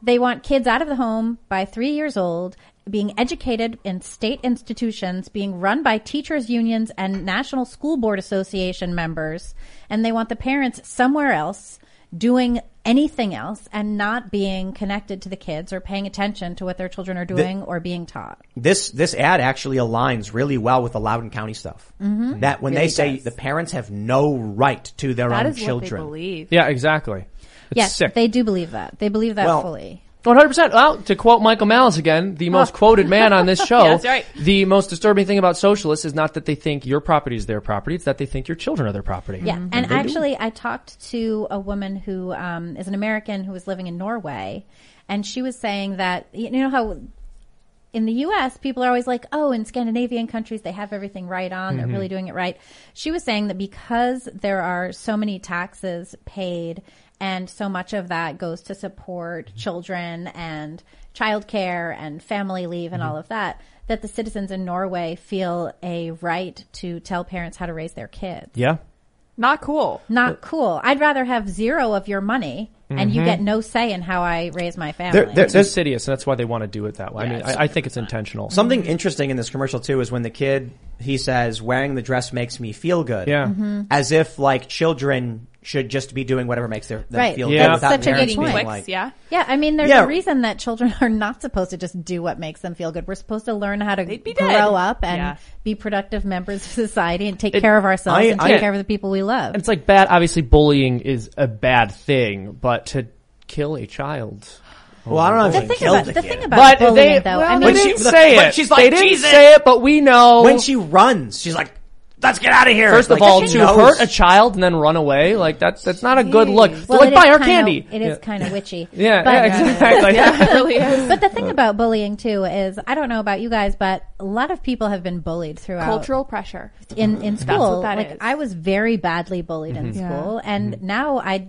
[SPEAKER 4] They want kids out of the home by three years old. Being educated in state institutions, being run by teachers' unions and National School Board Association members, and they want the parents somewhere else doing anything else and not being connected to the kids or paying attention to what their children are doing or being taught.
[SPEAKER 2] this this ad actually aligns really well with the Loudoun County stuff. Mm-hmm. That when they say the parents have no right to their
[SPEAKER 5] That
[SPEAKER 2] own
[SPEAKER 5] is
[SPEAKER 2] children,
[SPEAKER 5] what they believe.
[SPEAKER 3] Yeah, exactly. It's
[SPEAKER 4] yes,
[SPEAKER 3] sick.
[SPEAKER 4] they do believe that. They believe that
[SPEAKER 2] Well,
[SPEAKER 4] fully.
[SPEAKER 3] 100%. Well, to quote Michael Malice again, the most quoted man on this show,
[SPEAKER 5] That's right.
[SPEAKER 3] the most disturbing thing about socialists is not that they think your property is their property, it's that they think your children are their property. Mm-hmm.
[SPEAKER 4] Yeah, and actually, I talked to a woman who um, is an American who was living in Norway, and she was saying that you know how in the U.S. people are always like, "Oh, in Scandinavian countries they have everything right on; they're really doing it right." She was saying that because there are so many taxes paid, and so much of that goes to support children and childcare and family leave and all of that. That the citizens in Norway feel a right to tell parents how to raise their kids
[SPEAKER 3] Yeah.
[SPEAKER 5] Not cool.
[SPEAKER 4] not cool. I'd rather have zero of your money and you
[SPEAKER 3] Mm-hmm.
[SPEAKER 4] get no say in how I raise my family.
[SPEAKER 2] There- there-
[SPEAKER 3] It's
[SPEAKER 2] there's
[SPEAKER 3] insidious, and that's why they want to do it that way. I mean, I, I think it's intentional.
[SPEAKER 4] Mm-hmm.
[SPEAKER 2] something interesting in this commercial too. Is when the kid he says wearing the dress makes me feel good.
[SPEAKER 3] Yeah.
[SPEAKER 4] Mm-hmm.
[SPEAKER 2] as if like children should just be doing whatever makes their them
[SPEAKER 4] Right.
[SPEAKER 2] feel
[SPEAKER 3] Yeah.
[SPEAKER 2] good
[SPEAKER 3] That's
[SPEAKER 2] without
[SPEAKER 4] such a
[SPEAKER 2] parents
[SPEAKER 4] good
[SPEAKER 2] being
[SPEAKER 4] point.
[SPEAKER 2] like.
[SPEAKER 5] yeah.
[SPEAKER 4] yeah, I mean, there's
[SPEAKER 2] Yeah.
[SPEAKER 4] a reason that children are not supposed to just do what makes them feel good. We're supposed to learn how to
[SPEAKER 5] be
[SPEAKER 4] grow
[SPEAKER 5] dead.
[SPEAKER 4] up and
[SPEAKER 5] Yeah.
[SPEAKER 4] be productive members of society and take care of ourselves
[SPEAKER 2] I-
[SPEAKER 4] and
[SPEAKER 2] I-
[SPEAKER 4] take care of the people we love.
[SPEAKER 3] And it's like bad, obviously bullying is a bad thing, but to kill a child.
[SPEAKER 2] Well, I don't know if
[SPEAKER 4] the
[SPEAKER 2] she
[SPEAKER 4] thing
[SPEAKER 2] killed
[SPEAKER 4] about,
[SPEAKER 2] the
[SPEAKER 4] the,
[SPEAKER 2] kid.
[SPEAKER 4] thing
[SPEAKER 3] But
[SPEAKER 4] about bullying,
[SPEAKER 3] they,
[SPEAKER 4] though,
[SPEAKER 3] well,
[SPEAKER 4] I
[SPEAKER 3] they
[SPEAKER 4] mean,
[SPEAKER 2] When she-
[SPEAKER 3] didn't say
[SPEAKER 2] when
[SPEAKER 3] it.
[SPEAKER 2] she's like,
[SPEAKER 3] they didn't
[SPEAKER 4] Oh.
[SPEAKER 2] "Jesus."
[SPEAKER 3] say it, but we know.
[SPEAKER 2] when she runs, she's like, Let's get out of here.
[SPEAKER 3] First of
[SPEAKER 2] Like,
[SPEAKER 3] all,
[SPEAKER 2] she
[SPEAKER 3] to
[SPEAKER 2] knows.
[SPEAKER 3] hurt a child and then run away, like that's that's not a good look.
[SPEAKER 4] Well,
[SPEAKER 3] like
[SPEAKER 4] it
[SPEAKER 3] buy
[SPEAKER 4] is
[SPEAKER 3] our
[SPEAKER 4] kinda-
[SPEAKER 3] candy.
[SPEAKER 4] It
[SPEAKER 3] Yeah.
[SPEAKER 4] is kind of witchy. uh,
[SPEAKER 3] Yeah, yeah, exactly. Yeah, it really is.
[SPEAKER 4] But the thing about bullying too is, I don't know about you guys, but a lot of people have been bullied throughout
[SPEAKER 5] Cultural pressure.
[SPEAKER 4] in in
[SPEAKER 5] That's
[SPEAKER 4] school.
[SPEAKER 5] what that
[SPEAKER 4] like
[SPEAKER 5] is.
[SPEAKER 4] I was very badly bullied in
[SPEAKER 5] Mhm.
[SPEAKER 3] Mm-hmm.
[SPEAKER 5] Yeah.
[SPEAKER 4] school, and now I.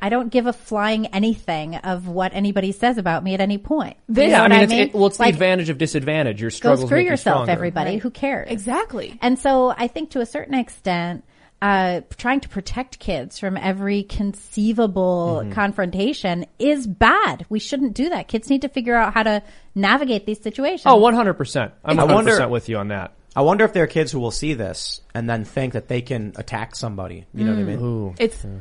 [SPEAKER 4] I don't give a flying anything of what anybody says about me at any point. You
[SPEAKER 3] yeah,
[SPEAKER 4] know
[SPEAKER 3] I
[SPEAKER 4] what
[SPEAKER 3] mean, it's, it, well, it's
[SPEAKER 4] Like,
[SPEAKER 3] the advantage of disadvantage. Your
[SPEAKER 4] go
[SPEAKER 3] struggles
[SPEAKER 4] screw
[SPEAKER 3] make you
[SPEAKER 4] yourself,
[SPEAKER 3] stronger.
[SPEAKER 4] everybody. Who cares?
[SPEAKER 5] Exactly.
[SPEAKER 4] And so I think to a certain extent, uh, trying to protect kids from every conceivable
[SPEAKER 3] Mm-hmm.
[SPEAKER 4] confrontation is bad. We shouldn't do that. Kids need to figure out how to navigate these situations.
[SPEAKER 3] Oh, one hundred percent. I'm
[SPEAKER 2] I
[SPEAKER 3] one hundred
[SPEAKER 2] wonder-
[SPEAKER 3] percent with you on that.
[SPEAKER 2] I wonder if there are kids who will see this and then think that they can attack somebody. You know
[SPEAKER 4] Mm.
[SPEAKER 2] what I mean?
[SPEAKER 5] It's
[SPEAKER 3] Hmm.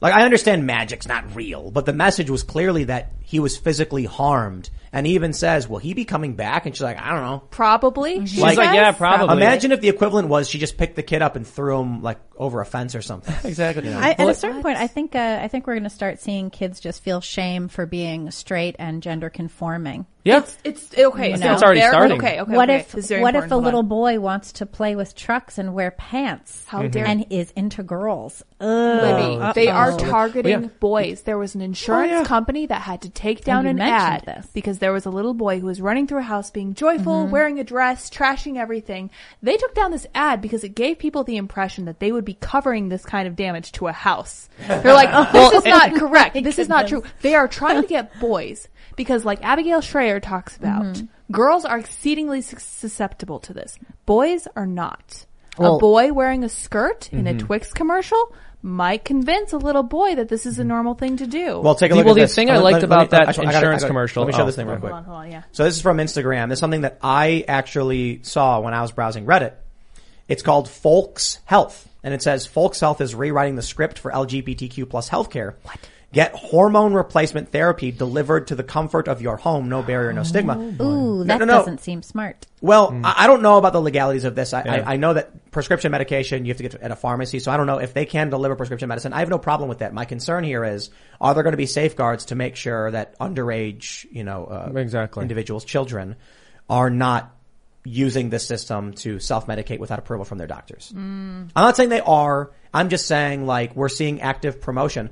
[SPEAKER 2] Like I understand magic's not real, but the message was clearly that he was physically harmed. And he even says, "Will he be coming back?" And she's like, "I don't know."
[SPEAKER 5] probably. She's
[SPEAKER 2] Imagine if the equivalent was she just picked the kid up and threw him like over a fence or something.
[SPEAKER 3] exactly.
[SPEAKER 4] I, at a certain point, I think uh, I think we're going to start seeing kids just feel shame for being straight and gender conforming.
[SPEAKER 3] Yeah.
[SPEAKER 5] It's okay.
[SPEAKER 4] You
[SPEAKER 5] so
[SPEAKER 4] know?
[SPEAKER 3] It's already
[SPEAKER 5] there-
[SPEAKER 3] starting.
[SPEAKER 5] Okay, okay.
[SPEAKER 4] what
[SPEAKER 5] okay.
[SPEAKER 4] if
[SPEAKER 5] This is very
[SPEAKER 4] what if
[SPEAKER 5] important.
[SPEAKER 4] a
[SPEAKER 5] Hold on.
[SPEAKER 4] little boy wants to play with trucks and wear pants?
[SPEAKER 5] How Mhm. dare-
[SPEAKER 4] and is into girls? Ugh.
[SPEAKER 3] Oh,
[SPEAKER 5] Libby, they are
[SPEAKER 4] Uh-oh.
[SPEAKER 5] targeting boys. There was an insurance
[SPEAKER 4] Oh, yeah.
[SPEAKER 5] company that had to take down
[SPEAKER 4] you
[SPEAKER 5] an ad
[SPEAKER 4] mentioned this.
[SPEAKER 5] because there was a little boy who was running through a house being joyful,
[SPEAKER 4] Mm-hmm.
[SPEAKER 5] wearing a dress, trashing everything. They took down this ad because it gave people the impression that they would be covering this kind of damage to a house. They're like, "Oh, this
[SPEAKER 4] Well,
[SPEAKER 5] is not
[SPEAKER 4] it-
[SPEAKER 5] correct.
[SPEAKER 4] My
[SPEAKER 5] This is not true.
[SPEAKER 4] goodness.
[SPEAKER 5] They are trying to get boys because like Abigail Schreier talks about,
[SPEAKER 4] Mm-hmm.
[SPEAKER 5] girls are exceedingly sus- susceptible to this. Boys are not.
[SPEAKER 4] Well- Mm-hmm.
[SPEAKER 5] a boy wearing a skirt in a
[SPEAKER 2] Mhm.
[SPEAKER 5] Twix commercial might convince a little boy that this
[SPEAKER 4] Mm-hmm.
[SPEAKER 5] is a normal thing to do.
[SPEAKER 2] Well, take a
[SPEAKER 3] The-
[SPEAKER 2] look
[SPEAKER 3] well,
[SPEAKER 2] at
[SPEAKER 3] the
[SPEAKER 2] this.
[SPEAKER 3] thing I
[SPEAKER 2] Let-
[SPEAKER 3] liked
[SPEAKER 2] let-
[SPEAKER 3] about
[SPEAKER 2] let me-
[SPEAKER 3] that
[SPEAKER 2] I- I gotta-
[SPEAKER 3] insurance
[SPEAKER 2] I gotta-
[SPEAKER 3] commercial-
[SPEAKER 2] Let me show
[SPEAKER 3] oh,
[SPEAKER 2] this thing real
[SPEAKER 3] hold
[SPEAKER 2] quick.
[SPEAKER 3] on,
[SPEAKER 5] hold on, yeah.
[SPEAKER 2] So this is from Instagram. This is something that I actually saw when I was browsing Reddit. It's called Folks Health, and it says Folks Health is rewriting the script for LGBTQ plus healthcare. What? Get hormone replacement therapy delivered to the comfort of your home. No barrier, no stigma.
[SPEAKER 4] Ooh, that
[SPEAKER 2] no, no.
[SPEAKER 4] doesn't seem smart.
[SPEAKER 2] Well, I I don't know about the legalities of this. I,
[SPEAKER 3] Hmm. Yeah.
[SPEAKER 2] I, I know that prescription medication you have to get at a pharmacy, so I don't know if they can deliver prescription medicine. I have no problem with that. My concern here is, are there going to be safeguards to make sure that underage, you know, uh,
[SPEAKER 3] Exactly.
[SPEAKER 2] individuals, children, are not using this system to self-medicate without approval from their doctors?
[SPEAKER 11] Mm.
[SPEAKER 2] I'm not saying they are. I'm just saying like we're seeing active promotion.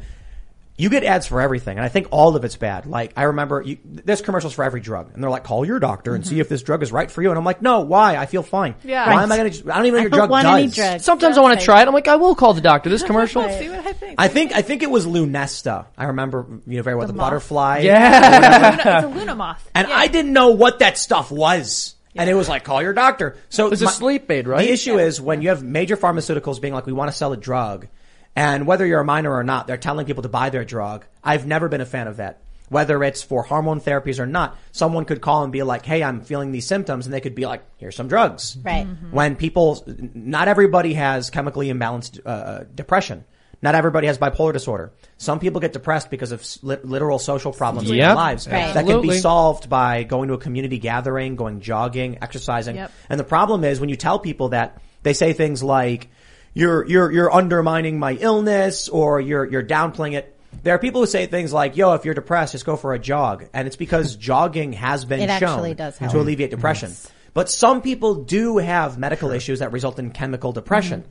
[SPEAKER 2] You get ads for everything, and I think all of it's bad. Like I remember, you, there's commercials for every drug, and they're like, "Call your doctor and see if this drug is right for you." And I'm like, "No, why? I feel fine.
[SPEAKER 3] Mm-hmm. Yeah.
[SPEAKER 2] Why
[SPEAKER 3] Right.
[SPEAKER 2] am I going to? I don't even know
[SPEAKER 3] I
[SPEAKER 2] your
[SPEAKER 3] don't
[SPEAKER 2] drug
[SPEAKER 3] want
[SPEAKER 2] does.
[SPEAKER 3] any drugs. Sometimes I wanna That's try right. it. I'm like, I will call the doctor. This commercial- Right. See
[SPEAKER 5] what I think.
[SPEAKER 2] I think I think it was Lunesta. I remember you know very well the, butterfly.
[SPEAKER 5] Yeah. It's a Luna moth.
[SPEAKER 2] And I didn't know what that stuff was. And it was like, call your doctor. So
[SPEAKER 3] It's a sleep aid, right?
[SPEAKER 2] The issue is when you have major pharmaceuticals being like, we want to sell a drug, and whether you're a minor or not, they're telling people to buy their drug. I've never been a fan of that. Whether it's for hormone therapies or not, someone could call and be like, hey, I'm feeling these symptoms, and they could be like, here's some drugs.
[SPEAKER 4] Right.
[SPEAKER 3] Mm-hmm.
[SPEAKER 4] Mhm.
[SPEAKER 2] When people, not everybody has chemically imbalanced uh, depression. Not everybody has bipolar disorder. Some people get depressed because of s- lit- literal social problems in their
[SPEAKER 3] Yep.
[SPEAKER 2] lives
[SPEAKER 3] Right.
[SPEAKER 2] that can be
[SPEAKER 3] Absolutely.
[SPEAKER 2] solved by going to a community gathering, going jogging, exercising.
[SPEAKER 3] Yep.
[SPEAKER 2] And the problem is when you tell people that, they say things like, you're, you're, you're undermining my illness or you're, you're downplaying it. There are people who say things like, yo, if you're depressed, just go for a jog. And it's because jogging has been
[SPEAKER 4] It
[SPEAKER 2] shown
[SPEAKER 4] actually does help.
[SPEAKER 2] to alleviate depression. But some people do have medical issues that result in chemical depression.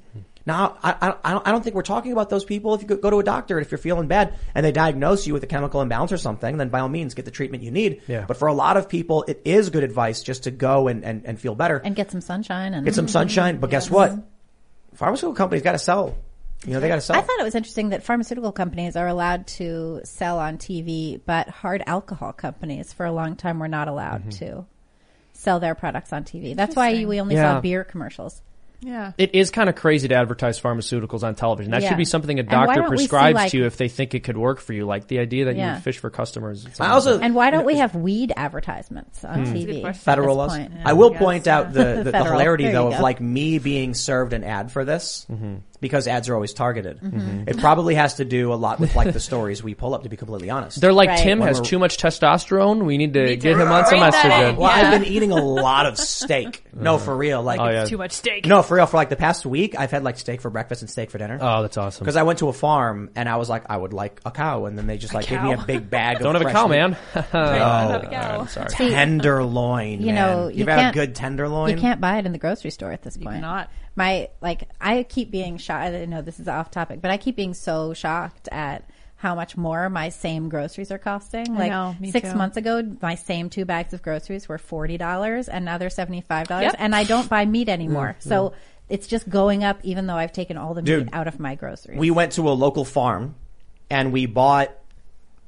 [SPEAKER 2] Now, I, I, I don't- I don't think we're talking about those people. If you go- go to a doctor, if you're feeling bad and they diagnose you with a chemical imbalance or something, then by all means get the treatment you need.
[SPEAKER 3] Yeah.
[SPEAKER 2] But for a lot of people, it is good advice just to go and, and, and feel better.
[SPEAKER 4] And get some sunshine and
[SPEAKER 2] Get some sunshine, but guess what? Pharmaceutical companies gotta sell. You know, they gotta sell.
[SPEAKER 4] I thought it was interesting that pharmaceutical companies are allowed to sell on TV, but hard alcohol companies for a long time were not allowed to sell their products on TV. That's why
[SPEAKER 5] Interesting.
[SPEAKER 4] we only
[SPEAKER 3] Yeah.
[SPEAKER 4] saw beer commercials.
[SPEAKER 5] Yeah.
[SPEAKER 3] It is kind of crazy to advertise pharmaceuticals on television. That
[SPEAKER 4] Yeah.
[SPEAKER 3] should be something a
[SPEAKER 4] And why
[SPEAKER 3] doctor
[SPEAKER 4] don't we see,
[SPEAKER 3] prescribes
[SPEAKER 4] like-
[SPEAKER 3] to you if they think it could work for you. Like the idea that
[SPEAKER 4] Yeah.
[SPEAKER 3] you fish for customers.
[SPEAKER 2] I also-
[SPEAKER 4] and why don't we have weed advertisements on
[SPEAKER 2] Mm.
[SPEAKER 5] Hmm.
[SPEAKER 4] TV? at
[SPEAKER 2] federal
[SPEAKER 4] this
[SPEAKER 2] laws.
[SPEAKER 4] point?
[SPEAKER 2] I will point out the, the, the
[SPEAKER 4] Federal.
[SPEAKER 2] hilarity
[SPEAKER 4] There
[SPEAKER 2] though
[SPEAKER 4] you
[SPEAKER 2] of
[SPEAKER 4] go.
[SPEAKER 2] like me being served an ad for this
[SPEAKER 3] Mm-hmm.
[SPEAKER 2] because ads are always targeted.
[SPEAKER 4] Mm-hmm.
[SPEAKER 2] Mm-hmm.
[SPEAKER 3] Mhm.
[SPEAKER 2] It probably has to do a lot with like the stories we pull up. To be completely honest,
[SPEAKER 3] They're like Tim
[SPEAKER 2] When
[SPEAKER 3] has
[SPEAKER 2] we're-
[SPEAKER 3] too much testosterone. We need to get him on some
[SPEAKER 2] Well,
[SPEAKER 3] estrogen.
[SPEAKER 2] I've been eating a lot of steak. No, for real. Like
[SPEAKER 3] Oh, yeah.
[SPEAKER 5] Too much steak.
[SPEAKER 2] No, for for real, for like the past week, I've had like steak for breakfast and steak for dinner.
[SPEAKER 3] Oh, that's awesome.
[SPEAKER 2] Because I went to a farm and I was like, I would like a cow, and then they just like gave me a
[SPEAKER 3] cow?
[SPEAKER 2] big bag. of
[SPEAKER 3] Don't have a
[SPEAKER 2] fresh
[SPEAKER 3] cow,
[SPEAKER 2] meat.
[SPEAKER 3] man. Oh,
[SPEAKER 2] no,
[SPEAKER 3] Don't have a cow.
[SPEAKER 2] I'm sorry.
[SPEAKER 4] See,
[SPEAKER 2] tenderloin.
[SPEAKER 4] you know,
[SPEAKER 2] man.
[SPEAKER 4] you
[SPEAKER 2] you've had a
[SPEAKER 4] can't-
[SPEAKER 2] good tenderloin.
[SPEAKER 4] You can't buy it in the grocery store at this point.
[SPEAKER 5] cannot.
[SPEAKER 4] My like, I keep being shocked. I know this is off topic, but I keep being so shocked at how much more my same groceries are costing.
[SPEAKER 5] I
[SPEAKER 4] like
[SPEAKER 5] know, me
[SPEAKER 4] six
[SPEAKER 5] too.
[SPEAKER 4] months ago, my same two bags of groceries were forty dollars, and now they're seventy five dollars.
[SPEAKER 5] Yep.
[SPEAKER 4] And I don't buy meat anymore,
[SPEAKER 2] Mm,
[SPEAKER 4] so it's just going up. Even though I've taken all the
[SPEAKER 2] Dude,
[SPEAKER 4] meat out of my groceries,
[SPEAKER 2] We went to a local farm and we bought.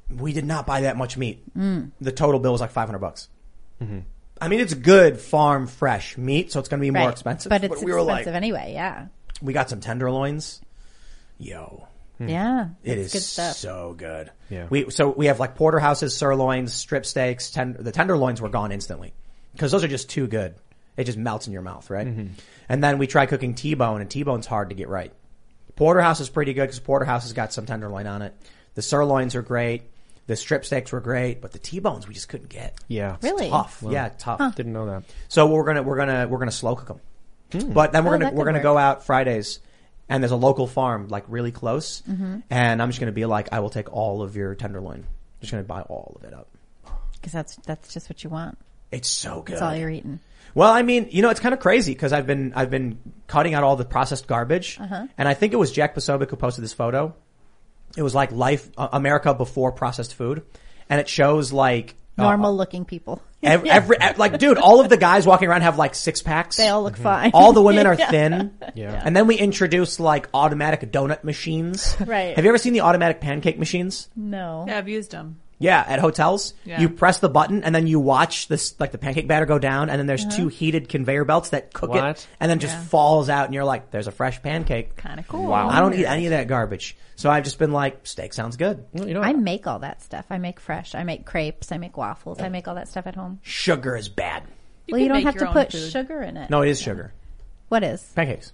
[SPEAKER 2] We did not buy that much meat.
[SPEAKER 4] Mm.
[SPEAKER 2] The total bill was like five hundred bucks. Mm-hmm. I mean, it's good farm fresh meat, so it's going to be more
[SPEAKER 4] Right.
[SPEAKER 2] expensive.
[SPEAKER 4] but it's
[SPEAKER 2] we were
[SPEAKER 4] expensive
[SPEAKER 2] like,
[SPEAKER 4] anyway. Yeah,
[SPEAKER 2] we got some tenderloins. Yo,
[SPEAKER 4] yeah,
[SPEAKER 2] it
[SPEAKER 4] it's
[SPEAKER 2] is
[SPEAKER 4] good stuff.
[SPEAKER 2] so good.
[SPEAKER 4] Yeah.
[SPEAKER 2] We so we have like porterhouses, sirloins, strip steaks. Ten, the tenderloins were gone instantly because those are just too good. It just melts in your mouth, right? And then we try cooking T-bone, and T-bone's hard to get right. Porterhouse is pretty good because porterhouse has got some tenderloin on it. The sirloins are great. The strip steaks were great, but the T-bones we just couldn't get.
[SPEAKER 3] Yeah.
[SPEAKER 4] Really?
[SPEAKER 2] Tough. Yeah, tough. Huh.
[SPEAKER 3] Didn't know that.
[SPEAKER 2] So we're gonna we're gonna we're gonna slow cook them, but then we're
[SPEAKER 3] Oh,
[SPEAKER 2] gonna
[SPEAKER 3] that
[SPEAKER 2] we're
[SPEAKER 3] could
[SPEAKER 2] gonna go out Fridays, and there's a local farm like really close,
[SPEAKER 4] Mhm.
[SPEAKER 2] and I'm just gonna be like, I will take all of your tenderloin. Just gonna buy all of it up.
[SPEAKER 4] Because that's that's just what you want.
[SPEAKER 2] It's so good.
[SPEAKER 4] That's all you're eating.
[SPEAKER 2] Well, I mean, you know, it's kind of crazy because I've been I've been cutting out all the processed garbage,
[SPEAKER 4] Uh-huh.
[SPEAKER 2] and I think it was Jack Posobiec who posted this photo. It was like life uh, America before processed food, and it shows like uh,
[SPEAKER 4] Normal looking people.
[SPEAKER 2] Every, every ev- like, dude, all of the guys walking around have like six packs. They
[SPEAKER 4] all look fine.
[SPEAKER 2] Mm-hmm. All the women are
[SPEAKER 4] Yeah.
[SPEAKER 2] thin.
[SPEAKER 4] Yeah.
[SPEAKER 2] And then we introduce like automatic donut machines.
[SPEAKER 5] Right.
[SPEAKER 2] Have you ever seen the automatic pancake machines?
[SPEAKER 4] No.
[SPEAKER 5] Yeah, I've used them.
[SPEAKER 2] Yeah, at hotels,
[SPEAKER 5] Yeah.
[SPEAKER 2] you press the button and then you watch this like the pancake batter go down, and then there's
[SPEAKER 5] Uh-huh.
[SPEAKER 2] two heated conveyor belts that cook
[SPEAKER 5] What?
[SPEAKER 2] it, and then just
[SPEAKER 5] Yeah.
[SPEAKER 2] falls out, and you're like, "There's a fresh pancake."
[SPEAKER 4] Kinda cool.
[SPEAKER 2] Wow. I don't eat any of that garbage, so I've just been like, "Steak sounds good."
[SPEAKER 4] I make all that stuff. I make fresh. I make crepes. I make waffles. I make all that stuff at home.
[SPEAKER 2] Sugar is bad.
[SPEAKER 4] well, you
[SPEAKER 5] can
[SPEAKER 4] don't
[SPEAKER 5] make
[SPEAKER 4] have
[SPEAKER 5] your
[SPEAKER 4] to
[SPEAKER 5] own
[SPEAKER 4] put
[SPEAKER 5] food.
[SPEAKER 4] sugar in it.
[SPEAKER 2] No, it is sugar.
[SPEAKER 4] What is?
[SPEAKER 2] Pancakes.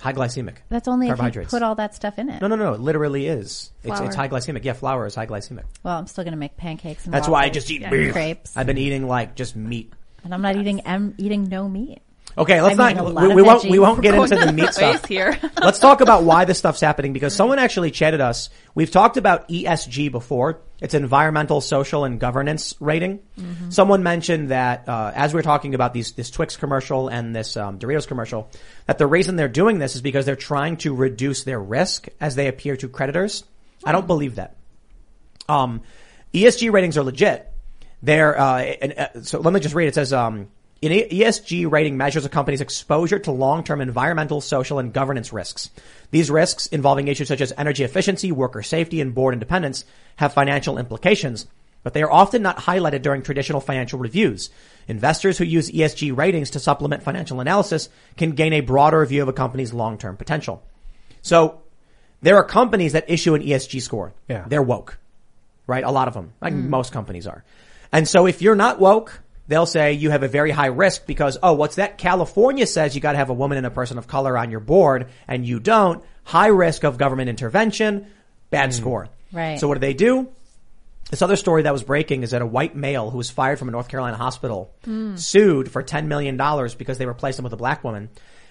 [SPEAKER 2] High glycemic.
[SPEAKER 4] That's only if you
[SPEAKER 2] carbohydrates.
[SPEAKER 4] put all that stuff in it.
[SPEAKER 2] No, no, no. It literally is. It's, it's
[SPEAKER 4] Flour.
[SPEAKER 2] high glycemic. Yeah, flour is high glycemic.
[SPEAKER 4] Well, I'm still gonna make pancakes. And
[SPEAKER 2] That's why I
[SPEAKER 4] waffles
[SPEAKER 2] just eat
[SPEAKER 4] and
[SPEAKER 2] beef.
[SPEAKER 4] crepes,
[SPEAKER 2] I've been eating like just meat.
[SPEAKER 4] and I'm not eating. I'm eating no meat.
[SPEAKER 2] Okay, let's
[SPEAKER 4] I'm eating a
[SPEAKER 2] not.
[SPEAKER 4] lot
[SPEAKER 2] We,
[SPEAKER 4] of
[SPEAKER 2] we won't. We
[SPEAKER 4] veggies.
[SPEAKER 2] won't get
[SPEAKER 4] We're
[SPEAKER 2] into
[SPEAKER 4] going
[SPEAKER 2] the meat
[SPEAKER 4] different ways
[SPEAKER 2] stuff
[SPEAKER 4] here.
[SPEAKER 2] let's talk about why this stuff's happening because someone actually chatted us. We've talked about ESG before. It's environmental, social, and governance rating.
[SPEAKER 4] Mm-hmm.
[SPEAKER 11] Mhm.
[SPEAKER 2] Someone mentioned that uh, as we are talking about these this Twix commercial and this um, Doritos commercial, that the reason they're doing this is because they're trying to reduce their risk as they appear to creditors. I
[SPEAKER 4] Mm.
[SPEAKER 2] don't believe that. Um, ESG ratings are legit. They're uh, and, uh, so let me just read. It says um, an ESG rating measures a company's exposure to long-term environmental, social, and governance risks. These risks, involving issues such as energy efficiency, worker safety, and board independence, have financial implications. But they are often not highlighted during traditional financial reviews. Investors who use ESG ratings to supplement financial analysis can gain a broader view of a company's long-term potential. So there are companies that issue an ESG score.
[SPEAKER 3] Yeah.
[SPEAKER 2] They're woke, right? A lot of them, like
[SPEAKER 3] Mm.
[SPEAKER 2] most companies are. And so if you're not woke, they'll say you have a very high risk because, oh, what's that? California says you got to have a woman and a person of color on your board and you don't. High risk of government intervention, bad score.
[SPEAKER 4] Right.
[SPEAKER 2] So what do they do? This other story that was breaking is that a white male who was fired from a North Carolina hospital
[SPEAKER 11] Hmm.
[SPEAKER 2] sued for $10 million because they replaced him with a black woman.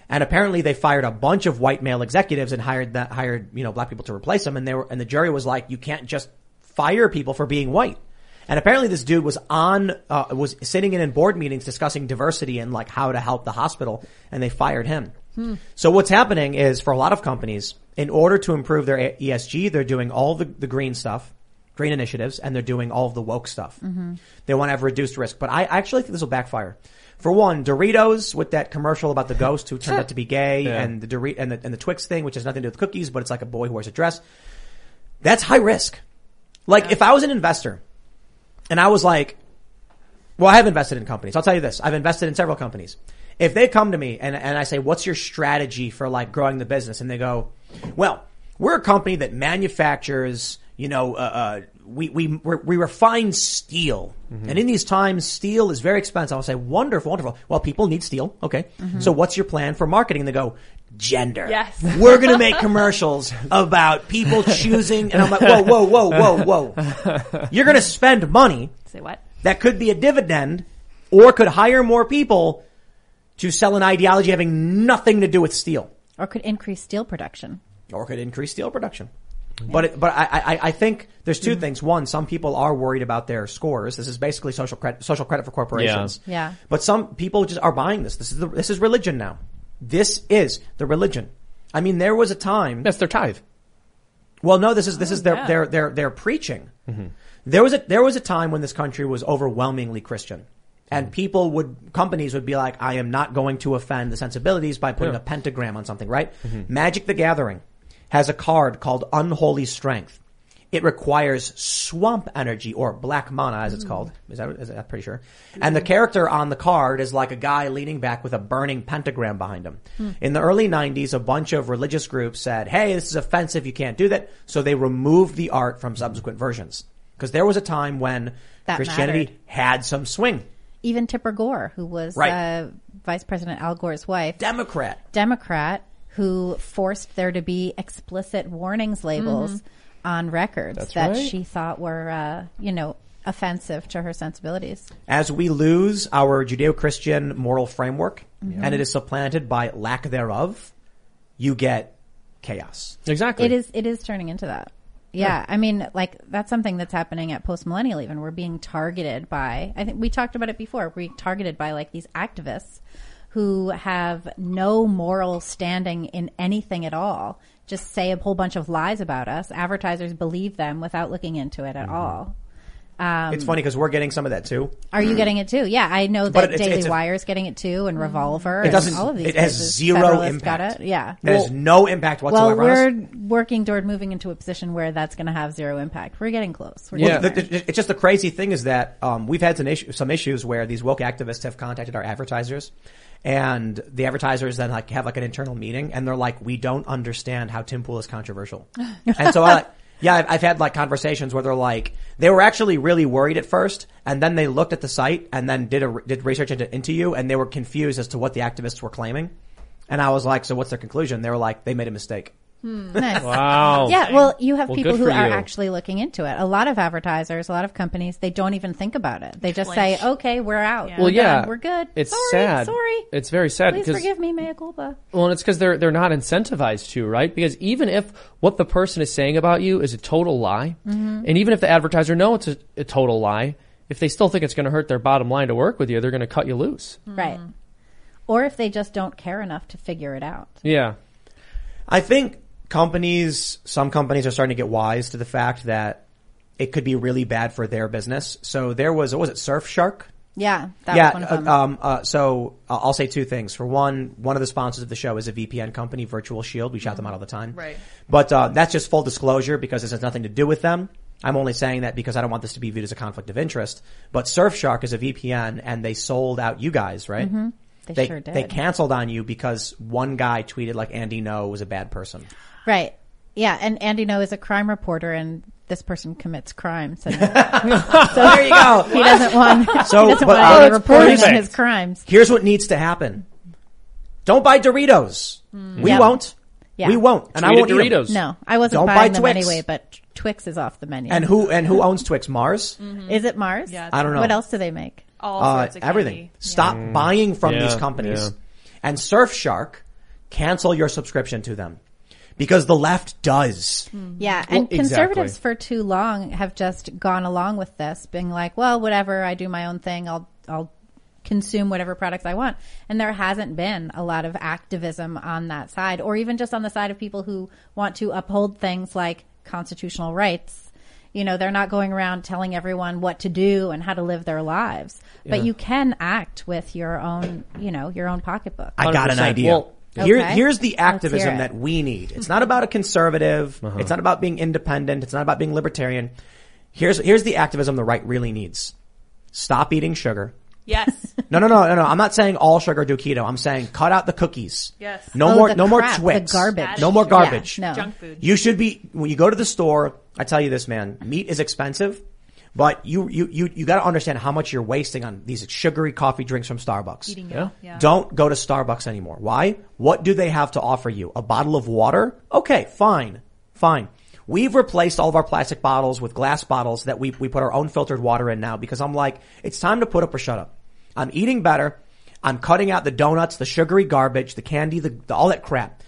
[SPEAKER 2] And apparently they fired a bunch of white male executives and hired that, hired, you know, black people to replace them. And they were, and the jury was like, you can't just fire people for being white. And apparently this dude was on, uh, was sitting in in board meetings discussing diversity and like how to help the hospital. And they fired him.
[SPEAKER 11] Hmm.
[SPEAKER 2] So what's happening is for a lot of companies, in order to improve their ESG, they're doing all the, the green stuff, green initiatives, and they're doing all of the woke stuff.
[SPEAKER 11] Mhm.
[SPEAKER 2] They want to have reduced risk. But I actually think this will backfire. For one, Doritos with that commercial about the ghost who turned out to be gay
[SPEAKER 3] Yeah.
[SPEAKER 2] and the Dori- and the, and the Twix thing, which has nothing to do with cookies, but it's like a boy who wears a dress. That's high risk. Like if I was an investor and I was like, well, I have invested in companies. I'll tell you this. I've invested in several companies. If they come to me and, and I say, what's your strategy for like growing the business? And they go, well, we're a company that manufactures, you know, uh, uh, we, we, we're- we refine steel.
[SPEAKER 5] Mm-hmm.
[SPEAKER 2] And in these times, steel is very expensive. I'll say, wonderful, wonderful. Well, people need steel. Okay.
[SPEAKER 5] Mm-hmm.
[SPEAKER 11] Mhm.
[SPEAKER 2] So what's your plan for marketing? And they go, gender.
[SPEAKER 11] Yes.
[SPEAKER 2] We're going to make commercials about people choosing. And I'm like, whoa, whoa, whoa, whoa, whoa. You're going to spend money
[SPEAKER 5] Say what?
[SPEAKER 2] that could be a dividend or could hire more people to sell an ideology having nothing to do with steel,
[SPEAKER 4] or could increase steel production.
[SPEAKER 2] or could increase steel production. But it, but I, I I think there's 2
[SPEAKER 4] Mhm.
[SPEAKER 2] things. One, some people are worried about their scores. This is basically social credit social credit for corporations.
[SPEAKER 4] Yeah.
[SPEAKER 2] But some people just are buying this. This is the, this is religion now. This is the religion. I mean, there was a time that's
[SPEAKER 3] their tithe.
[SPEAKER 2] Well, no, this is this is their,
[SPEAKER 3] yeah.
[SPEAKER 2] their their their preaching. There was a there was a time when this country was overwhelmingly Christian, and people would companies would be like, "I am not going to offend the sensibilities by putting
[SPEAKER 11] Yeah.
[SPEAKER 2] a pentagram on something." Right?
[SPEAKER 11] Mhm.
[SPEAKER 2] Magic: The Gathering has a card called Unholy Strength. It requires swamp energy or black mana, as
[SPEAKER 4] Hmm.
[SPEAKER 2] it's
[SPEAKER 11] Mm.
[SPEAKER 2] called. Is that? Is that I'm pretty sure? And the character on the card is like a guy leaning back with a burning pentagram behind him.
[SPEAKER 11] Hmm.
[SPEAKER 2] In the early 90s, a bunch of religious groups said, hey, this is offensive, you can't do that. So they removed the art from subsequent versions. Because there was a time when
[SPEAKER 4] That
[SPEAKER 2] Christianity
[SPEAKER 4] mattered.
[SPEAKER 2] had some swing.
[SPEAKER 4] Even Tipper Gore, who was
[SPEAKER 2] Right.
[SPEAKER 4] uh, Vice President Al Gore's wife,
[SPEAKER 2] Democrat,
[SPEAKER 4] Democrat, who forced there to be explicit warnings labels
[SPEAKER 17] Mhm.
[SPEAKER 4] on records
[SPEAKER 2] Mm-hmm. That's
[SPEAKER 4] that
[SPEAKER 2] right.
[SPEAKER 4] she thought were, uh, you know, offensive to her sensibilities.
[SPEAKER 2] As we lose our Judeo-Christian moral framework,
[SPEAKER 4] Mhm.
[SPEAKER 2] and it is supplanted by lack thereof, you get chaos.
[SPEAKER 3] Exactly.
[SPEAKER 4] It is. It is turning into that. Yeah,
[SPEAKER 2] Yeah.
[SPEAKER 4] I mean, like that's something that's happening at post millennial. Even we're being targeted by. I think we talked about it before. We're being targeted by like these activists who have no moral standing in anything at all. Just say a whole bunch of lies about us. Advertisers believe them without looking into it at
[SPEAKER 2] Mm-hmm.
[SPEAKER 4] all. Um,
[SPEAKER 2] it's funny because we're getting some of that too.
[SPEAKER 4] Are you getting it too? Yeah, I know
[SPEAKER 2] Mm. But
[SPEAKER 4] that
[SPEAKER 2] it's-
[SPEAKER 4] Daily
[SPEAKER 2] it's a- Mm.
[SPEAKER 4] Wire is getting it too, and Revolver.
[SPEAKER 2] It doesn't.
[SPEAKER 4] And all of these.
[SPEAKER 2] it has
[SPEAKER 4] places.
[SPEAKER 2] zero
[SPEAKER 4] Federalist
[SPEAKER 2] impact.
[SPEAKER 4] Got it. Yeah.
[SPEAKER 2] It has no impact whatsoever.
[SPEAKER 4] Well,
[SPEAKER 2] on us.
[SPEAKER 4] we're working toward moving into a position where that's going to have zero impact. We're getting close. We're
[SPEAKER 2] Well,
[SPEAKER 4] getting
[SPEAKER 2] the-
[SPEAKER 4] there.
[SPEAKER 2] the- it's just the crazy thing is that um, we've had some, issue, some issues where these woke activists have contacted our advertisers, and the advertisers then like have like an internal meeting, and they're like, "We don't understand how Tim Pool is controversial." and so, I, yeah, I've, I've had like conversations where they're like, they were actually really worried at first, and then they looked at the site and then did a, did research into, into you, and they were confused as to what the activists were claiming. And I was like, "So what's their conclusion?" They were like, "They made a mistake."
[SPEAKER 4] Hmm. Nice.
[SPEAKER 2] Wow.
[SPEAKER 4] Yeah. Well, you have
[SPEAKER 2] Well,
[SPEAKER 4] people
[SPEAKER 2] good
[SPEAKER 4] who
[SPEAKER 2] for
[SPEAKER 4] are
[SPEAKER 2] you.
[SPEAKER 4] actually looking into it. A lot of advertisers, a lot of companies, they don't even think about it. They just
[SPEAKER 17] Flinch.
[SPEAKER 4] say, "Okay, we're out.
[SPEAKER 3] Well,
[SPEAKER 4] We're
[SPEAKER 3] yeah,
[SPEAKER 4] done. we're good."
[SPEAKER 3] It's
[SPEAKER 4] sorry,
[SPEAKER 3] sad.
[SPEAKER 4] Sorry.
[SPEAKER 3] It's very sad
[SPEAKER 4] Please
[SPEAKER 3] because
[SPEAKER 4] forgive me, mea culpa.
[SPEAKER 3] Well, and it's because they're they're not incentivized to, right? Because even if what the person is saying about you is a total lie,
[SPEAKER 4] Mhm.
[SPEAKER 3] and even if the advertiser knows it's a, a total lie, if they still think it's going to hurt their bottom line to work with you, they're going to cut you loose.
[SPEAKER 4] Right. Or if they just don't care enough to figure it out.
[SPEAKER 3] Yeah.
[SPEAKER 2] I think companies, some companies are starting to get wise to the fact that it could be really bad for their business. So there was, what was it Surfshark?
[SPEAKER 4] Yeah, that
[SPEAKER 2] yeah.
[SPEAKER 4] was one of them.
[SPEAKER 2] uh, um, uh, so uh, I'll say two things. For one, one of the sponsors of the show is a VPN company, Virtual Shield. We
[SPEAKER 4] Mm-hmm.
[SPEAKER 2] shout them out all the time.
[SPEAKER 11] Right.
[SPEAKER 2] But uh, that's just full disclosure because this has nothing to do with them. I'm only saying that because I don't want this to be viewed as a conflict of interest. But Surfshark is a VPN, and they sold out you guys, right?
[SPEAKER 4] Mhm. They sure did.
[SPEAKER 2] They canceled on you because one guy tweeted like Andy No was a bad person.
[SPEAKER 4] Right. Yeah, and Andy No is a crime reporter, and this person commits crimes. And so
[SPEAKER 2] there you go.
[SPEAKER 4] He doesn't want.
[SPEAKER 2] So,
[SPEAKER 4] he doesn't
[SPEAKER 2] but,
[SPEAKER 4] want
[SPEAKER 2] uh,
[SPEAKER 4] any
[SPEAKER 2] it's
[SPEAKER 4] reporting on
[SPEAKER 2] perfect.
[SPEAKER 4] his crimes.
[SPEAKER 2] Here's what needs to happen. Don't buy Doritos. We
[SPEAKER 4] Mm. Yeah.
[SPEAKER 2] won't.
[SPEAKER 4] Yeah.
[SPEAKER 2] We won't. And I won't eat 'em.
[SPEAKER 4] No, I wasn't
[SPEAKER 2] Don't
[SPEAKER 4] buying
[SPEAKER 2] buy
[SPEAKER 4] them
[SPEAKER 2] Twix.
[SPEAKER 4] anyway. But Twix is off the menu.
[SPEAKER 2] And who and who owns Twix? Mars?
[SPEAKER 4] Is it Mars?
[SPEAKER 2] Yeah, it's I don't know.
[SPEAKER 4] What else do they make?
[SPEAKER 2] Uh, everything. Stop
[SPEAKER 4] Mm.
[SPEAKER 2] buying from
[SPEAKER 11] Yeah,
[SPEAKER 2] these companies.
[SPEAKER 11] yeah.
[SPEAKER 2] And Surfshark, cancel your subscription to them. Because the left does.
[SPEAKER 4] Yeah,
[SPEAKER 2] Well,
[SPEAKER 4] and conservatives
[SPEAKER 2] exactly.
[SPEAKER 4] for too long have just gone along with this, being like, "Well, whatever, I do my own thing. I'll I'll consume whatever products I want." And there hasn't been a lot of activism on that side, or even just on the side of people who want to uphold things like constitutional rights. You know, they're not going around telling everyone what to do and how to live their lives,
[SPEAKER 2] Yeah.
[SPEAKER 4] but you can act with your own, you know, your own pocketbook.
[SPEAKER 2] I got an idea. Here,
[SPEAKER 4] Okay.
[SPEAKER 2] Here's the
[SPEAKER 4] Let's hear
[SPEAKER 2] activism
[SPEAKER 4] it.
[SPEAKER 2] that we need. It's not about a conservative.
[SPEAKER 11] Uh-huh.
[SPEAKER 2] It's not about being independent. It's not about being libertarian. Here's, here's the activism the right really needs. Stop eating sugar.
[SPEAKER 5] Yes.
[SPEAKER 2] No, no, no, no, no. I'm not saying all sugar do keto. I'm saying cut out the cookies.
[SPEAKER 5] Yes.
[SPEAKER 2] No
[SPEAKER 4] Oh,
[SPEAKER 2] more,
[SPEAKER 4] the
[SPEAKER 2] no more
[SPEAKER 4] crap, the
[SPEAKER 2] Twix.
[SPEAKER 4] garbage.
[SPEAKER 2] No more
[SPEAKER 4] Yeah,
[SPEAKER 2] garbage.
[SPEAKER 4] no. Junk food.
[SPEAKER 2] You should be, when you go to the store, I tell you this, man, meat is expensive, but you, you, you, you gotta understand how much you're wasting on these sugary coffee drinks from Starbucks.
[SPEAKER 11] Eating it. Yeah. Yeah.
[SPEAKER 2] Don't go to Starbucks anymore. Why? What do they have to offer you? A bottle of water? Okay, fine. Fine. We've replaced all of our plastic bottles with glass bottles that we, we put our own filtered water in now because I'm like, it's time to put up or shut up. I'm eating better. I'm cutting out the donuts, the sugary garbage, the candy, the, the all that crap.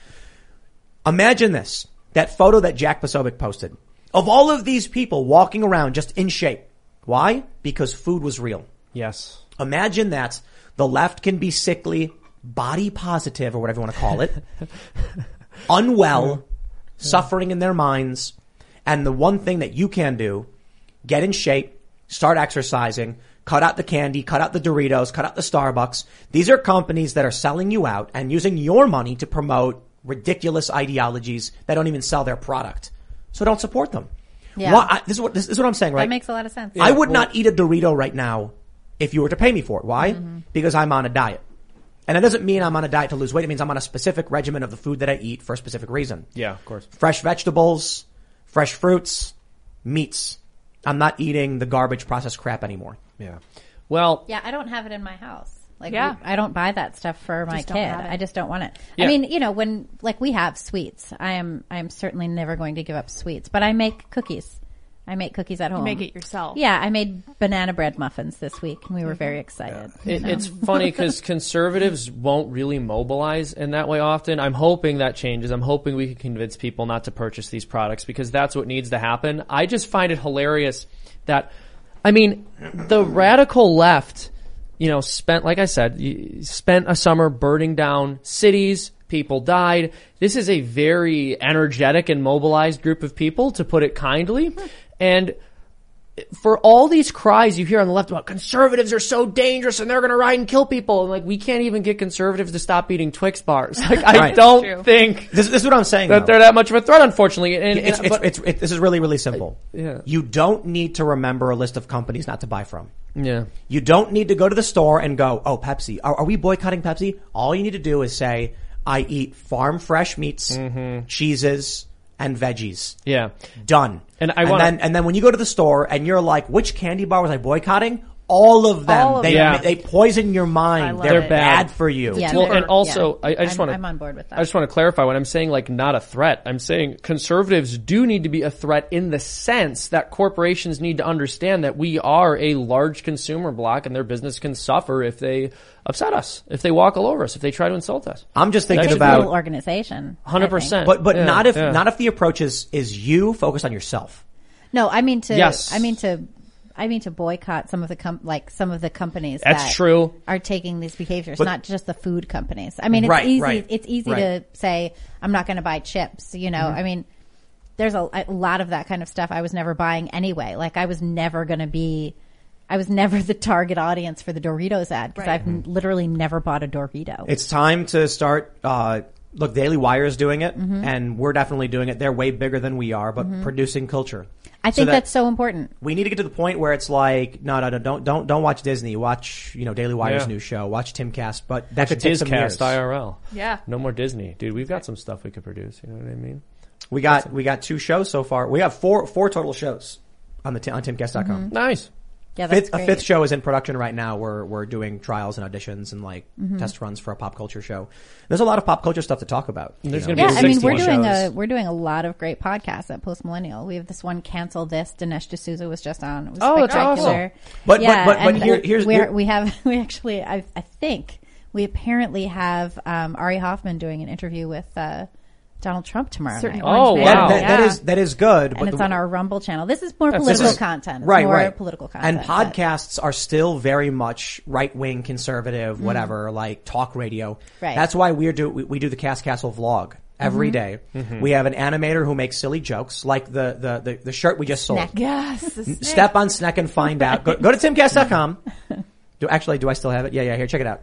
[SPEAKER 2] Imagine this. That photo that Jack Posobiec posted. Of all of these people walking around just in shape. Why? Because food was real.
[SPEAKER 3] Yes.
[SPEAKER 2] Imagine that the left can be sickly, body positive, or whatever you want to call it, unwell, suffering in their minds, and the one thing that you can do, get in shape, start exercising, cut out the candy, cut out the Doritos, cut out the Starbucks. These are companies that are selling you out and using your money to promote ridiculous ideologies that don't even sell their product. So don't support them.
[SPEAKER 4] Yeah.
[SPEAKER 2] Why- I- this is what this is what I'm saying, right?
[SPEAKER 4] That makes a lot of sense.
[SPEAKER 2] I would not eat a Dorito right now if you were to pay me for it. Why?
[SPEAKER 3] Mm-hmm.
[SPEAKER 2] Because I'm on a diet. And that doesn't mean I'm on a diet to lose weight. It means I'm on a specific regimen of the food that I eat for a specific reason.
[SPEAKER 3] Yeah, of course.
[SPEAKER 2] Fresh vegetables, fresh fruits, meats. I'm not eating the garbage processed crap anymore.
[SPEAKER 3] Yeah. Well,
[SPEAKER 4] Yeah, I don't have it in my house. Like,
[SPEAKER 5] Yeah.
[SPEAKER 4] we- I don't buy that stuff for my
[SPEAKER 5] Just
[SPEAKER 4] kid.
[SPEAKER 5] don't have it.
[SPEAKER 4] I just don't want it.
[SPEAKER 5] Yeah.
[SPEAKER 4] I mean, you know, when like we have sweets, I am I am certainly never going to give up sweets, but I make cookies. I make cookies at
[SPEAKER 5] You
[SPEAKER 4] home.
[SPEAKER 5] make it yourself. Mm-hmm.
[SPEAKER 4] Yeah, I made banana bread muffins this week, and we were very excited. you
[SPEAKER 3] It,
[SPEAKER 4] know?
[SPEAKER 3] It's funny because conservatives won't really mobilize in that way often. I'm hoping that changes. I'm hoping we can convince people not to purchase these products because that's what needs to happen. I just find it hilarious that, I mean, the radical left, you know, spent, like I said, y- spent a summer burning down cities. People died. This is a very energetic and mobilized group of people, to put it kindly.
[SPEAKER 4] Hmm.
[SPEAKER 3] And for all these cries you hear on the left about conservatives are so dangerous and they're going to ride and kill people and like we can't even get conservatives to stop eating Twix bars. Like I
[SPEAKER 2] Right.
[SPEAKER 3] don't
[SPEAKER 2] True.
[SPEAKER 3] think
[SPEAKER 2] this, this is what I'm saying
[SPEAKER 3] that
[SPEAKER 2] though.
[SPEAKER 3] they're that much of a threat. Unfortunately, and,
[SPEAKER 2] It's,
[SPEAKER 3] and-
[SPEAKER 2] it's,
[SPEAKER 3] but-
[SPEAKER 2] it's, it- this is really, really simple.
[SPEAKER 3] yeah.
[SPEAKER 2] You don't need to remember a list of companies not to buy from.
[SPEAKER 3] yeah,
[SPEAKER 2] You don't need to go to the store and go, oh, Pepsi. Are, are we boycotting Pepsi? All you need to do is say, I eat farm fresh meats, cheeses, and veggies.
[SPEAKER 3] Mm-hmm. Yeah.
[SPEAKER 2] Done.
[SPEAKER 3] And I wanna-
[SPEAKER 2] then, and then when you go to the store and you're like, which candy bar was I boycotting? All of them.
[SPEAKER 4] All of
[SPEAKER 2] they,
[SPEAKER 4] them.
[SPEAKER 3] Yeah.
[SPEAKER 2] they poison your mind. They're
[SPEAKER 3] it.
[SPEAKER 2] bad. for you.
[SPEAKER 4] Yeah,
[SPEAKER 3] well,
[SPEAKER 4] they're-
[SPEAKER 3] and also,
[SPEAKER 4] yeah.
[SPEAKER 3] I, I just
[SPEAKER 4] I'm-
[SPEAKER 3] want to.
[SPEAKER 4] I'm on board with that.
[SPEAKER 3] I just want to clarify when I'm saying like not a threat. I'm saying conservatives do need to be a threat in the sense that corporations need to understand that we are a large consumer block and their business can suffer if they upset us, if they walk all over us, if they try to insult us.
[SPEAKER 2] I'm just thinking
[SPEAKER 4] Takes a
[SPEAKER 2] about
[SPEAKER 4] little organization. I
[SPEAKER 3] Hundred
[SPEAKER 4] think.
[SPEAKER 3] percent.
[SPEAKER 2] But, but
[SPEAKER 3] Yeah,
[SPEAKER 2] not if,
[SPEAKER 3] yeah.
[SPEAKER 2] not if the approach is, is you focus on yourself.
[SPEAKER 4] No, I mean to.
[SPEAKER 2] Yes.
[SPEAKER 4] I mean to. I mean to boycott some of the com- like some of the companies
[SPEAKER 2] That's
[SPEAKER 4] that
[SPEAKER 2] true.
[SPEAKER 4] are taking these behaviors,
[SPEAKER 2] But-
[SPEAKER 4] not just the food companies. I mean, it's
[SPEAKER 2] Right,
[SPEAKER 4] easy.
[SPEAKER 2] right,
[SPEAKER 4] it's easy to
[SPEAKER 2] right. Mm-hmm.
[SPEAKER 4] say I'm not going to buy chips. You know,
[SPEAKER 5] Mhm.
[SPEAKER 4] I mean, there's a, a lot of that kind of stuff I was never buying anyway. Like I was never going to be. I was never the target audience for the Doritos ad because I've n- literally never bought a Dorito.
[SPEAKER 2] It's time to start. Uh, look, Daily Wire is doing it,
[SPEAKER 4] Mhm.
[SPEAKER 2] and we're definitely doing it. They're way bigger than we are, but
[SPEAKER 4] Mhm.
[SPEAKER 2] producing culture.
[SPEAKER 4] I
[SPEAKER 2] So
[SPEAKER 4] think
[SPEAKER 2] that-
[SPEAKER 4] that's so important.
[SPEAKER 2] We need to get to the point where it's like, no, no, no, don't, don't, don't watch Disney. Watch, you know, Daily Wire's
[SPEAKER 3] Yeah.
[SPEAKER 2] new show. Watch Timcast, but that
[SPEAKER 3] That's
[SPEAKER 2] could take
[SPEAKER 3] Discast
[SPEAKER 2] some years.
[SPEAKER 3] IRL.
[SPEAKER 5] Yeah.
[SPEAKER 3] No more Disney, dude. We've got some stuff we could produce. You know what I mean?
[SPEAKER 2] We got, we got two shows so far. We have four, four total shows on the, t- on timcast.com.
[SPEAKER 4] Mhm.
[SPEAKER 3] Nice.
[SPEAKER 4] Yeah, Oh, that's
[SPEAKER 2] fifth, a
[SPEAKER 4] great.
[SPEAKER 2] fifth show is in production right now. We're we're doing trials and auditions and like
[SPEAKER 4] Mhm.
[SPEAKER 2] test runs for a pop culture show. There's a lot of pop culture stuff to talk about.
[SPEAKER 3] There's
[SPEAKER 2] you know.
[SPEAKER 4] Yeah, I mean, we're doing a we're doing a lot of great podcasts at Post Millennial. We have this one, cancel this. Dinesh D'Souza was just on. It was
[SPEAKER 2] Oh, that's
[SPEAKER 4] spectacular.
[SPEAKER 2] awesome. But- but-
[SPEAKER 4] yeah,
[SPEAKER 2] but- but
[SPEAKER 4] and
[SPEAKER 2] here- here's-
[SPEAKER 4] we're-
[SPEAKER 2] here-
[SPEAKER 4] we have we actually I, I think we apparently have um, Ari Hoffman doing an interview with uh, Donald Trump tomorrow
[SPEAKER 5] Certain
[SPEAKER 4] night.
[SPEAKER 2] Oh,
[SPEAKER 4] Orange
[SPEAKER 2] wow.
[SPEAKER 4] Man.
[SPEAKER 2] That- that- that is- that is good, but
[SPEAKER 4] And it's
[SPEAKER 2] the-
[SPEAKER 4] on our Rumble channel. This is more
[SPEAKER 2] That's-
[SPEAKER 4] political
[SPEAKER 2] this is-
[SPEAKER 4] content, It's
[SPEAKER 2] right?
[SPEAKER 4] More
[SPEAKER 2] right.
[SPEAKER 4] Political content.
[SPEAKER 2] And
[SPEAKER 4] but-
[SPEAKER 2] podcasts are still very much right wing, conservative, whatever, like talk radio.
[SPEAKER 4] Mm-hmm. Right. Mm-hmm.
[SPEAKER 2] That's why we're do we, we do the Cast Castle vlog every
[SPEAKER 5] Mhm.
[SPEAKER 2] day.
[SPEAKER 5] Mhm.
[SPEAKER 2] We have an animator who makes silly jokes, like the the the, the shirt we just sold.
[SPEAKER 5] Yes. the
[SPEAKER 2] N-
[SPEAKER 5] snack.
[SPEAKER 2] Step on Sneck and find out. Go, go to timcast.com. Do, actually, do I still have it? Yeah, yeah, here, check it out.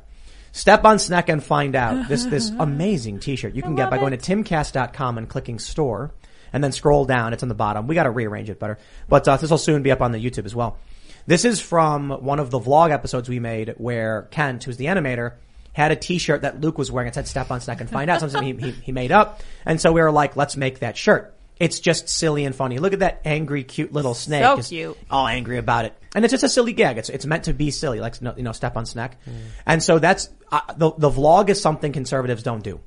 [SPEAKER 2] Step on Sneck and find out. This, this amazing t-shirt you can get by going to timcast.com and clicking store and then scroll down. It's on the bottom. We gotta rearrange it better. But, uh, this will soon be up on the YouTube as well. This is from one of the vlog episodes we made where Kent, who's the animator, had a t-shirt that Luke was wearing. It said step on Sneck and find out. Something he, he, he made up. And so we were like, let's make that shirt. It's just silly and funny. Look at that angry, cute little snake
[SPEAKER 5] So
[SPEAKER 2] just
[SPEAKER 5] cute.
[SPEAKER 2] all angry about it. And it's just a silly gag. It's it's meant to be silly, like no- you know, step on snack. And so that's uh, the the vlog is something conservatives don't do.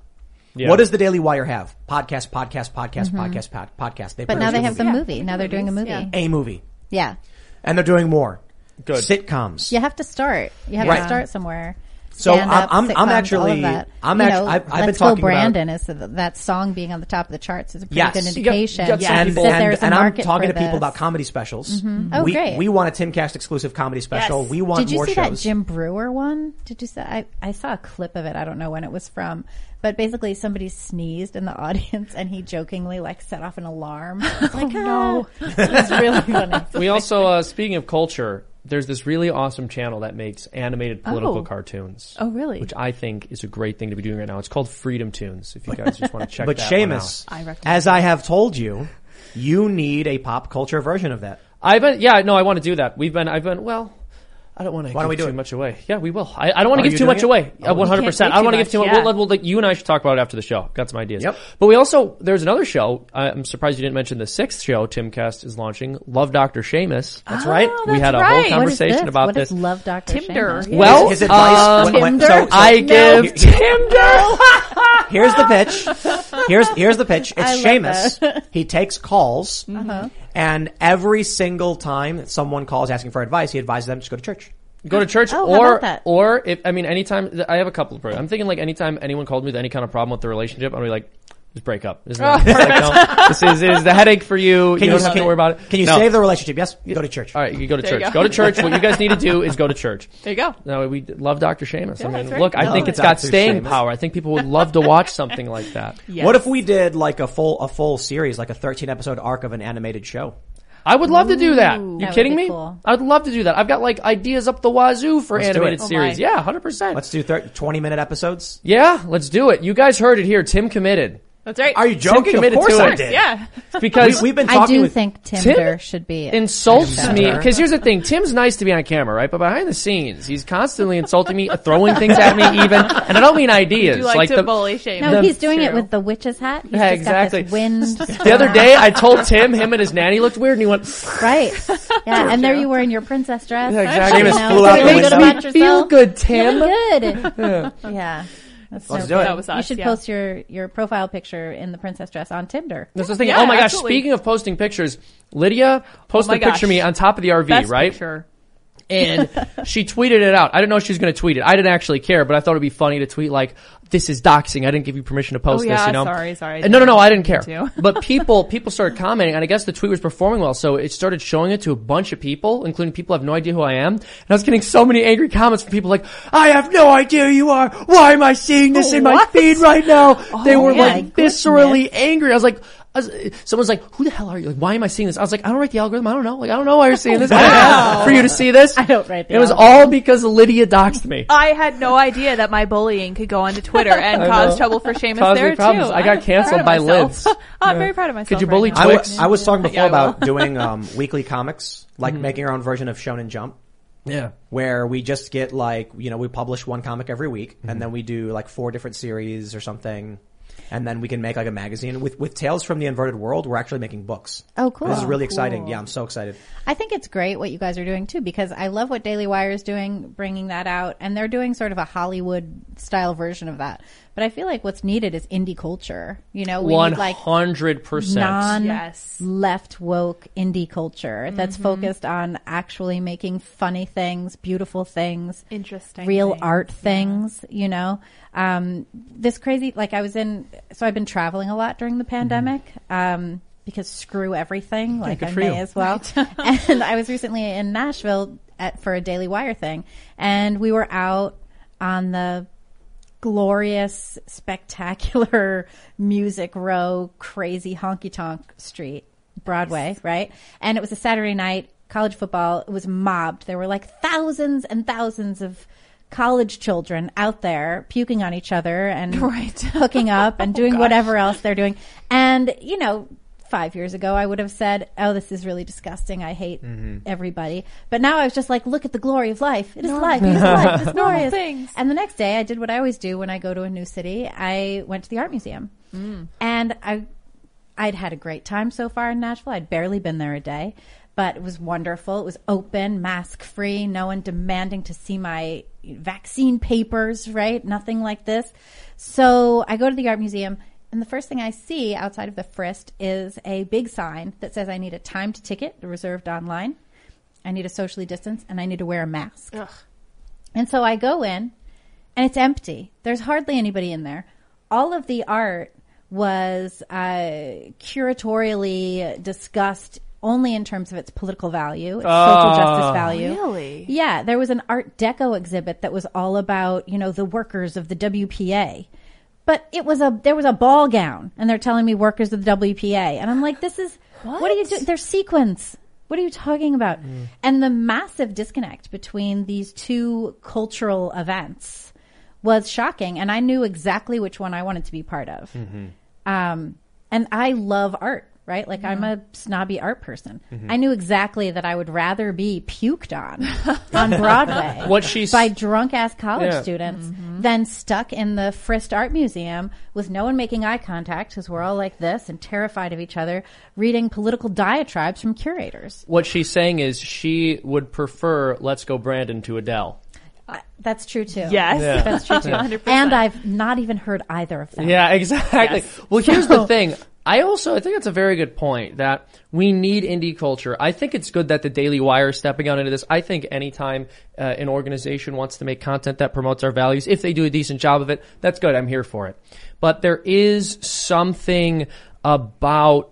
[SPEAKER 3] Yeah.
[SPEAKER 2] What does the Daily Wire have? Podcast, podcast, podcast,
[SPEAKER 4] Mhm.
[SPEAKER 2] podcast, pod, podcast. They
[SPEAKER 4] but now
[SPEAKER 2] produce
[SPEAKER 4] they
[SPEAKER 2] a
[SPEAKER 4] have the
[SPEAKER 2] movie.
[SPEAKER 4] movie. Now they're doing a movie. Yeah.
[SPEAKER 2] a movie, and they're doing more. Good sitcoms.
[SPEAKER 4] You have to start. You have
[SPEAKER 2] Right.
[SPEAKER 4] to start somewhere.
[SPEAKER 2] So
[SPEAKER 4] stand up,
[SPEAKER 2] I'm- I'm- I'm
[SPEAKER 4] sitcoms, all of
[SPEAKER 2] actually-
[SPEAKER 4] that.
[SPEAKER 2] I'm
[SPEAKER 4] You
[SPEAKER 2] actu-
[SPEAKER 4] know,
[SPEAKER 2] I've- I've been
[SPEAKER 4] Let's Go
[SPEAKER 2] talking about-
[SPEAKER 4] Brandon is the, that song being on the top of the charts is a pretty
[SPEAKER 2] yes.
[SPEAKER 4] good indication.
[SPEAKER 2] Yes.
[SPEAKER 4] that
[SPEAKER 2] And,
[SPEAKER 4] there's
[SPEAKER 2] and,
[SPEAKER 4] a
[SPEAKER 2] and I'm
[SPEAKER 4] market
[SPEAKER 2] talking
[SPEAKER 4] for
[SPEAKER 2] to people
[SPEAKER 4] this.
[SPEAKER 2] about comedy specials.
[SPEAKER 4] Mhm. Oh,
[SPEAKER 2] we,
[SPEAKER 4] great.
[SPEAKER 2] We want a Timcast exclusive comedy special. We want
[SPEAKER 4] Did you
[SPEAKER 2] more
[SPEAKER 4] see
[SPEAKER 2] shows.
[SPEAKER 4] that Jim Brewer one? Did you see? I I saw a clip of it. I don't know when it was from, but basically somebody sneezed in the audience, and he jokingly like set off an alarm. It's like, oh, no, it's really funny.
[SPEAKER 3] we also, uh, speaking of culture, there's this really awesome channel that makes animated political
[SPEAKER 5] Oh.
[SPEAKER 3] cartoons.
[SPEAKER 5] Oh, really?
[SPEAKER 3] Which I think is a great thing to be doing right now. It's called Freedom Tunes. If you guys just want to check
[SPEAKER 2] but
[SPEAKER 3] that one out.
[SPEAKER 2] Seamus,
[SPEAKER 5] I recommend
[SPEAKER 2] as I have told you, you need a pop culture version of that.
[SPEAKER 3] I've been, yeah, no, I want to do that. We've been, I've been, well, I don't want to
[SPEAKER 2] Why don't
[SPEAKER 3] give
[SPEAKER 2] we do
[SPEAKER 3] too
[SPEAKER 2] it?
[SPEAKER 3] much away. Yeah, we will. I, I don't want
[SPEAKER 2] Are
[SPEAKER 3] to give
[SPEAKER 2] you
[SPEAKER 3] too
[SPEAKER 2] doing
[SPEAKER 3] much
[SPEAKER 2] it?
[SPEAKER 3] away.
[SPEAKER 2] Oh,
[SPEAKER 3] Uh,
[SPEAKER 2] we can't
[SPEAKER 3] 100%.
[SPEAKER 5] say
[SPEAKER 3] I don't
[SPEAKER 5] too
[SPEAKER 3] want to give
[SPEAKER 5] much,
[SPEAKER 3] too much.
[SPEAKER 5] yeah.
[SPEAKER 3] We'll, we'll, like, you and I should talk about it after the show. Got some ideas.
[SPEAKER 2] Yep.
[SPEAKER 3] But we also, there's another show. I- I'm surprised you didn't mention the sixth show Timcast is launching, Love Dr. Seamus. That's
[SPEAKER 4] Oh,
[SPEAKER 2] Oh, right.
[SPEAKER 3] we had a
[SPEAKER 5] right. What
[SPEAKER 3] whole
[SPEAKER 5] is
[SPEAKER 3] conversation
[SPEAKER 4] this?
[SPEAKER 3] about
[SPEAKER 4] What
[SPEAKER 3] this.
[SPEAKER 4] is love, Doctor
[SPEAKER 5] Tinder.
[SPEAKER 4] Seamus?
[SPEAKER 5] Yeah.
[SPEAKER 3] well,
[SPEAKER 2] His advice
[SPEAKER 3] uh,
[SPEAKER 2] when- when- so- so-
[SPEAKER 3] I
[SPEAKER 2] No.
[SPEAKER 3] give Tinder.
[SPEAKER 2] Here's the pitch. Here's here's the pitch.
[SPEAKER 4] I
[SPEAKER 2] It's
[SPEAKER 4] love
[SPEAKER 2] Seamus. He takes calls,
[SPEAKER 4] Uh-huh.
[SPEAKER 2] and every single time that someone calls asking for advice, he advises them to go to church.
[SPEAKER 3] Go to church,
[SPEAKER 4] Oh, how
[SPEAKER 3] or
[SPEAKER 4] about that?
[SPEAKER 3] or if I mean anytime I have a couple of programs. I'm thinking like anytime anyone called me with any kind of problem with the relationship, I'm gonna be like, just break up. This is, like, no, this is, this is the headache for you. you don't have to worry about it.
[SPEAKER 2] Oh, Can you
[SPEAKER 3] No.
[SPEAKER 2] save the relationship? Yes, go to church.
[SPEAKER 3] All right, you go to
[SPEAKER 5] There you
[SPEAKER 3] church. Go.
[SPEAKER 5] go.
[SPEAKER 3] to church. What you guys need to do is go to church.
[SPEAKER 5] There you go.
[SPEAKER 3] No, we d- love Dr. Seamus. I mean,
[SPEAKER 5] that's right.
[SPEAKER 3] look, I
[SPEAKER 5] Love
[SPEAKER 3] think it's got
[SPEAKER 2] Dr.
[SPEAKER 3] staying
[SPEAKER 2] Seamus.
[SPEAKER 3] power. I think people would love to watch something like that.
[SPEAKER 5] Yes.
[SPEAKER 2] What if we did like a full a full series, like a 13 episode arc of an animated show?
[SPEAKER 3] I would love to do that.
[SPEAKER 5] Ooh.
[SPEAKER 3] You
[SPEAKER 4] That would
[SPEAKER 3] kidding
[SPEAKER 4] be
[SPEAKER 3] me?
[SPEAKER 4] cool.
[SPEAKER 3] I'd love to do that. I've got like ideas up the wazoo for
[SPEAKER 2] Let's do
[SPEAKER 3] animated
[SPEAKER 2] it. Oh,
[SPEAKER 3] series.
[SPEAKER 5] my.
[SPEAKER 3] yeah, hundred percent.
[SPEAKER 2] Let's do thir- 20 minute episodes.
[SPEAKER 3] Yeah, let's do it. You guys heard it here. Tim committed.
[SPEAKER 5] That's right.
[SPEAKER 2] Are you joking? Of
[SPEAKER 3] committed
[SPEAKER 2] course
[SPEAKER 3] to
[SPEAKER 2] I
[SPEAKER 3] it.
[SPEAKER 2] did.
[SPEAKER 5] Yeah.
[SPEAKER 3] It's because
[SPEAKER 2] We, have been
[SPEAKER 4] I
[SPEAKER 2] talking
[SPEAKER 4] do
[SPEAKER 2] with
[SPEAKER 4] think Tinder should be
[SPEAKER 3] insults me
[SPEAKER 2] Tinder.
[SPEAKER 3] because here's the thing tim's nice to be on camera right but behind the scenes he's constantly insulting me throwing things at me even and i don't mean ideas
[SPEAKER 5] You like, to
[SPEAKER 3] the,
[SPEAKER 5] bully shame.
[SPEAKER 4] No,
[SPEAKER 3] The-
[SPEAKER 4] he's doing it
[SPEAKER 5] True.
[SPEAKER 4] with the witch's hat. He's
[SPEAKER 3] Yeah,
[SPEAKER 4] just got this
[SPEAKER 3] exactly.
[SPEAKER 4] wind.
[SPEAKER 3] the other day i told tim him and his nanny looked weird and he went
[SPEAKER 4] right? Yeah, and there you were in your princess dress.
[SPEAKER 3] Yeah, exactly.
[SPEAKER 4] You
[SPEAKER 2] Seamus
[SPEAKER 4] know,
[SPEAKER 2] flew out the
[SPEAKER 4] feeling
[SPEAKER 2] window.
[SPEAKER 4] good about
[SPEAKER 3] Makes me feel
[SPEAKER 4] yourself.
[SPEAKER 3] good, Tim.
[SPEAKER 4] Feeling good. yeah. That's
[SPEAKER 2] Let's
[SPEAKER 4] so
[SPEAKER 2] do
[SPEAKER 4] good.
[SPEAKER 2] it. That
[SPEAKER 5] was
[SPEAKER 4] you
[SPEAKER 5] us,
[SPEAKER 4] should
[SPEAKER 5] yeah.
[SPEAKER 4] post your, your profile picture in the princess dress on Tinder.
[SPEAKER 3] that's the thing
[SPEAKER 5] Yeah,
[SPEAKER 3] oh my gosh
[SPEAKER 5] absolutely.
[SPEAKER 3] speaking of posting pictures lydia posted
[SPEAKER 5] Oh my
[SPEAKER 3] a picture
[SPEAKER 5] gosh.
[SPEAKER 3] of me on top of the rv
[SPEAKER 5] Best
[SPEAKER 3] right
[SPEAKER 5] picture.
[SPEAKER 3] and she tweeted it out. I didn't know she was going to tweet it. I didn't actually care, but I thought it'd be funny to tweet like, "This is doxing. I didn't give you permission to post
[SPEAKER 5] Oh, yeah,
[SPEAKER 3] this." You know?
[SPEAKER 5] sorry, sorry, I
[SPEAKER 3] And no, no, no. I didn't
[SPEAKER 5] didn't
[SPEAKER 3] care.
[SPEAKER 5] mean to.
[SPEAKER 3] but people, people started commenting, and I guess the tweet was performing well, so it started showing it to a bunch of people, including people who have no idea who I am. And I was getting so many angry comments from people like, "I have no idea who you are. Why am I seeing this in my
[SPEAKER 5] What? Oh,
[SPEAKER 3] feed right now?" they were
[SPEAKER 4] my
[SPEAKER 3] like viscerally angry. I was like. I was- Someone's like, "Who the hell are you? Like, why am I seeing this?" I was like, "I don't write the algorithm. I don't know. Like, I don't know why you're seeing this. I don't know for you to see this.
[SPEAKER 4] I don't write the
[SPEAKER 3] It was
[SPEAKER 4] algorithm.
[SPEAKER 3] all because Lydia doxed me.
[SPEAKER 5] I had no idea that my bullying could go onto Twitter and
[SPEAKER 3] I
[SPEAKER 5] cause
[SPEAKER 3] know.
[SPEAKER 5] trouble for Seamus
[SPEAKER 3] Caused me
[SPEAKER 5] there
[SPEAKER 3] problems.
[SPEAKER 5] too.
[SPEAKER 3] I got
[SPEAKER 5] I'm
[SPEAKER 3] canceled
[SPEAKER 5] proud
[SPEAKER 3] by
[SPEAKER 5] of myself.
[SPEAKER 3] Lids.
[SPEAKER 5] I'm very proud of myself.
[SPEAKER 3] you
[SPEAKER 5] right
[SPEAKER 3] bully
[SPEAKER 5] now.
[SPEAKER 2] I
[SPEAKER 3] Twix?
[SPEAKER 2] was- I was talking before
[SPEAKER 5] Yeah, I
[SPEAKER 2] about
[SPEAKER 5] will.
[SPEAKER 2] doing um, weekly comics, like making our own version of Shonen Jump,
[SPEAKER 3] Yeah,
[SPEAKER 2] where we just get like you know we publish one comic every week, and then we do like four different series or something, and then we can make like a magazine with with Tales from the Inverted World. We're actually making books.
[SPEAKER 4] Oh, cool.
[SPEAKER 2] This is really exciting. Yeah, I'm so excited.
[SPEAKER 4] I think it's great what you guys are doing too, because I love what Daily Wire is doing, bringing that out, and they're doing sort of a Hollywood style version of that. But I feel like what's needed is indie culture. You know, we
[SPEAKER 3] one
[SPEAKER 4] need like
[SPEAKER 3] hundred percent.
[SPEAKER 4] non
[SPEAKER 5] Yes. Mm-hmm.
[SPEAKER 4] left woke indie culture that's focused on actually making funny things, beautiful things,
[SPEAKER 5] Interesting
[SPEAKER 4] real
[SPEAKER 5] things,
[SPEAKER 4] art things. You know, um, this crazy. Like I was in, so I've been traveling a lot during the
[SPEAKER 3] Mm-hmm.
[SPEAKER 4] pandemic. Um, because screw everything, like I
[SPEAKER 3] for
[SPEAKER 4] may
[SPEAKER 3] you.
[SPEAKER 4] as well. and I was recently in Nashville at for a Daily Wire thing, and we were out on the glorious, spectacular music row, crazy honky tonk street, Broadway, right? And it was a Saturday night, college football. It was mobbed. There were like thousands and thousands of college children out there puking on each other and
[SPEAKER 5] Right. Oh,
[SPEAKER 4] hooking up and doing whatever else they're doing. And, you know, five years ago, I would have said, Oh, this is really disgusting. I hate
[SPEAKER 5] Mm-hmm.
[SPEAKER 4] everybody. But now I was just like, Look at the glory of life. It is life. It is life. It's glorious.
[SPEAKER 5] things.
[SPEAKER 4] And the next day, I did what I always do when I go to a new city. I went to the art museum, and I, I'd had a great time so far in Nashville. I'd barely been there a day, but it was wonderful. It was open, mask free, no one demanding to see my vaccine papers. Right, nothing like this. So I go to the art museum. And the first thing I see outside of the frist is a big sign that says I need a timed ticket reserved online. I need to socially distance and I need to wear a mask. And so I go in and it's empty. There's hardly anybody in there. All of the art was uh, curatorially discussed only in terms of its political value, its social
[SPEAKER 11] Oh.
[SPEAKER 4] justice value.
[SPEAKER 5] Really?
[SPEAKER 4] Yeah, there was an Art Deco exhibit that was all about you know the workers of the WPA. But it was a there was a ball gown, and they're telling me workers of the WPA, and I'm like, this is what, are you doing? They're sequins. What are you talking about? And the massive disconnect between these two cultural events was shocking, and I knew exactly which one I wanted to be part of. Um, and I love art, right? Like I'm a snobby art person.
[SPEAKER 3] Mhm.
[SPEAKER 4] I knew exactly that I would rather be puked on on Broadway
[SPEAKER 3] What she's-
[SPEAKER 4] by drunk ass college
[SPEAKER 3] Yeah.
[SPEAKER 4] students than stuck in the Frist Art Museum with no one making eye contact because we're all like this and terrified of each other, reading political diatribes from curators.
[SPEAKER 3] What she's saying is she would prefer Let's Go Brandon to Adele.
[SPEAKER 4] I- That's true too.
[SPEAKER 3] Yes. Yeah.
[SPEAKER 4] that's true too.
[SPEAKER 3] 100%.
[SPEAKER 4] And I've not even heard either of them.
[SPEAKER 3] Yeah, exactly. Well, here's the thing. I also I think that's a very good point that we need indie culture. I think it's good that the Daily Wire is stepping out into this. I think anytime uh, an organization wants to make content that promotes our values, if they do a decent job of it, that's good. I'm here for it. But there is something about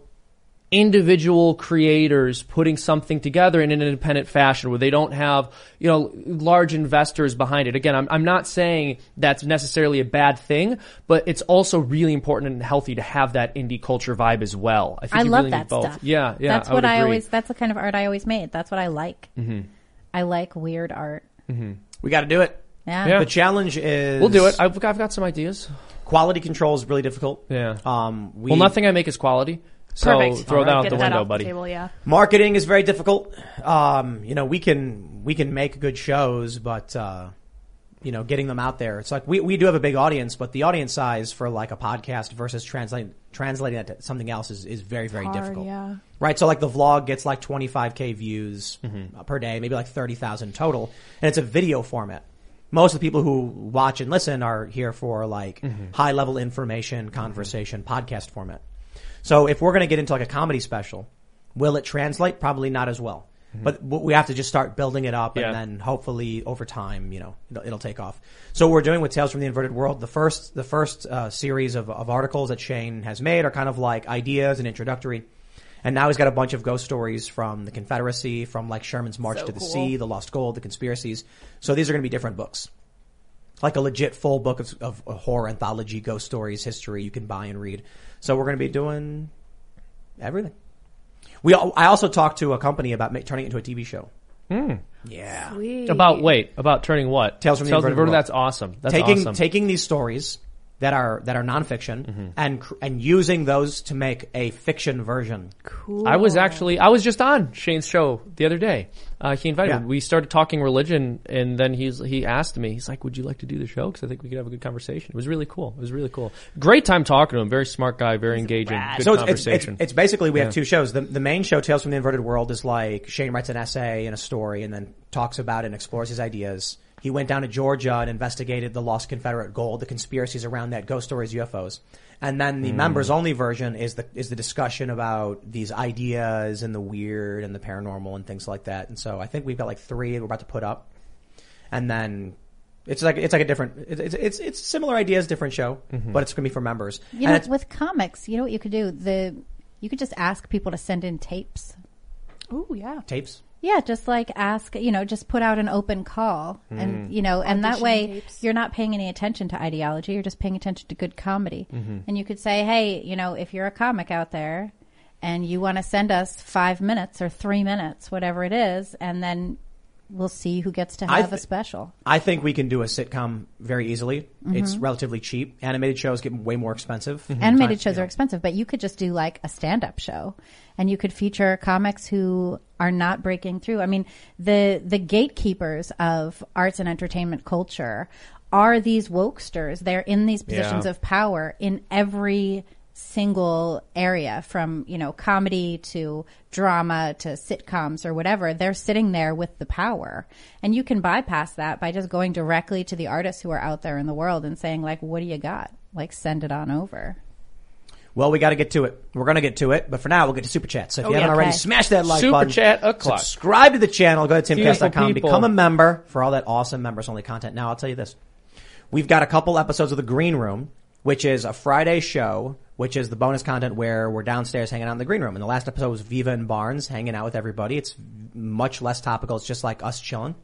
[SPEAKER 3] individual creators putting something together in an independent fashion where they don't have, you know, large investors behind it. Again, I'm, I'm not saying that's necessarily a bad thing, but it's also really important and healthy to have that indie culture vibe as well. I think
[SPEAKER 4] I
[SPEAKER 3] you
[SPEAKER 4] love
[SPEAKER 3] really
[SPEAKER 4] that
[SPEAKER 3] need both.
[SPEAKER 4] stuff.
[SPEAKER 3] Yeah, yeah.
[SPEAKER 4] That's what
[SPEAKER 3] would
[SPEAKER 4] I
[SPEAKER 3] agree.
[SPEAKER 4] always. That's the kind of art I always made. That's what I like.
[SPEAKER 3] Mhm.
[SPEAKER 4] I like weird art.
[SPEAKER 2] We got to do it.
[SPEAKER 4] Yeah. Yeah.
[SPEAKER 2] The challenge is
[SPEAKER 3] We'll do it. I've, I've got some ideas.
[SPEAKER 2] Quality control is really difficult. Yeah. Um. We,
[SPEAKER 3] well, nothing I make is quality. So
[SPEAKER 2] Perfect.
[SPEAKER 3] throw
[SPEAKER 2] All
[SPEAKER 3] that
[SPEAKER 2] right.
[SPEAKER 3] out
[SPEAKER 2] Get
[SPEAKER 3] the
[SPEAKER 2] that
[SPEAKER 3] window,
[SPEAKER 2] off the
[SPEAKER 3] buddy.
[SPEAKER 5] Table, yeah.
[SPEAKER 2] Marketing is very difficult. Um. You know, we can we can make good shows, but uh, you know, getting them out there, it's like we we do have a big audience, but the audience size for like a podcast versus translating translating that to something else is is very very
[SPEAKER 5] Hard,
[SPEAKER 2] difficult.
[SPEAKER 5] yeah.
[SPEAKER 2] Right, so like the vlog gets like 25k views uh, per day, maybe like 30,000 total, and it's a video format. Most of the people who watch and listen are here for like high level information, conversation, podcast format. So if we're going to get into like a comedy special, will it translate? Probably not as well. But w- we have to just start building it up
[SPEAKER 3] Yeah.
[SPEAKER 2] and then hopefully over time, you know, it'll, it'll take off. So what we're doing with Tales from the Inverted World, the first, the first uh, series of, of articles that Shane has made are kind of like ideas and introductory. And now he's got a bunch of ghost stories from the Confederacy, from like Sherman's March
[SPEAKER 17] So
[SPEAKER 2] to the
[SPEAKER 17] cool.
[SPEAKER 2] Sea, the Lost Gold, the conspiracies. So these are going to be different books. Like a legit full book of, of horror anthology, ghost stories, history you can buy and read. So we're going to be doing everything. We, al- I also talked to a company about ma- turning it into a TV show.
[SPEAKER 3] Hmm.
[SPEAKER 2] Yeah.
[SPEAKER 5] Sweet.
[SPEAKER 3] About wait, about turning what?
[SPEAKER 2] Tales from the
[SPEAKER 3] Tales
[SPEAKER 2] Inverted World.
[SPEAKER 3] That's awesome. That's
[SPEAKER 2] taking
[SPEAKER 3] awesome. Mm-hmm.
[SPEAKER 2] taking these stories that are that are nonfiction and cr- and using those to make a fiction version.
[SPEAKER 5] Cool.
[SPEAKER 3] I was actually I was just on Shane's show the other day. Uh, he invited
[SPEAKER 2] Yeah.
[SPEAKER 3] me. We started talking religion, and then he's he asked me. He's like, "Would you like to do the show? Because I think we could have a good conversation." It was really cool. It was really cool. Great time talking to him. Very smart guy. Very engaging. Good
[SPEAKER 2] so it's- it's, it's,
[SPEAKER 3] conversation.
[SPEAKER 2] it's basically we
[SPEAKER 3] Yeah.
[SPEAKER 2] have two shows. The, the main show, Tales from the Inverted World, is like Shane writes an essay and a story and then talks about and explores his ideas. He went down to Georgia and investigated the lost Confederate gold, the conspiracies around that, ghost stories, UFOs. And then the
[SPEAKER 3] Hmm.
[SPEAKER 17] Mm.
[SPEAKER 2] members only version is the is the discussion about these ideas and the weird and the paranormal and things like that. And so I think we've got like three we're about to put up. And then it's like it's like a different it's it's it's, it's similar ideas, different show,
[SPEAKER 3] Mm-hmm.
[SPEAKER 2] but it's going to be for members.
[SPEAKER 4] You
[SPEAKER 2] And
[SPEAKER 4] know,
[SPEAKER 2] it's-
[SPEAKER 4] with comics, you know what you could do? The you could just ask people to send in tapes.
[SPEAKER 5] Oh yeah.
[SPEAKER 2] tapes.
[SPEAKER 4] Yeah, just like ask, you know, just put out an open call
[SPEAKER 2] Mm.
[SPEAKER 4] and, you know, and that
[SPEAKER 5] Audition
[SPEAKER 4] way
[SPEAKER 5] tapes.
[SPEAKER 4] you're not paying any attention to ideology. You're just paying attention to good comedy.
[SPEAKER 5] Mhm.
[SPEAKER 4] And you could say, hey, you know, if you're a comic out there and you want to send us five minutes or three minutes, whatever it is, and then we'll see who gets to
[SPEAKER 2] I
[SPEAKER 4] have a
[SPEAKER 2] thi-
[SPEAKER 4] special.
[SPEAKER 2] I think we can do a sitcom very easily. It's
[SPEAKER 4] Mhm.
[SPEAKER 2] relatively cheap. Animated shows get way more expensive.
[SPEAKER 4] Mm-hmm. Animated shows are expensive, but you could just do like a stand-up show, and you could feature comics who are not breaking through. I mean, the the gatekeepers of arts and entertainment culture are these wokesters. They're in these positions
[SPEAKER 11] Yeah.
[SPEAKER 4] of power in every single area from, you know, comedy to drama to sitcoms or whatever. They're sitting there with the power. And you can bypass that by just going directly to the artists who are out there in the world and saying like, what do you got? Like send it on over.
[SPEAKER 2] Well, we got to get to it. We're going to get to it, but for now, we'll get to super chat. So if
[SPEAKER 4] Oh,
[SPEAKER 2] you
[SPEAKER 4] yeah.
[SPEAKER 2] haven't already,
[SPEAKER 4] Okay.
[SPEAKER 2] smash that like
[SPEAKER 3] Super
[SPEAKER 2] button.
[SPEAKER 3] chat o'clock.
[SPEAKER 2] Subscribe to the channel. Go to
[SPEAKER 3] Beautiful
[SPEAKER 2] timcast.com.
[SPEAKER 3] people.
[SPEAKER 2] Become a member for all that awesome members only content. Now, I'll tell you this: We've got a couple episodes of The Green Room, which is a Friday show, which is the bonus content where we're downstairs hanging out in the green room. And the last episode was Viva and Barnes hanging out with everybody. It's much less topical. It's just like us chilling.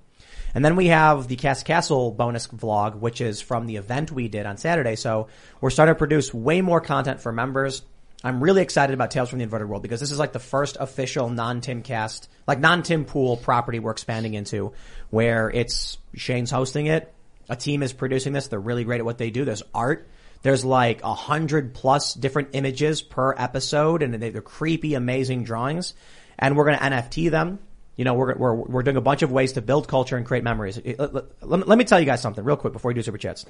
[SPEAKER 2] And then we have the Cast Castle bonus vlog, which is from the event we did on Saturday. So we're starting to produce way more content for members. I'm really excited about Tales from the Inverted World because this is like the first official non-Tim cast, like non-Tim pool property we're expanding into where it's Shane's hosting it. A team is producing this. They're really great at what they do. There's art. There's like a hundred plus different images per episode and they- they're creepy, amazing drawings. And we're going to NFT them. You know, we're, we're, we're doing a bunch of ways to build culture and create memories. It- Let, let- let me- let me tell you guys something real quick before we do super chats.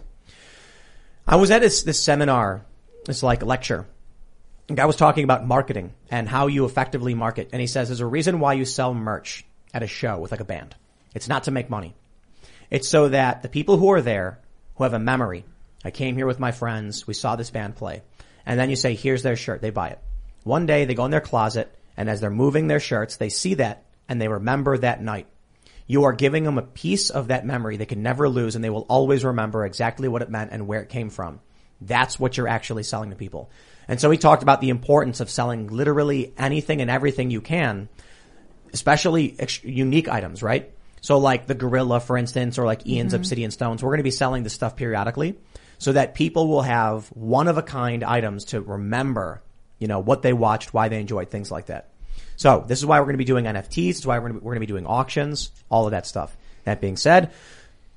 [SPEAKER 2] I was at this, this seminar. It's like a lecture. A guy was talking about marketing and how you effectively market. And he says there's a reason why you sell merch at a show with like a band. It's not to make money. It's so that the people who are there who have a memory. I came here with my friends. We saw this band play. And then you say, here's their shirt. They buy it. One day they go in their closet and as they're moving their shirts, they see that and they remember that night. You are giving them a piece of that memory they can never lose and they will always remember exactly what it meant and where it came from. That's what you're actually selling to people. And so he talked about the importance of selling literally anything and everything you can especially ex- unique items, right? So like the gorilla, for instance, or like Ian's
[SPEAKER 11] Mhm.
[SPEAKER 3] Mm-hmm.
[SPEAKER 2] obsidian stones, we're going to be selling this stuff periodically so that people will have one of a kind items to remember, you know, what they watched, why they enjoyed things like that. So this is why we're going to be doing NFTs. This is why we're going to be, we're going to be doing auctions, all of that stuff. That being said,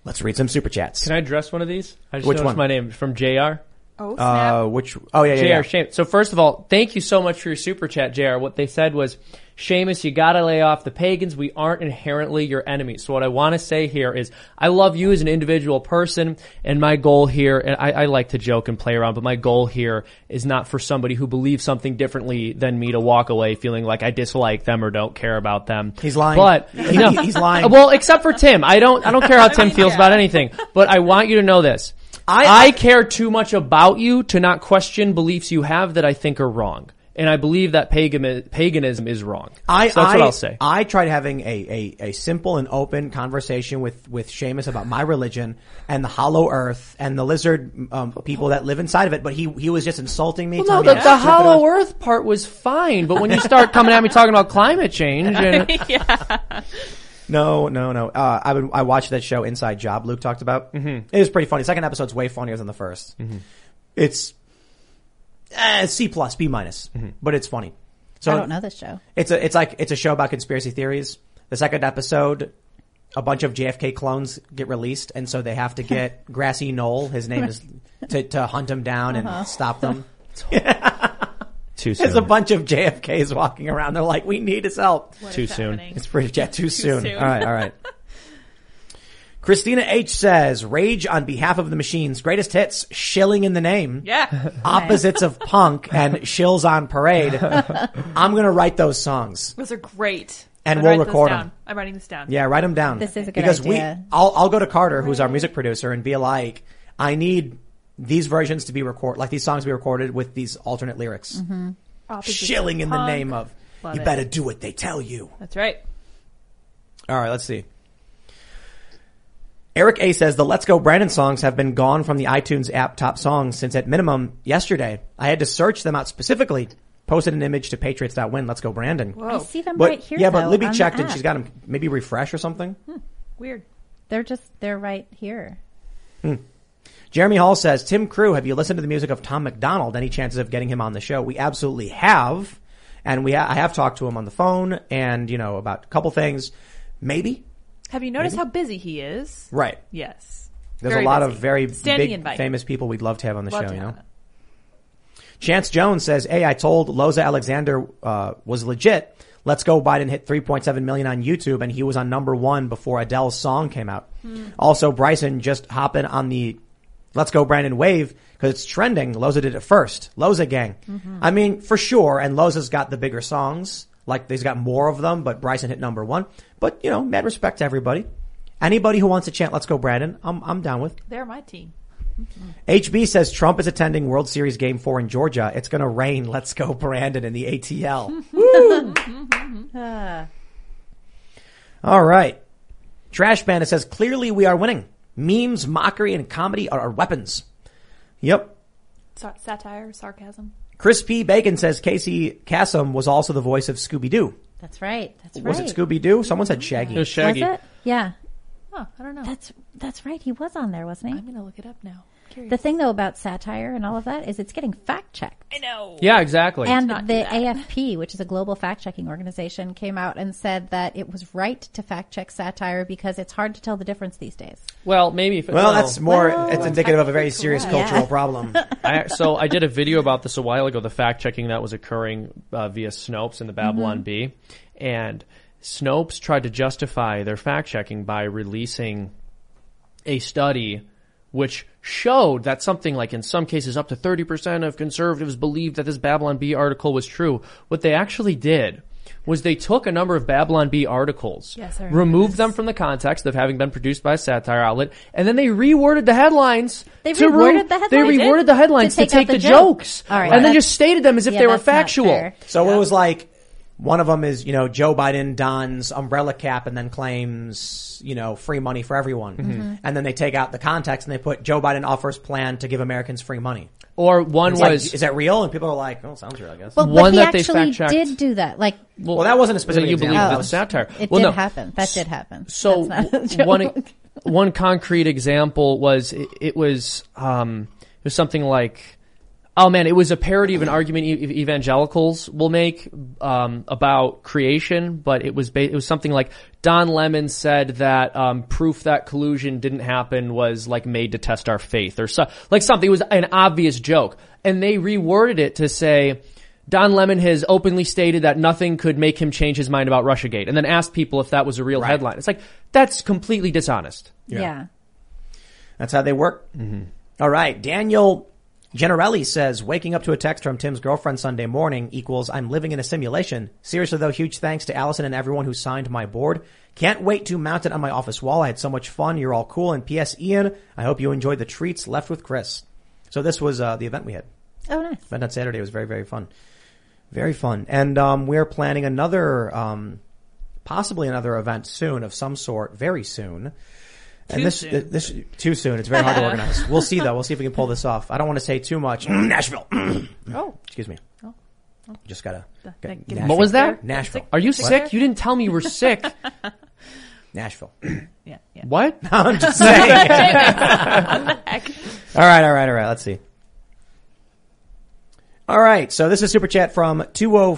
[SPEAKER 2] let's read some super chats.
[SPEAKER 3] Can I address one of these? I just
[SPEAKER 2] Which
[SPEAKER 3] noticed
[SPEAKER 2] one?
[SPEAKER 3] my name from JR.
[SPEAKER 5] Oh,
[SPEAKER 2] Uh, which, oh yeah, yeah,
[SPEAKER 3] JR
[SPEAKER 2] yeah.
[SPEAKER 3] Shame. So first of all, thank you so much for your super chat, JR. What they said was, Seamus, you gotta lay off the pagans. We aren't inherently your enemies. So what I want to say here is, I love you as an individual person, and my goal here, and I, I like to joke and play around, but my goal here is not for somebody who believes something differently than me to walk away feeling like I dislike them or don't care about them. He's
[SPEAKER 2] lying.
[SPEAKER 3] But
[SPEAKER 2] He-
[SPEAKER 3] no.
[SPEAKER 2] he's lying.
[SPEAKER 3] Well, except for Tim, I don't. I don't care how Tim feels about anything. But I want you to know this. I, care too much about you to not question beliefs you have that I think are wrong, and I believe that pagan, paganism is wrong.
[SPEAKER 2] I,
[SPEAKER 3] so that's what
[SPEAKER 2] I-
[SPEAKER 3] I'll say.
[SPEAKER 2] I tried having a, a, a simple and open conversation with, with Seamus about my religion and the hollow earth and the lizard um, people that live inside of it, but he, he was just insulting me.
[SPEAKER 3] Well, no,
[SPEAKER 2] telling
[SPEAKER 3] the,
[SPEAKER 2] me I
[SPEAKER 3] the
[SPEAKER 2] was stupid.
[SPEAKER 3] Hollow Earth part was fine, but when you start coming at me talking about climate change, and
[SPEAKER 2] No, no, no. Uh, I would, I watched that show Inside Job Luke talked about. Mm-hmm. It is pretty funny. Second episode's way funnier than the 1st It's eh, C plus, B minus, but it's funny.
[SPEAKER 4] I don't know this show.
[SPEAKER 2] It's a, it's like, it's a show about conspiracy theories. The second episode, a bunch of JFK clones get released and so they have to get Grassy Knoll, his name is, to, to hunt him down
[SPEAKER 11] Uh-huh.
[SPEAKER 2] and stop them.
[SPEAKER 3] Too
[SPEAKER 2] There's a bunch of JFKs walking around. They're like, we need his help.
[SPEAKER 11] What Too is soon. happening?
[SPEAKER 2] It's pretty, yeah, too,
[SPEAKER 11] Too
[SPEAKER 2] soon.
[SPEAKER 11] soon.
[SPEAKER 2] All right, all right. Christina H says, rage on behalf of the machines. Greatest hits, shilling in the name.
[SPEAKER 11] Yeah.
[SPEAKER 2] Opposites of punk and shills on parade. I'm going to write those songs.
[SPEAKER 5] Those are great.
[SPEAKER 2] And
[SPEAKER 5] I'm
[SPEAKER 2] we'll
[SPEAKER 5] writing this
[SPEAKER 2] record 'em.
[SPEAKER 5] down. I'm writing this down.
[SPEAKER 2] Yeah, write them down.
[SPEAKER 5] This is a good
[SPEAKER 2] because
[SPEAKER 5] idea.
[SPEAKER 2] we, I'll, I'll go to Carter, who's our music producer, and be like, I need these versions to be record, like these songs to be recorded with these alternate lyrics.
[SPEAKER 5] Opposites
[SPEAKER 2] Shilling
[SPEAKER 5] of
[SPEAKER 2] in the
[SPEAKER 5] punk.
[SPEAKER 2] name of,
[SPEAKER 5] Mm-hmm. Love
[SPEAKER 2] you
[SPEAKER 5] it.
[SPEAKER 2] better do what they tell you.
[SPEAKER 5] That's right.
[SPEAKER 2] All right, let's see. Eric A says the Let's Go Brandon songs have been gone from the iTunes app top songs since at minimum yesterday. I had to search them out specifically. Posted an image to Patriots.win. Let's go Brandon.
[SPEAKER 3] Oh.
[SPEAKER 4] Whoa. I see them
[SPEAKER 2] But-
[SPEAKER 4] right here,
[SPEAKER 2] Yeah, but
[SPEAKER 4] though,
[SPEAKER 2] Libby
[SPEAKER 4] on the
[SPEAKER 2] checked and
[SPEAKER 4] app. Hmm.
[SPEAKER 2] she's got them. Maybe refresh or something.
[SPEAKER 5] Weird.
[SPEAKER 4] They're just they're right here.
[SPEAKER 2] Jeremy Hall says, Tim Crew, have you listened to the music of Tom McDonald? Any chances of getting him on the show? We absolutely have. And we, ha- I have talked to him on the phone and, you know, about a couple things. Maybe.
[SPEAKER 5] Have you noticed
[SPEAKER 2] Maybe.
[SPEAKER 5] how busy he is?
[SPEAKER 2] Right.
[SPEAKER 5] Yes.
[SPEAKER 2] There's
[SPEAKER 5] Very
[SPEAKER 2] a lot
[SPEAKER 5] busy.
[SPEAKER 2] of very
[SPEAKER 5] Standing
[SPEAKER 2] big,
[SPEAKER 5] invite.
[SPEAKER 2] famous people we'd love to have on the
[SPEAKER 5] Love
[SPEAKER 2] show,
[SPEAKER 5] to
[SPEAKER 2] you
[SPEAKER 5] have
[SPEAKER 2] know? Chance Jones says, Hey, I told Loza Alexander, uh, was legit. Let's go. Biden hit 3.7 million on YouTube and he was on number one before Adele's song came out.
[SPEAKER 11] Hmm.
[SPEAKER 2] Also, Bryson just hopping on the Let's Go Brandon wave because it's trending. Loza did it first. Loza gang.
[SPEAKER 5] Mm-hmm.
[SPEAKER 11] Mhm.
[SPEAKER 2] I mean, for sure. And Loza's got the bigger songs. Like he's got more of them, but Bryson hit number one. But you know, mad respect to everybody. Anybody who wants to chant "Let's Go Brandon," I'm I'm down with.
[SPEAKER 5] They're my team.
[SPEAKER 2] HB says Trump is attending World Series Game Four in Georgia. It's gonna rain. Let's go Brandon in the ATL.
[SPEAKER 4] Ah.
[SPEAKER 2] All right. Trash Bandit says clearly we are winning. Memes, mockery, and comedy are our weapons. Yep.
[SPEAKER 5] Sa- satire, sarcasm.
[SPEAKER 2] Chris P. Bacon says Casey Kasem was also the voice of Scooby Doo.
[SPEAKER 4] That's right. That's
[SPEAKER 2] Was
[SPEAKER 4] right.
[SPEAKER 2] it Scooby Doo? Someone said Shaggy.
[SPEAKER 3] It was Shaggy.
[SPEAKER 4] Was it? Yeah.
[SPEAKER 5] Oh, I don't know.
[SPEAKER 4] That's that's right. He was on there, wasn't he? I'm
[SPEAKER 5] gonna look it up now. Curious.
[SPEAKER 4] The thing though about satire and all of that is it's getting fact checked. I
[SPEAKER 5] know.
[SPEAKER 3] Yeah, exactly.
[SPEAKER 4] And the AFP, which is a global fact checking organization, came out and said that it was right to fact check satire because it's hard to tell the difference these days.
[SPEAKER 3] Well, maybe if it,
[SPEAKER 2] Well,
[SPEAKER 3] well,
[SPEAKER 2] that's more. it's indicative of a very serious cultural problem.
[SPEAKER 3] I, so I did a video about this a while ago. The fact checking that was occurring uh, via Snopes and the Babylon
[SPEAKER 2] Mhm.
[SPEAKER 3] Bee, and Snopes tried to justify their fact checking by releasing a study which showed that something like in some cases up to 30% of conservatives believed that this Babylon Bee article was true. What they actually did was they took a number of Babylon Bee articles,
[SPEAKER 5] Yes, I remember
[SPEAKER 3] removed them from the context of having been produced by a satire outlet, and then they reworded the headlines.
[SPEAKER 4] They
[SPEAKER 3] to re-
[SPEAKER 4] reworded the
[SPEAKER 3] They
[SPEAKER 4] headlines? They
[SPEAKER 3] reworded
[SPEAKER 4] did?
[SPEAKER 3] the headlines
[SPEAKER 4] To
[SPEAKER 3] to
[SPEAKER 4] take
[SPEAKER 3] take,
[SPEAKER 4] out the
[SPEAKER 3] the,
[SPEAKER 4] joke.
[SPEAKER 3] jokes.
[SPEAKER 4] All right,
[SPEAKER 3] and then
[SPEAKER 4] that's-
[SPEAKER 3] just stated them as if
[SPEAKER 4] yeah,
[SPEAKER 3] they were
[SPEAKER 4] that's not
[SPEAKER 3] factual.
[SPEAKER 4] fair.
[SPEAKER 2] So it was like one of them is you know Joe Biden dons umbrella cap and then claims you know free money for everyone,
[SPEAKER 3] Mhm.
[SPEAKER 2] and then they take out the context and they put Joe Biden offers plan to give Americans free money.
[SPEAKER 3] Or one
[SPEAKER 2] It's like,
[SPEAKER 3] was-
[SPEAKER 2] is that real? And people are like, oh, sounds real, I guess.
[SPEAKER 4] Well, but he actually
[SPEAKER 3] fact-checked-
[SPEAKER 4] did do that. Like,
[SPEAKER 3] Well,
[SPEAKER 2] that wasn't a specific
[SPEAKER 3] you believe
[SPEAKER 2] example.
[SPEAKER 3] it's satire.
[SPEAKER 4] It
[SPEAKER 3] Well,
[SPEAKER 4] did
[SPEAKER 3] no.
[SPEAKER 4] happen. That did happen.
[SPEAKER 3] So
[SPEAKER 4] That's not a joke.
[SPEAKER 3] one one concrete example was it, it was um, it was something like oh man it was a parody of an argument e- e- evangelicals will make um, about creation but it was ba- it was something like Don Lemon said that um, proof that collusion didn't happen was like made to test our faith or so, like something it was an obvious joke and they reworded it to say Don Lemon has openly stated that nothing could make him change his mind about Russiagate and then asked people if that was a real headline. It's like, that's completely dishonest.
[SPEAKER 4] yeah.
[SPEAKER 2] That's how they work. All right. Daniel Generelli says, waking up to a text from Tim's girlfriend Sunday morning equals I'm living in a simulation. Seriously though, huge thanks to Allison and everyone who signed my board. Can't wait to mount it on my office wall. I had so much fun. You're all cool. And P.S. Ian, I hope you enjoyed the treats left with Chris. So this was uh, the event we had.
[SPEAKER 4] Oh, nice.
[SPEAKER 2] Event on Saturday was very, very fun. Very fun. And um, we're planning another, um, possibly another event soon of some sort, very soon. and
[SPEAKER 11] Too
[SPEAKER 2] this,
[SPEAKER 11] soon.
[SPEAKER 2] this too soon. It's very hard to organize. We'll see though. We'll see if we can pull this off. I don't want to say too much. Nashville.
[SPEAKER 5] Oh.
[SPEAKER 2] Excuse me.
[SPEAKER 5] Oh.
[SPEAKER 2] Just gotta.
[SPEAKER 5] That-
[SPEAKER 2] get
[SPEAKER 5] that
[SPEAKER 2] Nashville.
[SPEAKER 3] What was that?
[SPEAKER 2] Nashville.
[SPEAKER 3] Are you
[SPEAKER 2] What?
[SPEAKER 3] sick? You didn't tell me you were sick.
[SPEAKER 2] Nashville.
[SPEAKER 5] Yeah, yeah.
[SPEAKER 3] What?
[SPEAKER 2] I'm just saying.
[SPEAKER 5] What the heck?
[SPEAKER 2] All right, all right, all right. Let's see. All right, so this is super chat from oh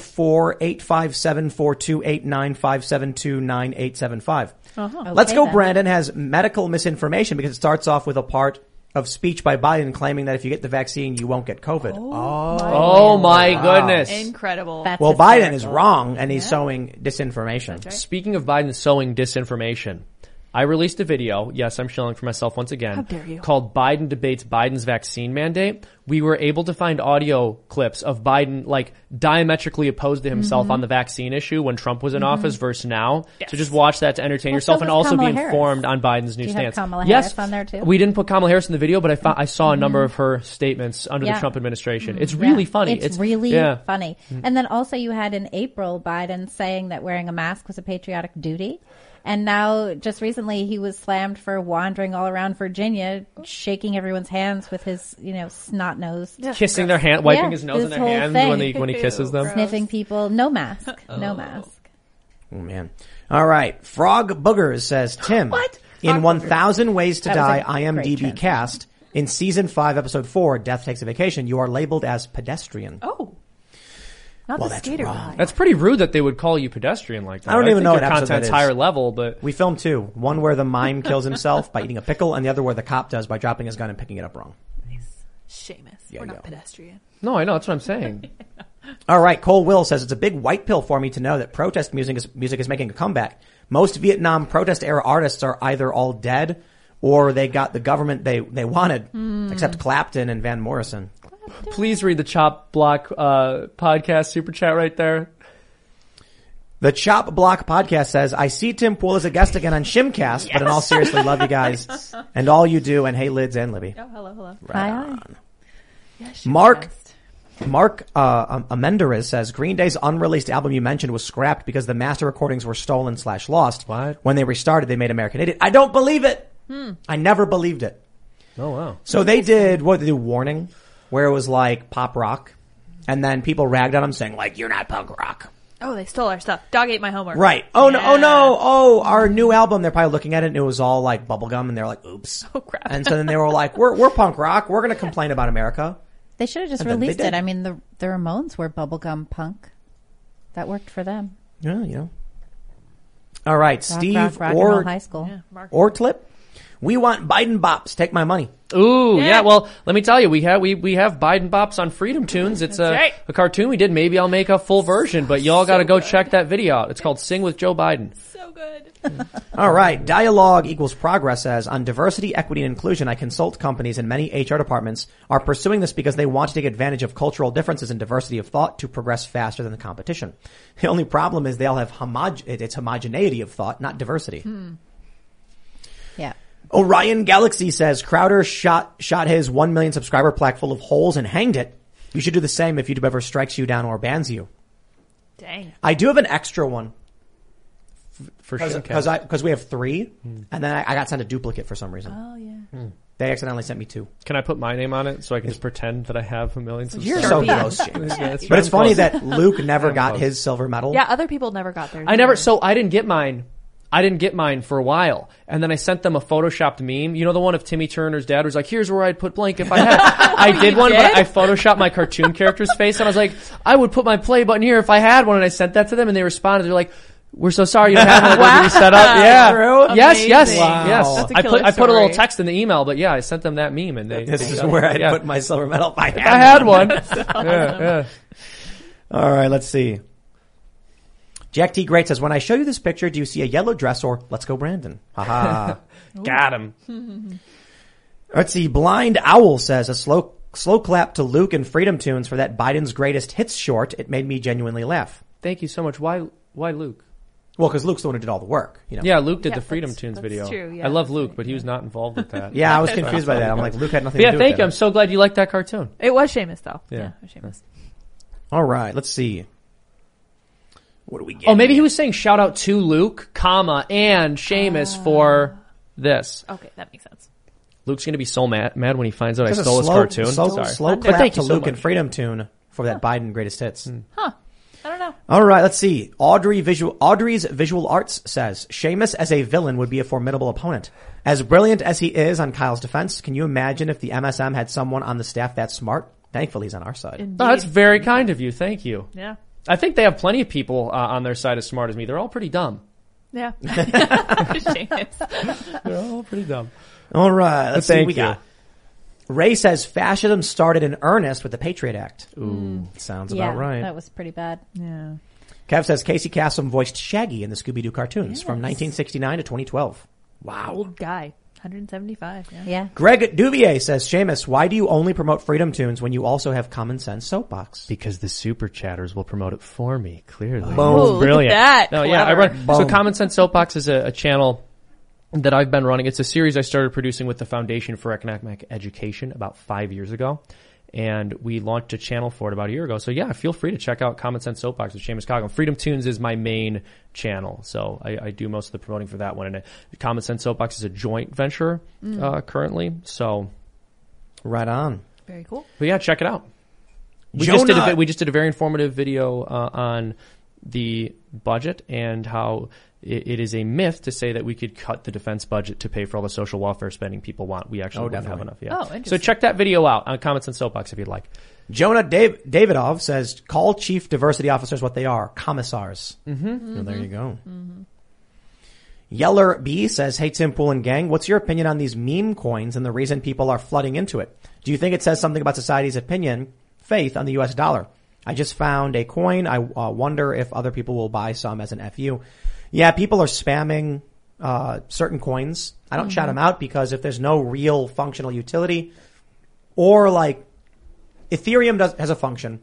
[SPEAKER 2] 204-857-428-9572-9875.
[SPEAKER 11] Uh-huh.
[SPEAKER 2] Let's
[SPEAKER 11] Okay,
[SPEAKER 2] go
[SPEAKER 11] then.
[SPEAKER 2] Brandon has medical misinformation because it starts off with a part of speech by Biden claiming that if you get the vaccine you won't get COVID. Oh,
[SPEAKER 3] Oh, my goodness.
[SPEAKER 5] Incredible.
[SPEAKER 2] well, Biden is wrong and he's sowing disinformation.
[SPEAKER 3] Speaking of Biden sowing disinformation, I released a video. Yes, I'm shilling for myself once again.
[SPEAKER 5] How dare you.
[SPEAKER 3] Called Biden debates Biden's vaccine mandate. We were able to find audio clips of Biden like diametrically opposed to himself
[SPEAKER 4] Mm-hmm.
[SPEAKER 5] Mhm.
[SPEAKER 3] on the vaccine issue when Trump was in
[SPEAKER 5] Mhm.
[SPEAKER 3] office versus now. So just watch that to entertain yourself
[SPEAKER 4] so
[SPEAKER 3] and
[SPEAKER 4] was
[SPEAKER 3] also
[SPEAKER 4] Kamala
[SPEAKER 3] be
[SPEAKER 4] Harris.
[SPEAKER 3] informed on Biden's new
[SPEAKER 4] Do you have
[SPEAKER 3] stance.
[SPEAKER 4] Kamala
[SPEAKER 3] yes,
[SPEAKER 4] Harris on there, too? Mm-hmm.
[SPEAKER 3] We didn't put Kamala Harris in the video, but I, fo- I saw a number of her statements under
[SPEAKER 4] Yeah. Mm-hmm.
[SPEAKER 3] the Trump administration. It's
[SPEAKER 4] Yeah.
[SPEAKER 3] really funny.
[SPEAKER 4] It's, really
[SPEAKER 3] yeah.
[SPEAKER 4] funny.
[SPEAKER 3] Mhm.
[SPEAKER 4] And then also you had in April Biden saying that wearing a mask was a patriotic duty. And now just recently he was slammed for wandering all around Virginia, shaking everyone's hands with his, you know, snot nose.
[SPEAKER 3] Kissing their hand- wiping his nose in
[SPEAKER 4] this
[SPEAKER 3] their
[SPEAKER 4] whole
[SPEAKER 3] hands
[SPEAKER 4] thing.
[SPEAKER 3] when he- when he kisses them.
[SPEAKER 4] Sniffing people. No mask. No mask.
[SPEAKER 2] Oh man. All right. Frog Boogers says Tim. what? In
[SPEAKER 4] Frog
[SPEAKER 2] 1000 Ways to
[SPEAKER 4] That was
[SPEAKER 2] Die,
[SPEAKER 4] a great
[SPEAKER 2] IMDb cast. In season 5, episode 4, Death Takes a Vacation, you are labeled as pedestrian.
[SPEAKER 5] Oh. Not
[SPEAKER 2] Well,
[SPEAKER 5] the
[SPEAKER 2] that's
[SPEAKER 5] skater
[SPEAKER 2] wrong.
[SPEAKER 5] guy.
[SPEAKER 3] That's pretty rude that they would call you pedestrian like that.
[SPEAKER 2] I don't even
[SPEAKER 3] think
[SPEAKER 2] know
[SPEAKER 3] your
[SPEAKER 2] what episode
[SPEAKER 3] content's
[SPEAKER 2] that is.
[SPEAKER 3] higher level, but
[SPEAKER 2] We filmed two. One where the mime kills himself by eating a pickle, and the other where the cop does by dropping his gun and picking it up wrong.
[SPEAKER 5] Seamus. We're not pedestrian.
[SPEAKER 3] no, I know that's what I'm saying.
[SPEAKER 2] All right, Cole Will says it's a big white pill for me to know that protest music is music is making a comeback. Most Vietnam protest era artists are either all dead or they got the government they they wanted,
[SPEAKER 3] Hmm.
[SPEAKER 2] except Clapton and Van Morrison.
[SPEAKER 3] Please read the Chop Block uh, podcast super chat right there.
[SPEAKER 2] The Chop Block podcast says, "I see Tim Pool as a guest again on Shimcast, but in all seriously, love you guys and all you do, and hey Lids and Libby."
[SPEAKER 5] Oh, hello, hello.
[SPEAKER 2] Right
[SPEAKER 5] Hi,
[SPEAKER 2] on.
[SPEAKER 5] Yeah, she
[SPEAKER 2] Mark Mark uh, um, Amendarez says Green Day's unreleased album you mentioned was scrapped because the master recordings were stolen slash lost. What? When they restarted, they made American Idiot. I don't believe it. Hmm. I never believed it. Oh wow! So they did what they do warning, where it was like pop rock, and then people ragged on them saying like you're not punk rock.
[SPEAKER 5] Oh, they stole our stuff. Dog ate my homework.
[SPEAKER 2] Right. Oh no, oh no, oh, our new album, they're probably looking at it and it was all like bubblegum and they're like, oops. Oh crap. And so then they were like, we're, we're punk rock, we're gonna complain about America.
[SPEAKER 4] They should have just
[SPEAKER 2] And then they
[SPEAKER 4] released it.
[SPEAKER 2] did.
[SPEAKER 4] I mean, the the Ramones were bubblegum punk. That worked for them.
[SPEAKER 2] Yeah, you know. All right,
[SPEAKER 4] Rock,
[SPEAKER 2] Steve
[SPEAKER 4] rock, rock and
[SPEAKER 2] or,
[SPEAKER 4] roll high school. Yeah, Mark.
[SPEAKER 2] or Clip. We want Biden bops, take my money.
[SPEAKER 3] Ooh, yeah. Well, let me tell you, we have we, we have Biden bops on Freedom Tunes. It's a,
[SPEAKER 5] right.
[SPEAKER 3] a cartoon we did. Maybe I'll make a full version, but y'all got to go check that video out. It's called "Sing with Joe Biden."
[SPEAKER 2] All right. Dialogue equals progress says on diversity, equity, and inclusion, I consult companies and many HR departments are pursuing this because they want to take advantage of cultural differences and diversity of thought to progress faster than the competition. The only problem is they all have homog- it- it's homogeneity of thought, not diversity.
[SPEAKER 4] Yeah.
[SPEAKER 2] Orion Galaxy says Crowder shot shot his 1 million subscriber plaque full of holes and hanged it. You should do the same if YouTube ever strikes you down or bans you.
[SPEAKER 5] Dang.
[SPEAKER 2] I do have an extra one.
[SPEAKER 3] For
[SPEAKER 5] sure.
[SPEAKER 2] Because we have three,
[SPEAKER 3] Hmm.
[SPEAKER 2] and then I, I got sent a duplicate for some reason.
[SPEAKER 5] Oh yeah.
[SPEAKER 2] They accidentally sent me two.
[SPEAKER 3] Can I put my name on it so I can just pretend that I have a million
[SPEAKER 2] You're
[SPEAKER 3] subscribers?
[SPEAKER 2] so close, James. but it's funny that Luke never got his silver medal.
[SPEAKER 5] Yeah, other people never got theirs.
[SPEAKER 3] I never. So I didn't get mine. I didn't get mine for a while, and then I sent them a photoshopped meme. You know the one of Timmy Turner's dad who's like, "Here's where I'd put blank if I had."
[SPEAKER 2] Oh,
[SPEAKER 3] I did one, but I photoshopped my cartoon character's face, and I was like, "I would put my play button here if I had one." And I sent that to them, and they responded. They're like. We're so sorry you don't have one. Wow. Set up, yeah.
[SPEAKER 2] True?
[SPEAKER 3] Yes, yes,
[SPEAKER 2] Amazing. Wow.
[SPEAKER 3] yes.
[SPEAKER 2] That's a
[SPEAKER 3] I put
[SPEAKER 2] killer
[SPEAKER 3] I put a little
[SPEAKER 2] story.
[SPEAKER 3] text in the email, but yeah, I sent them that meme, and they.
[SPEAKER 2] This
[SPEAKER 3] they
[SPEAKER 2] is
[SPEAKER 3] got it.
[SPEAKER 2] where I'd
[SPEAKER 3] Yeah.
[SPEAKER 2] put my silver medal if I
[SPEAKER 3] If
[SPEAKER 2] had,
[SPEAKER 3] I had one.
[SPEAKER 2] one.
[SPEAKER 3] Yeah, yeah.
[SPEAKER 2] All right, let's see. Jack T. Great says, when I show you this picture, do you see a yellow dress or let's go Brandon? Haha.
[SPEAKER 3] Got him.
[SPEAKER 2] Let's see. Blind Owl says a slow, slow clap to Luke and Freedom Tunes for that Biden's greatest hits short. It made me genuinely laugh.
[SPEAKER 3] Thank you so much. Why why Luke?
[SPEAKER 2] Well, because Luke's the one who did all the work. You know.
[SPEAKER 3] Yeah, Luke did
[SPEAKER 2] Yeah,
[SPEAKER 3] the Freedom
[SPEAKER 2] that's-
[SPEAKER 3] Tunes
[SPEAKER 2] that's
[SPEAKER 3] video.
[SPEAKER 2] true, yeah.
[SPEAKER 3] I love Luke, but he was not involved with that.
[SPEAKER 2] Yeah, I was confused by that. I'm like, Luke had nothing to
[SPEAKER 3] But yeah,
[SPEAKER 2] do with
[SPEAKER 3] thank
[SPEAKER 2] that.
[SPEAKER 3] you. I'm so glad you liked that cartoon.
[SPEAKER 5] It was Seamus though.
[SPEAKER 3] Yeah.
[SPEAKER 5] Yeah, it was Seamus.
[SPEAKER 2] All right. Let's see. What do we get?
[SPEAKER 3] Oh, maybe he was saying shout out to Luke, comma, and Seamus for this.
[SPEAKER 5] Okay, that makes sense.
[SPEAKER 3] Luke's gonna be so mad, mad when he finds out I
[SPEAKER 2] Just a
[SPEAKER 3] stole his
[SPEAKER 2] slow-
[SPEAKER 3] cartoon.
[SPEAKER 2] Slow,
[SPEAKER 3] Sorry.
[SPEAKER 2] slow
[SPEAKER 3] But
[SPEAKER 2] clap
[SPEAKER 3] thank
[SPEAKER 2] to
[SPEAKER 3] you so
[SPEAKER 2] Luke and
[SPEAKER 3] much.
[SPEAKER 2] Freedom Tune for that Biden greatest hits.
[SPEAKER 5] Huh. I don't know.
[SPEAKER 2] All right, let's see. Audrey visual Audrey's visual arts says Seamus as a villain would be a formidable opponent. As brilliant as he is on Kyle's defense, can you imagine if the MSM had someone on the staff that smart? Thankfully, he's on our side.
[SPEAKER 3] Oh, that's very kind of you. Thank you.
[SPEAKER 5] Yeah.
[SPEAKER 3] I think they have plenty of people uh, on their side as smart as me. They're all pretty dumb.
[SPEAKER 5] Yeah. Seamus.
[SPEAKER 3] They're all pretty dumb.
[SPEAKER 2] All right, let's see what
[SPEAKER 3] Thank
[SPEAKER 2] we
[SPEAKER 3] you.
[SPEAKER 2] got. Ray says fascism started in earnest with the Patriot Act.
[SPEAKER 4] Ooh.
[SPEAKER 2] sounds
[SPEAKER 4] yeah,
[SPEAKER 2] about right.
[SPEAKER 4] That was pretty bad.
[SPEAKER 5] Yeah.
[SPEAKER 2] Kev says Casey Kasem voiced Shaggy in the Scooby Doo cartoons from 1969 to 2012. Wow.
[SPEAKER 5] Old guy. 175. Yeah.
[SPEAKER 4] Yeah.
[SPEAKER 2] Greg Duvier says, Seamus, why do you only promote Freedom Tunes when you also have Common Sense Soapbox?
[SPEAKER 3] Because the super chatters will promote it for me, clearly.
[SPEAKER 2] Boom. Ooh, look at
[SPEAKER 3] Brilliant.
[SPEAKER 2] that.
[SPEAKER 3] No, yeah, I run,
[SPEAKER 2] Clever.
[SPEAKER 3] so
[SPEAKER 2] Boom.
[SPEAKER 3] Common Sense Soapbox is a, a channel that I've been running. It's a series I started producing with the Foundation for Economic Education about five years ago. And we launched a channel for it about a year ago. So yeah, feel free to check out Common Sense Soapbox with Seamus Coghlan. Freedom Tunes is my main channel. So I, I do most of the promoting for that one. And uh, Common Sense Soapbox is a joint venture,
[SPEAKER 5] Mm.
[SPEAKER 3] uh, currently. So
[SPEAKER 2] Right on.
[SPEAKER 5] Very cool.
[SPEAKER 3] but yeah, check it out. We just, did a,
[SPEAKER 2] Jonah.
[SPEAKER 3] vi- we just did a very informative video uh, on the budget and how it, it is a myth to say that we could cut the defense budget to pay for all the social welfare spending people want. We actually
[SPEAKER 2] Oh,
[SPEAKER 3] don't have
[SPEAKER 2] definitely.
[SPEAKER 3] enough. Yeah.
[SPEAKER 5] Oh,
[SPEAKER 3] so
[SPEAKER 5] interesting.
[SPEAKER 3] check that video out on Comments and Soapbox if you'd like.
[SPEAKER 2] Jonah Dav- Davidov says, call chief diversity officers what they are, commissars.
[SPEAKER 3] Mhm.
[SPEAKER 2] Well, there you go.
[SPEAKER 5] Mm-hmm.
[SPEAKER 2] Yeller B says, hey Tim Pool and gang, what's your opinion on these meme coins and the reason people are flooding into it? Do you think it says something about society's opinion, faith on the US dollar? I just found a coin. I uh, wonder if other people will buy some as an FU. Yeah, people are spamming uh, certain coins. I don't shout
[SPEAKER 5] Mm-hmm.
[SPEAKER 11] Mhm.
[SPEAKER 2] them out because if there's no real functional utility or like Ethereum does, has a function.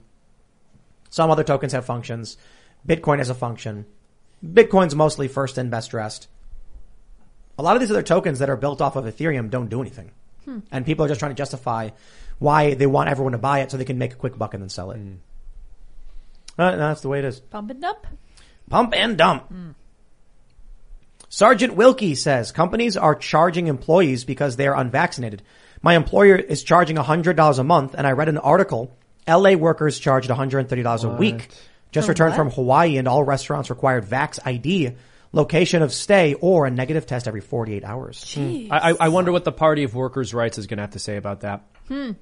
[SPEAKER 2] Some other tokens have functions. Bitcoin has a function. Bitcoin's mostly first and best dressed. A lot of these other tokens that are built off of Ethereum don't do anything.
[SPEAKER 5] Hmm.
[SPEAKER 2] And people are just trying to justify why they want everyone to buy it so they can make a quick buck and then sell it. Uh, that's the way it is.
[SPEAKER 5] Pump and dump.
[SPEAKER 2] Pump and dump. Sergeant Wilkie says companies are charging employees because they are unvaccinated. My employer is charging $100 a month and I read an article. LA workers charged $130 a week. Just
[SPEAKER 11] For
[SPEAKER 2] returned
[SPEAKER 11] what?
[SPEAKER 2] from Hawaii and all restaurants required Vax ID, location of stay, or a negative test every 48 hours. Hmm.
[SPEAKER 3] I, I- I wonder what the party of workers' rights is going to have to say about that.
[SPEAKER 4] Hmm.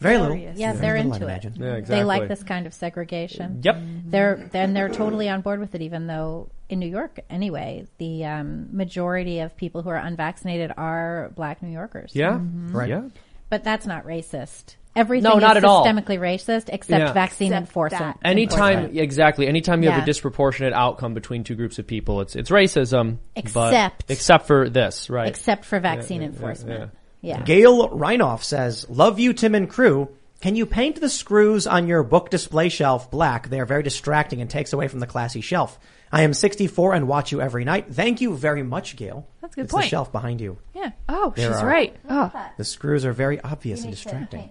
[SPEAKER 2] Very little.
[SPEAKER 4] Yeah, they're
[SPEAKER 2] Very little,
[SPEAKER 4] into
[SPEAKER 2] I
[SPEAKER 4] it.
[SPEAKER 2] imagine.
[SPEAKER 3] Yeah,
[SPEAKER 4] They
[SPEAKER 3] exactly.
[SPEAKER 4] like this kind of segregation.
[SPEAKER 3] Yep.
[SPEAKER 4] They're then they're totally on board with it, even though in New York, anyway, the um, majority of people who are unvaccinated are Black New Yorkers.
[SPEAKER 3] Yeah. Mhm. Right. Yeah.
[SPEAKER 4] But that's not racist. Everything
[SPEAKER 3] No, not
[SPEAKER 4] is
[SPEAKER 3] at all.
[SPEAKER 4] systemically racist except
[SPEAKER 3] Yeah.
[SPEAKER 4] vaccine
[SPEAKER 5] Except
[SPEAKER 4] enforcement.
[SPEAKER 5] that.
[SPEAKER 3] Anytime,
[SPEAKER 4] enforcement.
[SPEAKER 3] exactly. Anytime you have
[SPEAKER 4] Yeah.
[SPEAKER 3] a disproportionate outcome between two groups of people, it's it's racism. but-
[SPEAKER 4] Except-
[SPEAKER 3] except for this, right?
[SPEAKER 4] except for vaccine
[SPEAKER 3] yeah, yeah,
[SPEAKER 4] enforcement. Yeah.
[SPEAKER 2] Gail Reinoff says, Love you, Tim and crew. Can you paint the screws on your book display shelf black? They are very distracting and takes away from the classy shelf. I am 64 and watch you every night. Thank you very much, Gail.
[SPEAKER 5] That's a good
[SPEAKER 2] it's
[SPEAKER 5] point.
[SPEAKER 2] the shelf behind you.
[SPEAKER 5] Yeah. Oh,
[SPEAKER 2] There
[SPEAKER 5] she's
[SPEAKER 2] are-
[SPEAKER 5] right. Oh.
[SPEAKER 2] The screws are very obvious and distracting.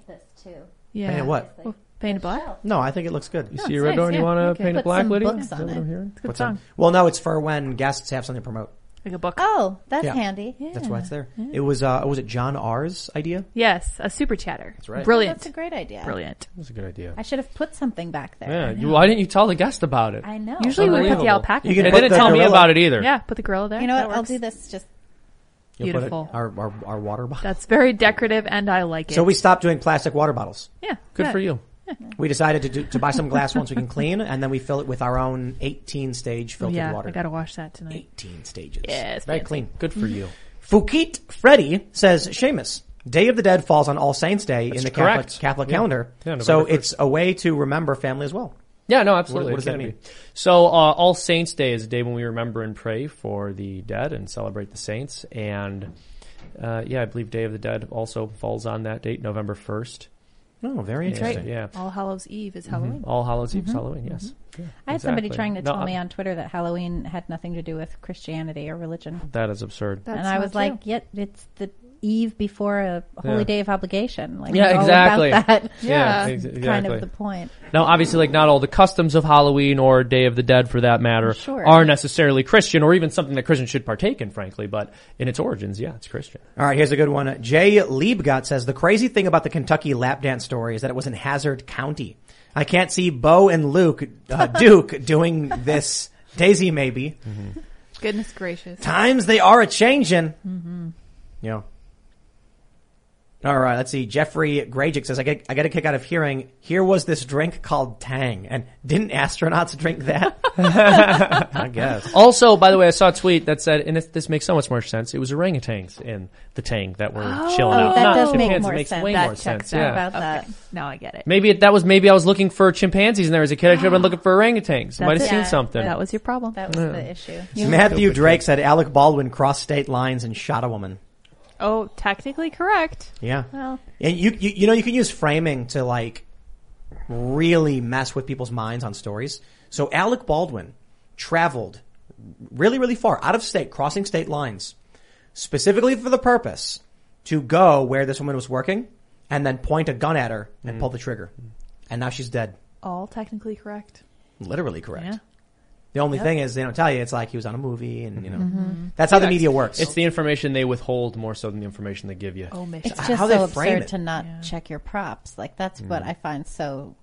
[SPEAKER 5] Yeah.
[SPEAKER 2] Paint it what?
[SPEAKER 5] Well, paint it black.
[SPEAKER 2] No, I think it looks good.
[SPEAKER 3] You see a red door and you want to paint it black, Lydia? Is that what I'm hearing?
[SPEAKER 5] Good
[SPEAKER 2] What's
[SPEAKER 5] song.
[SPEAKER 2] on- Well, no, it's for when guests have something to promote.
[SPEAKER 5] Like a book.
[SPEAKER 4] Oh, that's
[SPEAKER 2] Yeah.
[SPEAKER 4] handy.
[SPEAKER 2] That's why it's there. It was, uh, was it John R.'s idea?
[SPEAKER 5] Yes, a super chatter. That's
[SPEAKER 2] right.
[SPEAKER 5] Brilliant.
[SPEAKER 4] That's a great idea.
[SPEAKER 5] Brilliant.
[SPEAKER 3] That's a good idea.
[SPEAKER 4] I should have put something back there.
[SPEAKER 3] Yeah. You, why didn't you tell the guest about it?
[SPEAKER 4] I know.
[SPEAKER 5] Usually we put the
[SPEAKER 3] Unbelievable.
[SPEAKER 5] alpaca.
[SPEAKER 3] You
[SPEAKER 5] in
[SPEAKER 3] can
[SPEAKER 5] there.
[SPEAKER 3] put They didn't the tell me gorilla- about it either.
[SPEAKER 5] Yeah, put the gorilla there.
[SPEAKER 4] You know
[SPEAKER 5] That
[SPEAKER 4] what? I'll
[SPEAKER 5] works.
[SPEAKER 4] do this just
[SPEAKER 2] You'll put it-
[SPEAKER 5] Beautiful.
[SPEAKER 2] Our, our, our water bottle.
[SPEAKER 5] That's very decorative, and I like it.
[SPEAKER 2] So we stopped doing plastic water bottles.
[SPEAKER 5] Yeah.
[SPEAKER 3] Good for you.
[SPEAKER 2] We decided to do, to buy some glass ones we can clean, and then we fill it with our own 18 stage filtered
[SPEAKER 5] yeah,
[SPEAKER 2] water.
[SPEAKER 5] I gotta wash that tonight.
[SPEAKER 2] 18 stages.
[SPEAKER 5] Yes,
[SPEAKER 2] Very
[SPEAKER 5] fancy.
[SPEAKER 2] clean.
[SPEAKER 3] Good for you.
[SPEAKER 2] Fukit Freddy says, Seamus, Day of the Dead falls on All Saints Day in the Catholic,
[SPEAKER 3] correct.
[SPEAKER 2] Catholic
[SPEAKER 3] Yeah.
[SPEAKER 2] calendar.
[SPEAKER 3] Yeah, November
[SPEAKER 2] so
[SPEAKER 3] 1st.
[SPEAKER 2] it's a way to remember family as well.
[SPEAKER 3] Yeah, no, absolutely.
[SPEAKER 2] What- what does
[SPEAKER 3] It
[SPEAKER 2] that
[SPEAKER 3] can
[SPEAKER 2] mean?
[SPEAKER 3] be. So, uh, All Saints Day is a day when we remember and pray for the dead and celebrate the saints. And uh, yeah, I believe Day of the Dead also falls on that date, November first.
[SPEAKER 2] Oh, very
[SPEAKER 3] That's
[SPEAKER 2] interesting.
[SPEAKER 3] right. Yeah.
[SPEAKER 5] All Hallows Eve
[SPEAKER 2] Mm-hmm.
[SPEAKER 5] is
[SPEAKER 3] Mhm.
[SPEAKER 5] Halloween.
[SPEAKER 3] All Hallows Eve, is Halloween. Yes. Yeah,
[SPEAKER 4] I had somebody
[SPEAKER 3] exactly.
[SPEAKER 4] trying to
[SPEAKER 3] No,
[SPEAKER 4] tell
[SPEAKER 3] I-
[SPEAKER 4] me on Twitter that Halloween had nothing to do with Christianity or religion.
[SPEAKER 3] That is absurd.
[SPEAKER 5] That's
[SPEAKER 4] and I
[SPEAKER 5] not
[SPEAKER 4] was like, yet it's the eve before a holy
[SPEAKER 3] Yeah.
[SPEAKER 4] day of obligation. Like,
[SPEAKER 3] yeah,
[SPEAKER 4] it's all
[SPEAKER 3] exactly.
[SPEAKER 4] About that.
[SPEAKER 3] Yeah, ex-
[SPEAKER 4] It's
[SPEAKER 3] exactly.
[SPEAKER 4] kind of the point.
[SPEAKER 3] Now, obviously, like not all the customs of Halloween or Day of the Dead, for that matter,
[SPEAKER 4] Sure.
[SPEAKER 3] are necessarily Christian or even something that Christians should partake in, frankly. But in its origins, yeah, it's Christian.
[SPEAKER 2] All right, here's a good one. Jay Liebgott says the crazy thing about the Kentucky lap dance story is that it was in Hazard County. I can't see Bo and Luke uh, Duke doing this. Daisy maybe.
[SPEAKER 5] Goodness gracious.
[SPEAKER 2] Times they are a changin'. Yeah. All right, let's see. Jeffrey Grajic says, I get, I get a kick out of hearing, here was this drink called Tang, and didn't astronauts drink that? I guess.
[SPEAKER 3] Also, by the way, I saw a tweet that said, and it, this makes so much more sense. It was orangutans in the tang that were chilling out.
[SPEAKER 4] Oh, that
[SPEAKER 3] Not
[SPEAKER 4] does make
[SPEAKER 3] chimpanzees.
[SPEAKER 4] more
[SPEAKER 3] it makes
[SPEAKER 4] sense.
[SPEAKER 3] way
[SPEAKER 4] That
[SPEAKER 3] more
[SPEAKER 4] checks
[SPEAKER 3] sense.
[SPEAKER 4] out
[SPEAKER 3] Yeah.
[SPEAKER 4] about that.
[SPEAKER 5] Now I get it.
[SPEAKER 3] Maybe it, that was maybe I was looking for chimpanzees in there as a kid. I should have been looking for orangutans. Might have
[SPEAKER 4] it.
[SPEAKER 3] seen
[SPEAKER 4] Yeah,
[SPEAKER 3] something.
[SPEAKER 5] That was your problem.
[SPEAKER 4] That was the issue.
[SPEAKER 2] Matthew Drake said Alec Baldwin crossed state lines and shot a woman.
[SPEAKER 5] Oh, technically correct.
[SPEAKER 2] Yeah.
[SPEAKER 5] Well.
[SPEAKER 2] And you, you, you know, you can use framing to like really mess with people's minds on stories. So Alec Baldwin traveled really, really far out of state, crossing state lines specifically for the purpose to go where this woman was working and then point a gun at her and
[SPEAKER 4] Mm.
[SPEAKER 2] pull the trigger. And now she's dead.
[SPEAKER 5] All technically correct.
[SPEAKER 2] Literally correct.
[SPEAKER 5] Yeah.
[SPEAKER 2] The only
[SPEAKER 5] Yep.
[SPEAKER 2] thing is they don't tell you it's like he was on a movie and you know,
[SPEAKER 4] Mm-hmm.
[SPEAKER 2] that's how the media works.
[SPEAKER 3] It's the information they withhold more so than the information they Mm. give you.
[SPEAKER 5] Omission.
[SPEAKER 4] It's just
[SPEAKER 2] how they
[SPEAKER 4] so
[SPEAKER 2] frame
[SPEAKER 4] absurd
[SPEAKER 2] it.
[SPEAKER 4] to not check your props. Like, that's what I find so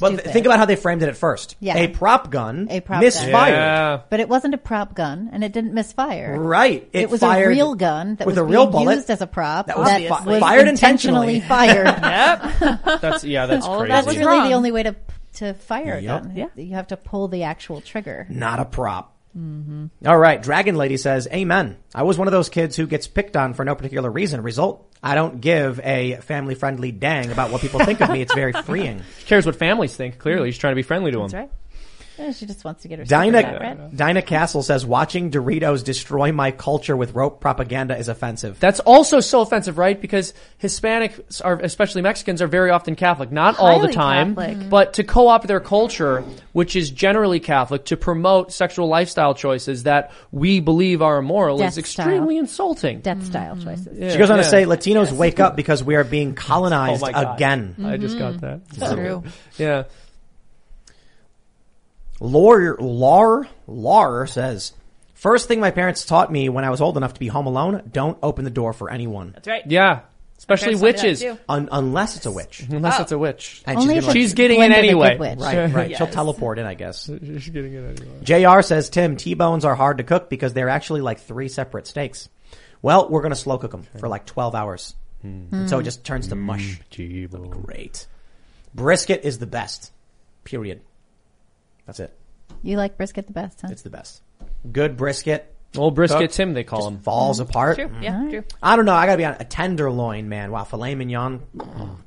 [SPEAKER 2] but
[SPEAKER 4] stupid.
[SPEAKER 2] th- think about how they framed it at first.
[SPEAKER 4] Yeah.
[SPEAKER 2] A prop gun
[SPEAKER 4] A prop gun.
[SPEAKER 2] misfired.
[SPEAKER 3] Yeah.
[SPEAKER 4] But it wasn't a prop gun, and it didn't misfire.
[SPEAKER 2] Right.
[SPEAKER 4] It, was a
[SPEAKER 2] fired
[SPEAKER 4] real gun that
[SPEAKER 2] with
[SPEAKER 4] was
[SPEAKER 2] a real
[SPEAKER 4] being
[SPEAKER 2] bullet
[SPEAKER 4] used as a prop
[SPEAKER 2] that was fi-
[SPEAKER 4] was
[SPEAKER 2] fired
[SPEAKER 4] intentionally,
[SPEAKER 2] intentionally.
[SPEAKER 4] fired.
[SPEAKER 3] That's yeah. That's
[SPEAKER 5] All
[SPEAKER 3] crazy.
[SPEAKER 5] that
[SPEAKER 4] That's
[SPEAKER 5] was
[SPEAKER 4] really
[SPEAKER 5] wrong.
[SPEAKER 4] the only way to to fire
[SPEAKER 2] Yep.
[SPEAKER 4] a gun. You have to pull the actual trigger.
[SPEAKER 2] Not a prop. Mm-hmm. All right. Dragon Lady says, Amen. I was one of those kids who gets picked on for no particular reason. Result, I don't give a family friendly dang about what people think of me. It's very freeing.
[SPEAKER 3] She cares what families think. Clearly, she's trying to be friendly to them.
[SPEAKER 5] That's right.
[SPEAKER 4] Eh, She just wants to get her
[SPEAKER 2] Dinah,
[SPEAKER 4] secret out, right?
[SPEAKER 2] Dinah Castle says, watching Doritos destroy my culture with rope propaganda is offensive.
[SPEAKER 3] That's also so offensive, right? Because Hispanics are, especially Mexicans, are very often Catholic. Not all the
[SPEAKER 5] Highly
[SPEAKER 3] time,
[SPEAKER 5] Catholic.
[SPEAKER 3] but to co-opt their culture, which is generally Catholic, to promote sexual lifestyle choices that we believe are immoral
[SPEAKER 4] Death
[SPEAKER 3] is
[SPEAKER 4] style.
[SPEAKER 3] extremely insulting.
[SPEAKER 4] Death style
[SPEAKER 11] Mm-hmm.
[SPEAKER 4] choices.
[SPEAKER 2] she goes on to say, Latinos wake up because we are being
[SPEAKER 11] Oh
[SPEAKER 2] colonized
[SPEAKER 3] God.
[SPEAKER 2] again.
[SPEAKER 3] I
[SPEAKER 4] Mm-hmm.
[SPEAKER 3] just got that.
[SPEAKER 5] True.
[SPEAKER 3] Yeah.
[SPEAKER 2] Lawyer, Lar, Lar says, First thing my parents taught me when I was old enough to be home alone, don't open the door for anyone.
[SPEAKER 11] That's right.
[SPEAKER 3] Yeah. Especially
[SPEAKER 11] Parents taught me that
[SPEAKER 3] witches.
[SPEAKER 11] too.
[SPEAKER 2] Un- unless it's a witch.
[SPEAKER 11] Mm-hmm.
[SPEAKER 4] Oh.
[SPEAKER 3] Unless it's a witch.
[SPEAKER 2] And she's, gonna, like-
[SPEAKER 3] she's getting in anyway.
[SPEAKER 2] Right, right. She'll
[SPEAKER 3] Yes.
[SPEAKER 2] teleport in, I guess.
[SPEAKER 3] She's getting in anyway.
[SPEAKER 2] JR says, Tim, T-bones are hard to cook because they're actually like three separate steaks. Well, we're going to slow cook them for like 12 hours. And so it just turns to mush. That'd be great. Brisket is the best. Period. That's it.
[SPEAKER 4] You like brisket the best, huh?
[SPEAKER 2] It's the best. Good brisket.
[SPEAKER 3] Old brisket
[SPEAKER 2] cooked,
[SPEAKER 3] Tim, they call him.
[SPEAKER 2] Falls apart.
[SPEAKER 11] True. Yeah,
[SPEAKER 4] Mm-hmm.
[SPEAKER 11] true.
[SPEAKER 2] I don't know. I gotta be on a tenderloin, man. Wow, filet mignon,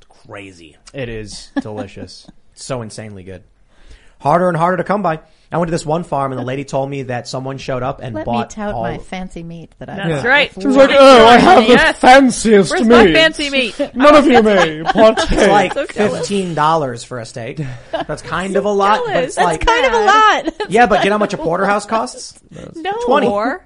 [SPEAKER 2] crazy.
[SPEAKER 3] It is delicious.
[SPEAKER 2] so insanely good. Harder and harder to come by. I went to this one farm, and the lady told me that someone showed up and
[SPEAKER 4] Let me
[SPEAKER 2] bought
[SPEAKER 4] tout
[SPEAKER 2] all.
[SPEAKER 4] my fancy meat that I
[SPEAKER 11] That's
[SPEAKER 4] bought.
[SPEAKER 11] right.
[SPEAKER 4] It's
[SPEAKER 11] She's
[SPEAKER 4] like,
[SPEAKER 2] "Uh,
[SPEAKER 11] "Oh, I have the
[SPEAKER 4] Yes.
[SPEAKER 3] fanciest
[SPEAKER 11] Where's my fancy meat?
[SPEAKER 3] None of you may.
[SPEAKER 2] It's like
[SPEAKER 11] So jealous.
[SPEAKER 2] fifteen dollars for a steak. That's kind of a lot, but it's
[SPEAKER 11] That's
[SPEAKER 2] like
[SPEAKER 11] kind of a lot.
[SPEAKER 2] yeah. But you know how much a porterhouse costs?
[SPEAKER 5] No
[SPEAKER 2] 20.
[SPEAKER 5] more.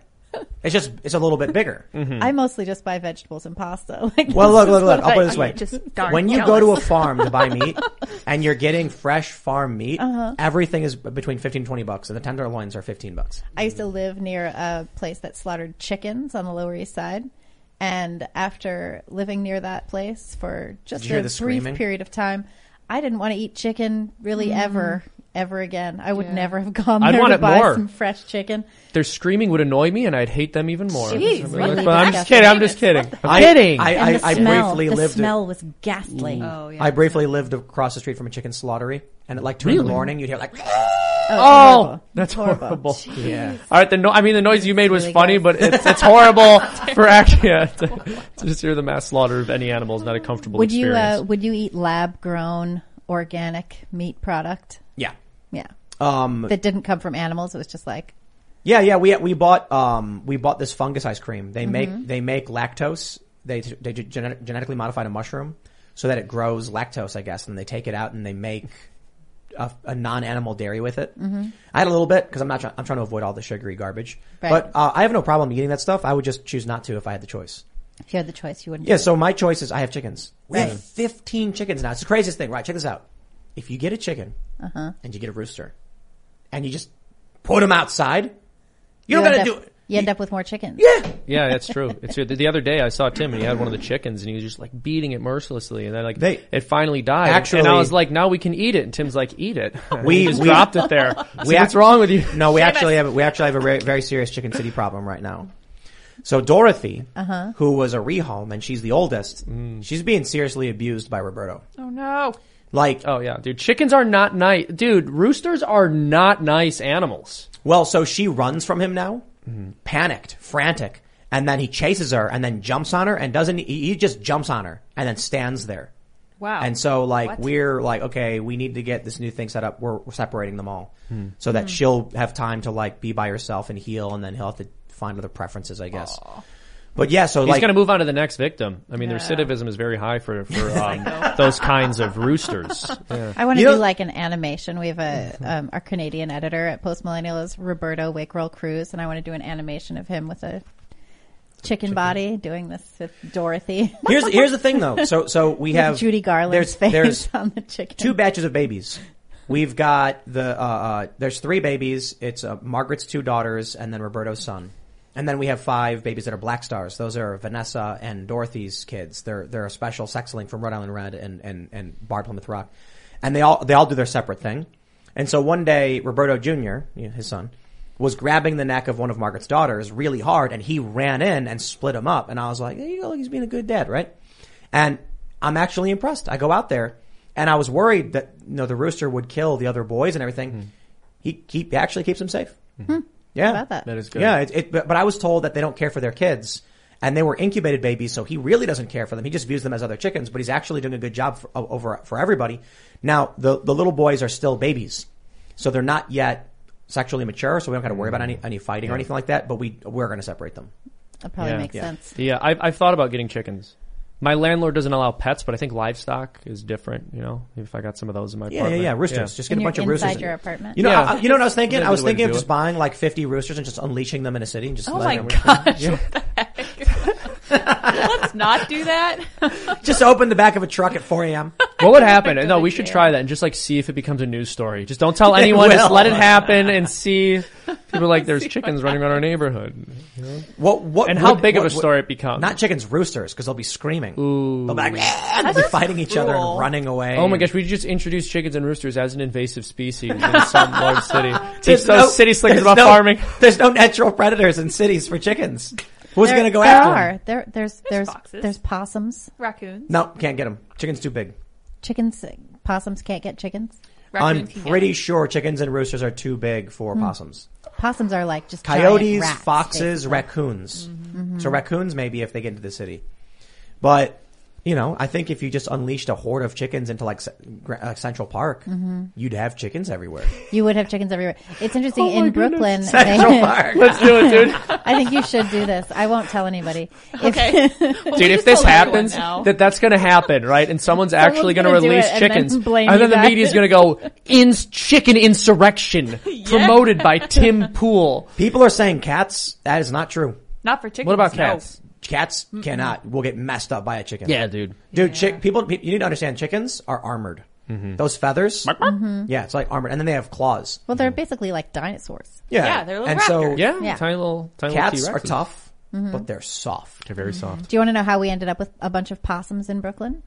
[SPEAKER 2] It's just it's a little bit bigger.
[SPEAKER 11] Mm-hmm.
[SPEAKER 4] I mostly just buy vegetables and pasta. Like,
[SPEAKER 2] Well,
[SPEAKER 4] this
[SPEAKER 2] look, look,
[SPEAKER 4] is
[SPEAKER 2] look.
[SPEAKER 4] what
[SPEAKER 2] I'll put
[SPEAKER 4] I
[SPEAKER 2] it this
[SPEAKER 4] eat.
[SPEAKER 2] way:
[SPEAKER 4] Just darn
[SPEAKER 2] when you
[SPEAKER 4] jealous.
[SPEAKER 2] go to a farm to buy meat, and you're getting fresh farm meat,
[SPEAKER 4] Uh-huh.
[SPEAKER 2] everything is b- between 15 and 20 bucks, and the tenderloins are 15 bucks.
[SPEAKER 4] I used to live near a place that slaughtered chickens on the Lower East Side. And after living near that place for just
[SPEAKER 2] Did you hear
[SPEAKER 4] a
[SPEAKER 2] the
[SPEAKER 4] brief
[SPEAKER 2] screaming?
[SPEAKER 4] period of time, I didn't want to eat chicken really ever, ever again. I would never have gone
[SPEAKER 3] I'd
[SPEAKER 4] there
[SPEAKER 3] want
[SPEAKER 4] to
[SPEAKER 3] it
[SPEAKER 4] buy
[SPEAKER 3] more.
[SPEAKER 4] some fresh chicken.
[SPEAKER 3] Their screaming would annoy me, and I'd hate them even more.
[SPEAKER 4] Jeez,
[SPEAKER 3] But
[SPEAKER 4] really
[SPEAKER 3] I'm just
[SPEAKER 4] disgusting.
[SPEAKER 3] kidding. I'm just kidding.
[SPEAKER 2] I-
[SPEAKER 3] I'm kidding.
[SPEAKER 2] I-
[SPEAKER 4] and the
[SPEAKER 2] I
[SPEAKER 4] smell,
[SPEAKER 2] briefly
[SPEAKER 4] the
[SPEAKER 2] lived it.
[SPEAKER 4] smell Oh, was ghastly.
[SPEAKER 2] I briefly lived across the street from a chicken slaughtery, and at like two in the
[SPEAKER 3] Really?
[SPEAKER 2] morning, you'd hear like,
[SPEAKER 3] Oh,
[SPEAKER 4] horrible.
[SPEAKER 3] that's
[SPEAKER 4] Horrible.
[SPEAKER 3] horrible.
[SPEAKER 2] yeah.
[SPEAKER 3] All right, the no- I mean the noise you made was
[SPEAKER 4] really
[SPEAKER 3] funny, but it's, it's horrible for actually yeah, to, to just hear the mass slaughter of any animal is not a comfortable
[SPEAKER 4] Would you
[SPEAKER 3] experience.
[SPEAKER 4] uh, would you eat lab grown organic meat product?
[SPEAKER 2] yeah,
[SPEAKER 4] Yeah,
[SPEAKER 2] um,
[SPEAKER 4] that didn't come from animals. It was just like
[SPEAKER 2] yeah, yeah. We we bought um we bought this fungus ice cream. They make they make lactose. They they genetic, genetically modified a mushroom so that it grows lactose, I guess, and they take it out and they make. A, a non-animal dairy with it. I had a little bit because I'm not. Try- I'm trying to avoid all the sugary garbage.
[SPEAKER 4] Right.
[SPEAKER 2] But uh, I have no problem eating that stuff. I would just choose not to if I had the choice.
[SPEAKER 4] if you had the choice, you wouldn't.
[SPEAKER 2] Yeah,
[SPEAKER 4] do it.
[SPEAKER 2] so my choice is I have chickens. We have 15 chickens now. It's the craziest thing, right? Check this out. If you get a chicken
[SPEAKER 4] Uh-huh.
[SPEAKER 2] and you get a rooster and you just put them outside, you, don't
[SPEAKER 4] end
[SPEAKER 2] gotta
[SPEAKER 4] up-
[SPEAKER 2] do it.
[SPEAKER 4] You end up with more chickens.
[SPEAKER 2] Yeah.
[SPEAKER 3] yeah, that's true. It's the, the other day I saw Tim and he had one of the chickens and he was just like beating it mercilessly, and then like
[SPEAKER 2] They-
[SPEAKER 3] it finally died. and
[SPEAKER 2] Actually-
[SPEAKER 3] I was like, now we can eat it, and Tim's like, eat it. And
[SPEAKER 2] We-
[SPEAKER 3] he just
[SPEAKER 2] we-
[SPEAKER 3] dropped it there. So
[SPEAKER 2] We
[SPEAKER 3] what's
[SPEAKER 2] act-
[SPEAKER 3] wrong with you?
[SPEAKER 2] No, we actually have we actually have a very, very serious chicken city problem right now. So Dorothy,
[SPEAKER 4] Uh-huh.
[SPEAKER 2] who was a rehome and she's the oldest, she's being seriously abused by Roberto.
[SPEAKER 5] Mm. Oh no.
[SPEAKER 2] Like,
[SPEAKER 3] Oh yeah, dude. Chickens are not nice. Dude, roosters are not nice animals.
[SPEAKER 2] Well, so she runs from him now, panicked, frantic, and then he chases her and then jumps on her and doesn't, he he just jumps on her and then stands there.
[SPEAKER 5] Wow.
[SPEAKER 2] And so like,
[SPEAKER 5] What?
[SPEAKER 2] we're like, okay, we need to get this new thing set up. We're, we're separating them all
[SPEAKER 3] Hmm.
[SPEAKER 2] so
[SPEAKER 4] Hmm.
[SPEAKER 2] that she'll have time to like be by herself and heal and then he'll have to find other preferences, I guess. But yeah, so
[SPEAKER 3] He's
[SPEAKER 2] like,
[SPEAKER 3] going to move on to the next victim. I mean, their recidivism is very high for for um, those kinds of roosters. Yeah.
[SPEAKER 4] I want to
[SPEAKER 2] You know-
[SPEAKER 4] do
[SPEAKER 2] Mm-hmm.
[SPEAKER 4] like an animation. We have a um, our Canadian editor at Post Millennial is Roberto Wakeroll Cruz, and I want to do an animation of him with a chicken, body doing this with Dorothy.
[SPEAKER 2] here's, here's the thing though. So, so we have
[SPEAKER 4] Judy Garland's
[SPEAKER 2] there's-
[SPEAKER 4] face
[SPEAKER 2] there's-
[SPEAKER 4] on the chicken.
[SPEAKER 2] two batches of babies. We've got the uh, uh, there's three babies. It's uh, Margaret's two daughters and then Roberto's son, and then we have five babies that are black stars. Those are Vanessa and Dorothy's kids. They're they're a special sexling from Rhode Island Red and and and Bar Plymouth Rock, and they all they all do their separate thing. And so one day Roberto Jr., you know, his son, was grabbing the neck of one of Margaret's daughters really hard, and he ran in and split him up. And I was like, there you go, he's being a good dad, right? And I'm actually impressed. I go out there and I was worried that, you know, the rooster would kill the other boys and everything. He keep, he actually keeps them safe. Yeah.
[SPEAKER 4] about that? That
[SPEAKER 3] is good.
[SPEAKER 2] Yeah. It, it, but, but I was told that they don't care for their kids and they were incubated babies. So he really doesn't care for them. He just views them as other chickens, but he's actually doing a good job for, o- over for everybody. Now the, the little boys are still babies. So they're not yet sexually mature. So we don't got to worry about any, any fighting or anything like that, but we, we're going to separate them.
[SPEAKER 4] That probably
[SPEAKER 3] Yeah.
[SPEAKER 4] makes
[SPEAKER 3] Yeah.
[SPEAKER 4] sense.
[SPEAKER 3] Yeah, I've, I've thought about getting chickens. My landlord doesn't allow pets, but I think livestock is different. You know, if I got some of those in my
[SPEAKER 2] Yeah, yeah,
[SPEAKER 3] apartment.
[SPEAKER 2] yeah. Roosters. Just get
[SPEAKER 4] And
[SPEAKER 2] a
[SPEAKER 4] you're
[SPEAKER 2] bunch of roosters.
[SPEAKER 4] inside your apartment.
[SPEAKER 2] You know,
[SPEAKER 3] Yeah.
[SPEAKER 2] I- I- you know what I was thinking?
[SPEAKER 3] That's
[SPEAKER 2] I was
[SPEAKER 3] the way to
[SPEAKER 2] thinking of
[SPEAKER 3] do
[SPEAKER 2] just
[SPEAKER 3] it.
[SPEAKER 2] buying like 50 roosters and just unleashing them in a city and just
[SPEAKER 5] Oh
[SPEAKER 2] letting
[SPEAKER 5] my
[SPEAKER 2] them
[SPEAKER 5] gosh. Let's not do that.
[SPEAKER 2] just open the back of a truck at 4 a.m.
[SPEAKER 3] What would happen? No, we should try that and just like see if it becomes a news story. Just don't tell anyone. Just
[SPEAKER 2] will.
[SPEAKER 3] let it happen and see. People are like, there's chickens running around our neighborhood. you know?
[SPEAKER 2] What? What?
[SPEAKER 3] And how
[SPEAKER 2] would-
[SPEAKER 3] big of
[SPEAKER 2] what-
[SPEAKER 3] a story it becomes?
[SPEAKER 2] Not chickens, roosters, because they'll be screaming. Ooh. They'll be, like, "Ah," and they'll be fighting each other and running away.
[SPEAKER 3] Oh my gosh, we just introduced chickens and roosters as an invasive species in some large city. Teach
[SPEAKER 2] There's
[SPEAKER 3] those
[SPEAKER 2] no-
[SPEAKER 3] city slickers
[SPEAKER 2] there's
[SPEAKER 3] about
[SPEAKER 2] no-
[SPEAKER 3] farming.
[SPEAKER 2] There's no natural predators in cities for chickens. Who's
[SPEAKER 4] There-
[SPEAKER 2] going to go
[SPEAKER 4] there
[SPEAKER 2] after
[SPEAKER 4] are.
[SPEAKER 2] them?
[SPEAKER 4] There, there's, there's,
[SPEAKER 5] foxes.
[SPEAKER 4] there's, possums.
[SPEAKER 5] Raccoons.
[SPEAKER 2] No, can't get them. Chickens too big.
[SPEAKER 4] Chickens, possums can't get chickens.
[SPEAKER 2] I'm pretty sure chickens and roosters are too big for possums.
[SPEAKER 4] Possums are like just giant
[SPEAKER 2] Coyotes,
[SPEAKER 4] rats,
[SPEAKER 2] foxes,
[SPEAKER 4] basically.
[SPEAKER 2] raccoons. Mm-hmm.
[SPEAKER 4] Mhm.
[SPEAKER 2] So raccoons maybe if they get into the city. But, you know, I think if you just unleashed a horde of chickens into like, ce- gra- like Central Park,
[SPEAKER 4] Mhm.
[SPEAKER 2] you'd have chickens everywhere.
[SPEAKER 4] You would have chickens everywhere. It's
[SPEAKER 2] Oh
[SPEAKER 4] interesting in Brooklyn.
[SPEAKER 2] Central Park. Let's do it, dude.
[SPEAKER 4] I think you should do this. I won't tell anybody. If-
[SPEAKER 11] Okay.
[SPEAKER 3] Dude, if this happens, that that's going to happen, right? And someone's actually going to
[SPEAKER 4] gonna do
[SPEAKER 3] release
[SPEAKER 4] it and then
[SPEAKER 3] chickens,
[SPEAKER 4] blame
[SPEAKER 3] and
[SPEAKER 4] you
[SPEAKER 3] then the
[SPEAKER 4] guys.
[SPEAKER 3] media's going to go in chicken insurrection promoted by Tim Pool.
[SPEAKER 2] People are saying cats. That is not true.
[SPEAKER 5] Not for chickens.
[SPEAKER 3] What about
[SPEAKER 5] no.
[SPEAKER 3] cats?
[SPEAKER 2] Cats cannot. Will get messed up by a chicken.
[SPEAKER 3] Yeah, dude.
[SPEAKER 2] Dude, chick, people, pe- you need to understand chickens are armored.
[SPEAKER 3] Mm-hmm.
[SPEAKER 2] Those feathers.
[SPEAKER 4] Mhm.
[SPEAKER 2] Yeah, it's like armored. And then they have claws.
[SPEAKER 4] well, they're basically like dinosaurs.
[SPEAKER 2] Yeah.
[SPEAKER 4] Yeah, they're little
[SPEAKER 2] and so
[SPEAKER 4] raptors. Yeah, Yeah. tiny
[SPEAKER 3] little tiny little
[SPEAKER 2] cats
[SPEAKER 3] T-Rexes.
[SPEAKER 2] are tough,
[SPEAKER 4] Mhm.
[SPEAKER 2] but they're soft.
[SPEAKER 3] They're very soft.
[SPEAKER 4] Do you want to know how we ended up with a bunch of possums in Brooklyn?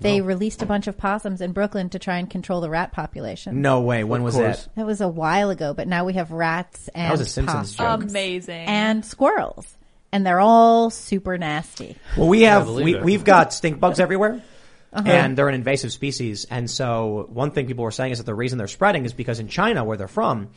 [SPEAKER 4] They released a bunch of possums in Brooklyn to try and control the rat population.
[SPEAKER 2] No way. When
[SPEAKER 3] Of
[SPEAKER 2] was
[SPEAKER 3] course.
[SPEAKER 2] that?
[SPEAKER 4] That was a while ago, but now we have rats and
[SPEAKER 2] was a Simpsons
[SPEAKER 4] possums.
[SPEAKER 2] joke.
[SPEAKER 5] Amazing.
[SPEAKER 4] And squirrels. And they're all super nasty.
[SPEAKER 2] Well, we have
[SPEAKER 3] believe
[SPEAKER 2] we,
[SPEAKER 3] it.
[SPEAKER 2] we've got stink bugs everywhere,
[SPEAKER 4] Uh-huh.
[SPEAKER 2] and they're an invasive species. And so, one thing people were saying is that the reason they're spreading is because in China, where they're from,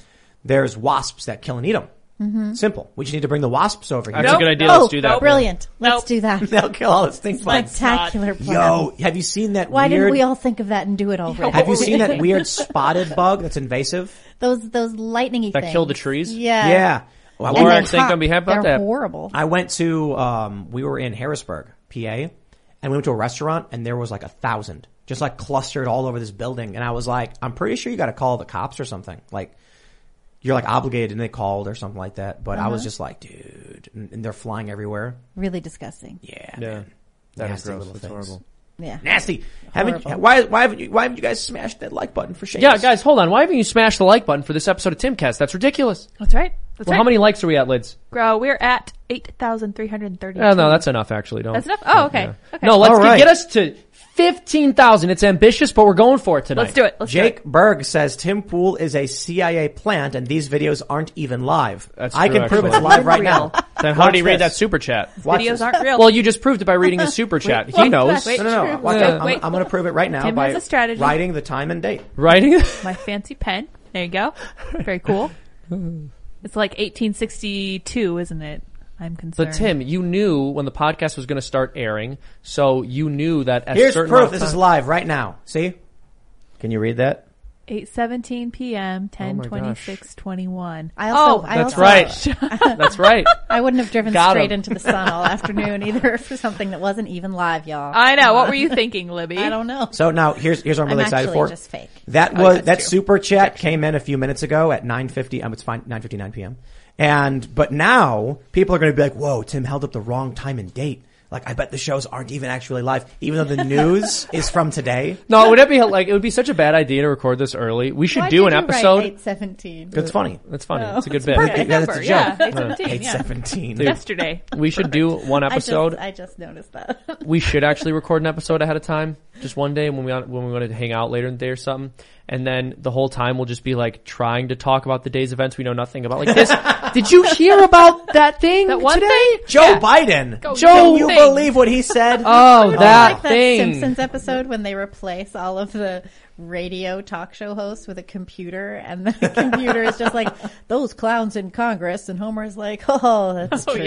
[SPEAKER 2] there's wasps that kill and eat them.
[SPEAKER 4] Mhm.
[SPEAKER 2] Simple. We just need to bring the wasps over here.
[SPEAKER 3] That's a Nope. good idea. Let's do that.
[SPEAKER 4] Oh, Brilliant. Let's do that.
[SPEAKER 2] They'll kill all the stink bugs.
[SPEAKER 4] Spectacular plan.
[SPEAKER 2] Yo, have you seen that
[SPEAKER 4] Why
[SPEAKER 2] weird?
[SPEAKER 4] didn't we all think of that and do it already?
[SPEAKER 2] have you seen that weird spotted bug that's invasive?
[SPEAKER 4] those those lightningy
[SPEAKER 2] That
[SPEAKER 4] things
[SPEAKER 2] kill the
[SPEAKER 3] trees?
[SPEAKER 4] Yeah,
[SPEAKER 2] Yeah.
[SPEAKER 4] And
[SPEAKER 2] Laura,
[SPEAKER 4] they
[SPEAKER 2] I think
[SPEAKER 4] hop.
[SPEAKER 2] on behalf of
[SPEAKER 4] They're
[SPEAKER 2] that-
[SPEAKER 4] horrible.
[SPEAKER 2] I went to, um, we were in Harrisburg, PA, and we went to a restaurant and there was like a thousand, just like clustered all over this building. And I was like, I'm pretty sure you got to call the cops or something. Like, you're like obligated and they called or something like that. But I was
[SPEAKER 4] Uh-huh.
[SPEAKER 2] just like, dude, and, and they're flying everywhere.
[SPEAKER 4] Really disgusting.
[SPEAKER 2] Yeah.
[SPEAKER 3] Yeah. That is
[SPEAKER 2] Nasty
[SPEAKER 3] gross.
[SPEAKER 2] little
[SPEAKER 3] That's
[SPEAKER 2] things.
[SPEAKER 3] horrible.
[SPEAKER 4] Yeah.
[SPEAKER 2] Nasty. Haven't,
[SPEAKER 4] Horrible.
[SPEAKER 2] why, why haven't you, why haven't you guys smashed that like button for shame?
[SPEAKER 3] Yeah, guys, hold on. Why haven't you smashed the like button for this episode of Timcast? That's ridiculous.
[SPEAKER 5] That's right. Oh, That's
[SPEAKER 3] well,
[SPEAKER 5] right.
[SPEAKER 3] how many likes are we at, Lids?
[SPEAKER 5] Grow. We're at eight thousand three hundred thirty.
[SPEAKER 3] Oh, no, that's enough, actually. Don't.
[SPEAKER 5] That's enough? Oh, okay. Okay.
[SPEAKER 3] No, let's
[SPEAKER 5] All
[SPEAKER 3] get,
[SPEAKER 5] right.
[SPEAKER 3] get us to 15,000. It's ambitious, but we're going for it tonight.
[SPEAKER 2] Jake Berg says Tim Pool is a CIA plant, and these videos aren't even live. I can prove it's live right now.
[SPEAKER 3] Then how
[SPEAKER 2] Watch
[SPEAKER 3] did he read
[SPEAKER 2] this.
[SPEAKER 3] that super chat?
[SPEAKER 2] Watch Videos this. aren't real.
[SPEAKER 3] Well, you just proved it by reading his super chat. he knows.
[SPEAKER 2] No, no, no. Watch out. I'm, I'm going to prove it right now
[SPEAKER 5] Tim
[SPEAKER 2] by
[SPEAKER 5] has a strategy.
[SPEAKER 2] writing the time and date.
[SPEAKER 3] Writing?
[SPEAKER 5] My fancy pen. There you go. Very cool. it's like 1862, isn't it? I'm concerned.
[SPEAKER 3] But Tim, you knew when the podcast was going to start airing, so you knew that at
[SPEAKER 2] Here's
[SPEAKER 3] certain
[SPEAKER 2] proof.
[SPEAKER 3] amount of
[SPEAKER 2] This is
[SPEAKER 3] time-
[SPEAKER 2] live right now. See? Can you read that?
[SPEAKER 5] 8:17
[SPEAKER 3] Oh
[SPEAKER 5] p.m. 10
[SPEAKER 2] my gosh.
[SPEAKER 5] 26 21.
[SPEAKER 4] I also-
[SPEAKER 5] oh,
[SPEAKER 4] I That's also-
[SPEAKER 3] right. that's right.
[SPEAKER 4] I wouldn't have driven
[SPEAKER 3] Got
[SPEAKER 4] straight
[SPEAKER 3] him.
[SPEAKER 4] into the sun all afternoon either for something that wasn't even live, y'all.
[SPEAKER 5] I know. What were you thinking, Libby?
[SPEAKER 4] I don't know.
[SPEAKER 2] So now here's here's what I'm
[SPEAKER 4] I'm
[SPEAKER 2] really excited
[SPEAKER 4] actually
[SPEAKER 2] for.
[SPEAKER 4] just fake.
[SPEAKER 2] That
[SPEAKER 4] Oh,
[SPEAKER 2] was
[SPEAKER 4] that's
[SPEAKER 2] that
[SPEAKER 4] true.
[SPEAKER 2] super chat came in a few minutes ago at 9:50. Um, it's fine, 9:59 p.m. And but now people are going to be like, "Whoa, Tim held up the wrong time and date." Like, I bet the shows aren't even actually live, even though the news is from today.
[SPEAKER 3] No, would it be like it would be such a bad idea to record this early? We should
[SPEAKER 4] Why
[SPEAKER 3] do an
[SPEAKER 4] did you write
[SPEAKER 3] episode.
[SPEAKER 4] 817?
[SPEAKER 2] It's funny.
[SPEAKER 3] That's funny.
[SPEAKER 4] No.
[SPEAKER 3] It's a good
[SPEAKER 4] It's
[SPEAKER 3] bit.
[SPEAKER 4] perfect
[SPEAKER 2] Yeah, that's a
[SPEAKER 4] Yeah,
[SPEAKER 2] joke.
[SPEAKER 4] 817, yeah.
[SPEAKER 2] 817.
[SPEAKER 3] Dude,
[SPEAKER 5] Yesterday.
[SPEAKER 3] We should do one
[SPEAKER 4] I just-
[SPEAKER 3] episode.
[SPEAKER 4] I just, noticed that.
[SPEAKER 3] we should actually record an episode ahead of time, just one day when we when we want to hang out later in the day or something, and then the whole time we'll just be like trying to talk about the day's events we know nothing about. Like this, did you hear about that thing
[SPEAKER 5] That one
[SPEAKER 3] today?
[SPEAKER 5] thing?
[SPEAKER 2] Joe Biden.
[SPEAKER 5] Go
[SPEAKER 3] Joe-
[SPEAKER 2] Can you
[SPEAKER 3] thing.
[SPEAKER 2] believe what he said?
[SPEAKER 3] Oh, that
[SPEAKER 4] like that
[SPEAKER 3] thing.
[SPEAKER 4] Simpsons episode when they replace all of the radio talk show hosts with a computer, and the computer is just like those clowns in Congress, and Homer's like, "Oh, that's true."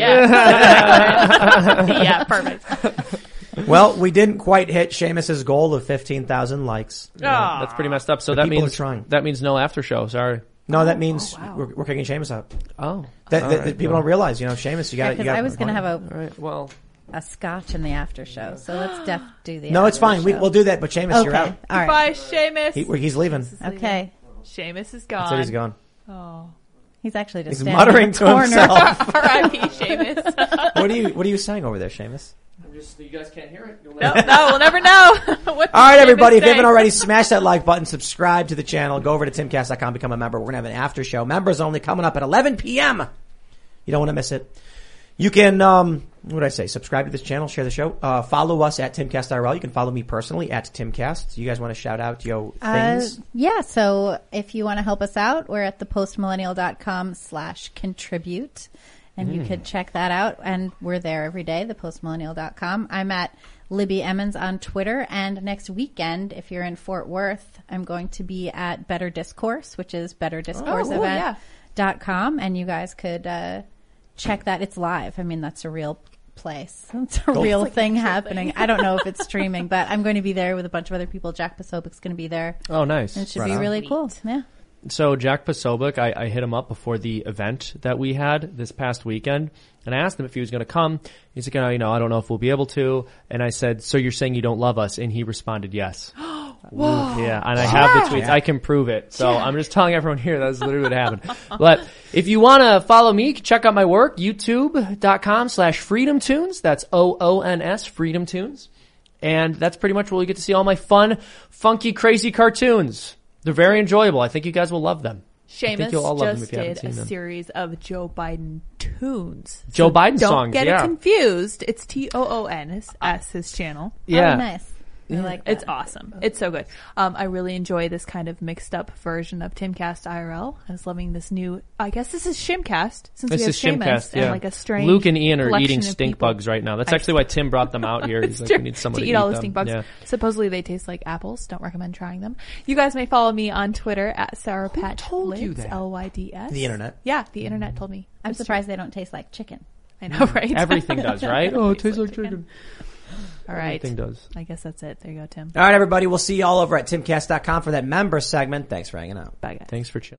[SPEAKER 5] yeah, perfect.
[SPEAKER 2] Well, we didn't quite hit Seamus's goal of 15,000 likes.
[SPEAKER 3] Yeah, that's pretty messed up. So
[SPEAKER 2] The
[SPEAKER 3] that
[SPEAKER 2] Ah. people
[SPEAKER 3] means
[SPEAKER 2] are trying.
[SPEAKER 3] that means no after show. Sorry.
[SPEAKER 2] No, that means
[SPEAKER 4] Oh,
[SPEAKER 2] we're, we're kicking Seamus out.
[SPEAKER 3] Oh,
[SPEAKER 2] that,
[SPEAKER 3] All
[SPEAKER 2] that-
[SPEAKER 3] right,
[SPEAKER 2] that people
[SPEAKER 3] well.
[SPEAKER 2] don't realize. You know, Seamus, you got.
[SPEAKER 4] Because
[SPEAKER 2] you got
[SPEAKER 4] I was going to have a
[SPEAKER 3] well
[SPEAKER 4] a scotch in the after show, so let's def do the.
[SPEAKER 2] No, it's
[SPEAKER 4] after
[SPEAKER 2] fine. We,
[SPEAKER 4] show.
[SPEAKER 2] we'll do that. But Seamus, you're
[SPEAKER 4] Okay.
[SPEAKER 2] out.
[SPEAKER 4] All right.
[SPEAKER 5] Bye, Seamus.
[SPEAKER 2] He, we're- he's leaving.
[SPEAKER 4] Okay.
[SPEAKER 5] Seamus is
[SPEAKER 2] That's
[SPEAKER 5] gone.
[SPEAKER 2] it. He's gone.
[SPEAKER 5] Oh.
[SPEAKER 4] He's actually
[SPEAKER 2] He's
[SPEAKER 4] just standing
[SPEAKER 2] muttering
[SPEAKER 4] in the
[SPEAKER 2] to
[SPEAKER 4] corner.
[SPEAKER 2] himself.
[SPEAKER 5] R.I.P. Seamus.
[SPEAKER 2] what are you What are you saying over there, Seamus?
[SPEAKER 3] I'm just, you guys can't hear it. You'll
[SPEAKER 5] No, no, we'll never know. what
[SPEAKER 2] All right,
[SPEAKER 5] David
[SPEAKER 2] everybody. If you
[SPEAKER 5] said.
[SPEAKER 2] haven't already, smash that like button, subscribe to the channel, go over to timcast.com, become a member. We're going to have an after show. Members only coming up at 11 p.m. You don't want to miss it. You can, um, what did I say? Subscribe to this channel, share the show, uh, follow us at Timcast IRL. You can follow me personally at Timcast. You guys want to shout out yo
[SPEAKER 4] Uh,
[SPEAKER 2] things?
[SPEAKER 4] yeah, so if you want to help us out, we're at thepostmillennial.com slash contribute. And you
[SPEAKER 5] Hmm.
[SPEAKER 2] Mm.
[SPEAKER 4] could check that out. And we're there every day, thepostmillennial.com. I'm at Libby Emmons on Twitter. And next weekend, if you're in Fort Worth, I'm going to be at Better Discourse, which is
[SPEAKER 5] Oh, cool, yeah.
[SPEAKER 4] betterdiscourseevent.com. And you guys could uh, check that. It's live. I mean, that's a real place. It's a
[SPEAKER 5] Cool.
[SPEAKER 4] real
[SPEAKER 5] It's like
[SPEAKER 4] thing
[SPEAKER 5] an actual
[SPEAKER 4] happening.
[SPEAKER 5] thing.
[SPEAKER 4] I don't know if it's streaming, but I'm going to be there with a bunch of other people. Jack Posobiec's going to be there.
[SPEAKER 3] Oh, nice.
[SPEAKER 4] And it should
[SPEAKER 3] Right
[SPEAKER 4] be
[SPEAKER 3] on.
[SPEAKER 4] really cool. Yeah.
[SPEAKER 3] So Jack Posobiec, I, I hit him up before the event that we had this past weekend, and I asked him if he was going to come. He's like, "Oh, you know, I don't know if we'll be able to. And I said, "So you're saying you don't love us?" And he responded, "Yes."
[SPEAKER 5] Whoa.
[SPEAKER 3] Yeah, and I have the
[SPEAKER 5] Jack.
[SPEAKER 3] tweets. I can prove it. So I'm just telling everyone here that's literally what happened. But if you want to follow me, check out my work, youtube.com slash freedom tunes. That's O-O-N-S, freedom tunes. And that's pretty much where you get to see all my fun, funky, crazy cartoons. They're very enjoyable. I think you guys will love them. I think
[SPEAKER 5] Seamus
[SPEAKER 3] you'll all love them
[SPEAKER 5] just
[SPEAKER 3] if you haven't
[SPEAKER 5] did a
[SPEAKER 3] seen them.
[SPEAKER 5] series of Joe Biden tunes.
[SPEAKER 3] Joe Biden
[SPEAKER 5] don't
[SPEAKER 3] songs,
[SPEAKER 5] Get
[SPEAKER 3] yeah.
[SPEAKER 5] it confused. It's T O O N S S his channel.
[SPEAKER 3] Yeah. Oh,
[SPEAKER 5] nice.
[SPEAKER 4] I like
[SPEAKER 5] It's awesome. It's so good. Um, I really enjoy this kind of mixed up version of Timcast IRL. I was loving this new. I guess this is Shimcast since we have Seamus and like a strange.
[SPEAKER 3] Luke and Ian are
[SPEAKER 5] collection
[SPEAKER 3] eating
[SPEAKER 5] of
[SPEAKER 3] stink
[SPEAKER 5] people.
[SPEAKER 3] bugs right now. That's
[SPEAKER 5] I-
[SPEAKER 3] actually why Tim brought them out here. He's like, we need somebody
[SPEAKER 5] to eat, all the
[SPEAKER 3] them.
[SPEAKER 5] stink bugs.
[SPEAKER 3] Yeah.
[SPEAKER 5] Supposedly they taste like apples. Don't recommend trying them. You guys may follow me on Twitter at Sarah Patch told
[SPEAKER 3] you that?
[SPEAKER 5] L Y D S.
[SPEAKER 3] The internet.
[SPEAKER 5] Yeah, the internet told me.
[SPEAKER 4] I'm surprised they don't taste like chicken.
[SPEAKER 5] I know, right?
[SPEAKER 3] Everything does, right? Oh, it
[SPEAKER 5] tastes like chicken. All right.
[SPEAKER 2] Everything does.
[SPEAKER 5] I guess that's it. There you go, Tim.
[SPEAKER 2] All right, everybody. We'll see you all over at timcast.com for that member segment. Thanks for hanging out.
[SPEAKER 5] Bye, guys.
[SPEAKER 3] Thanks for chilling.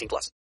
[SPEAKER 12] plus.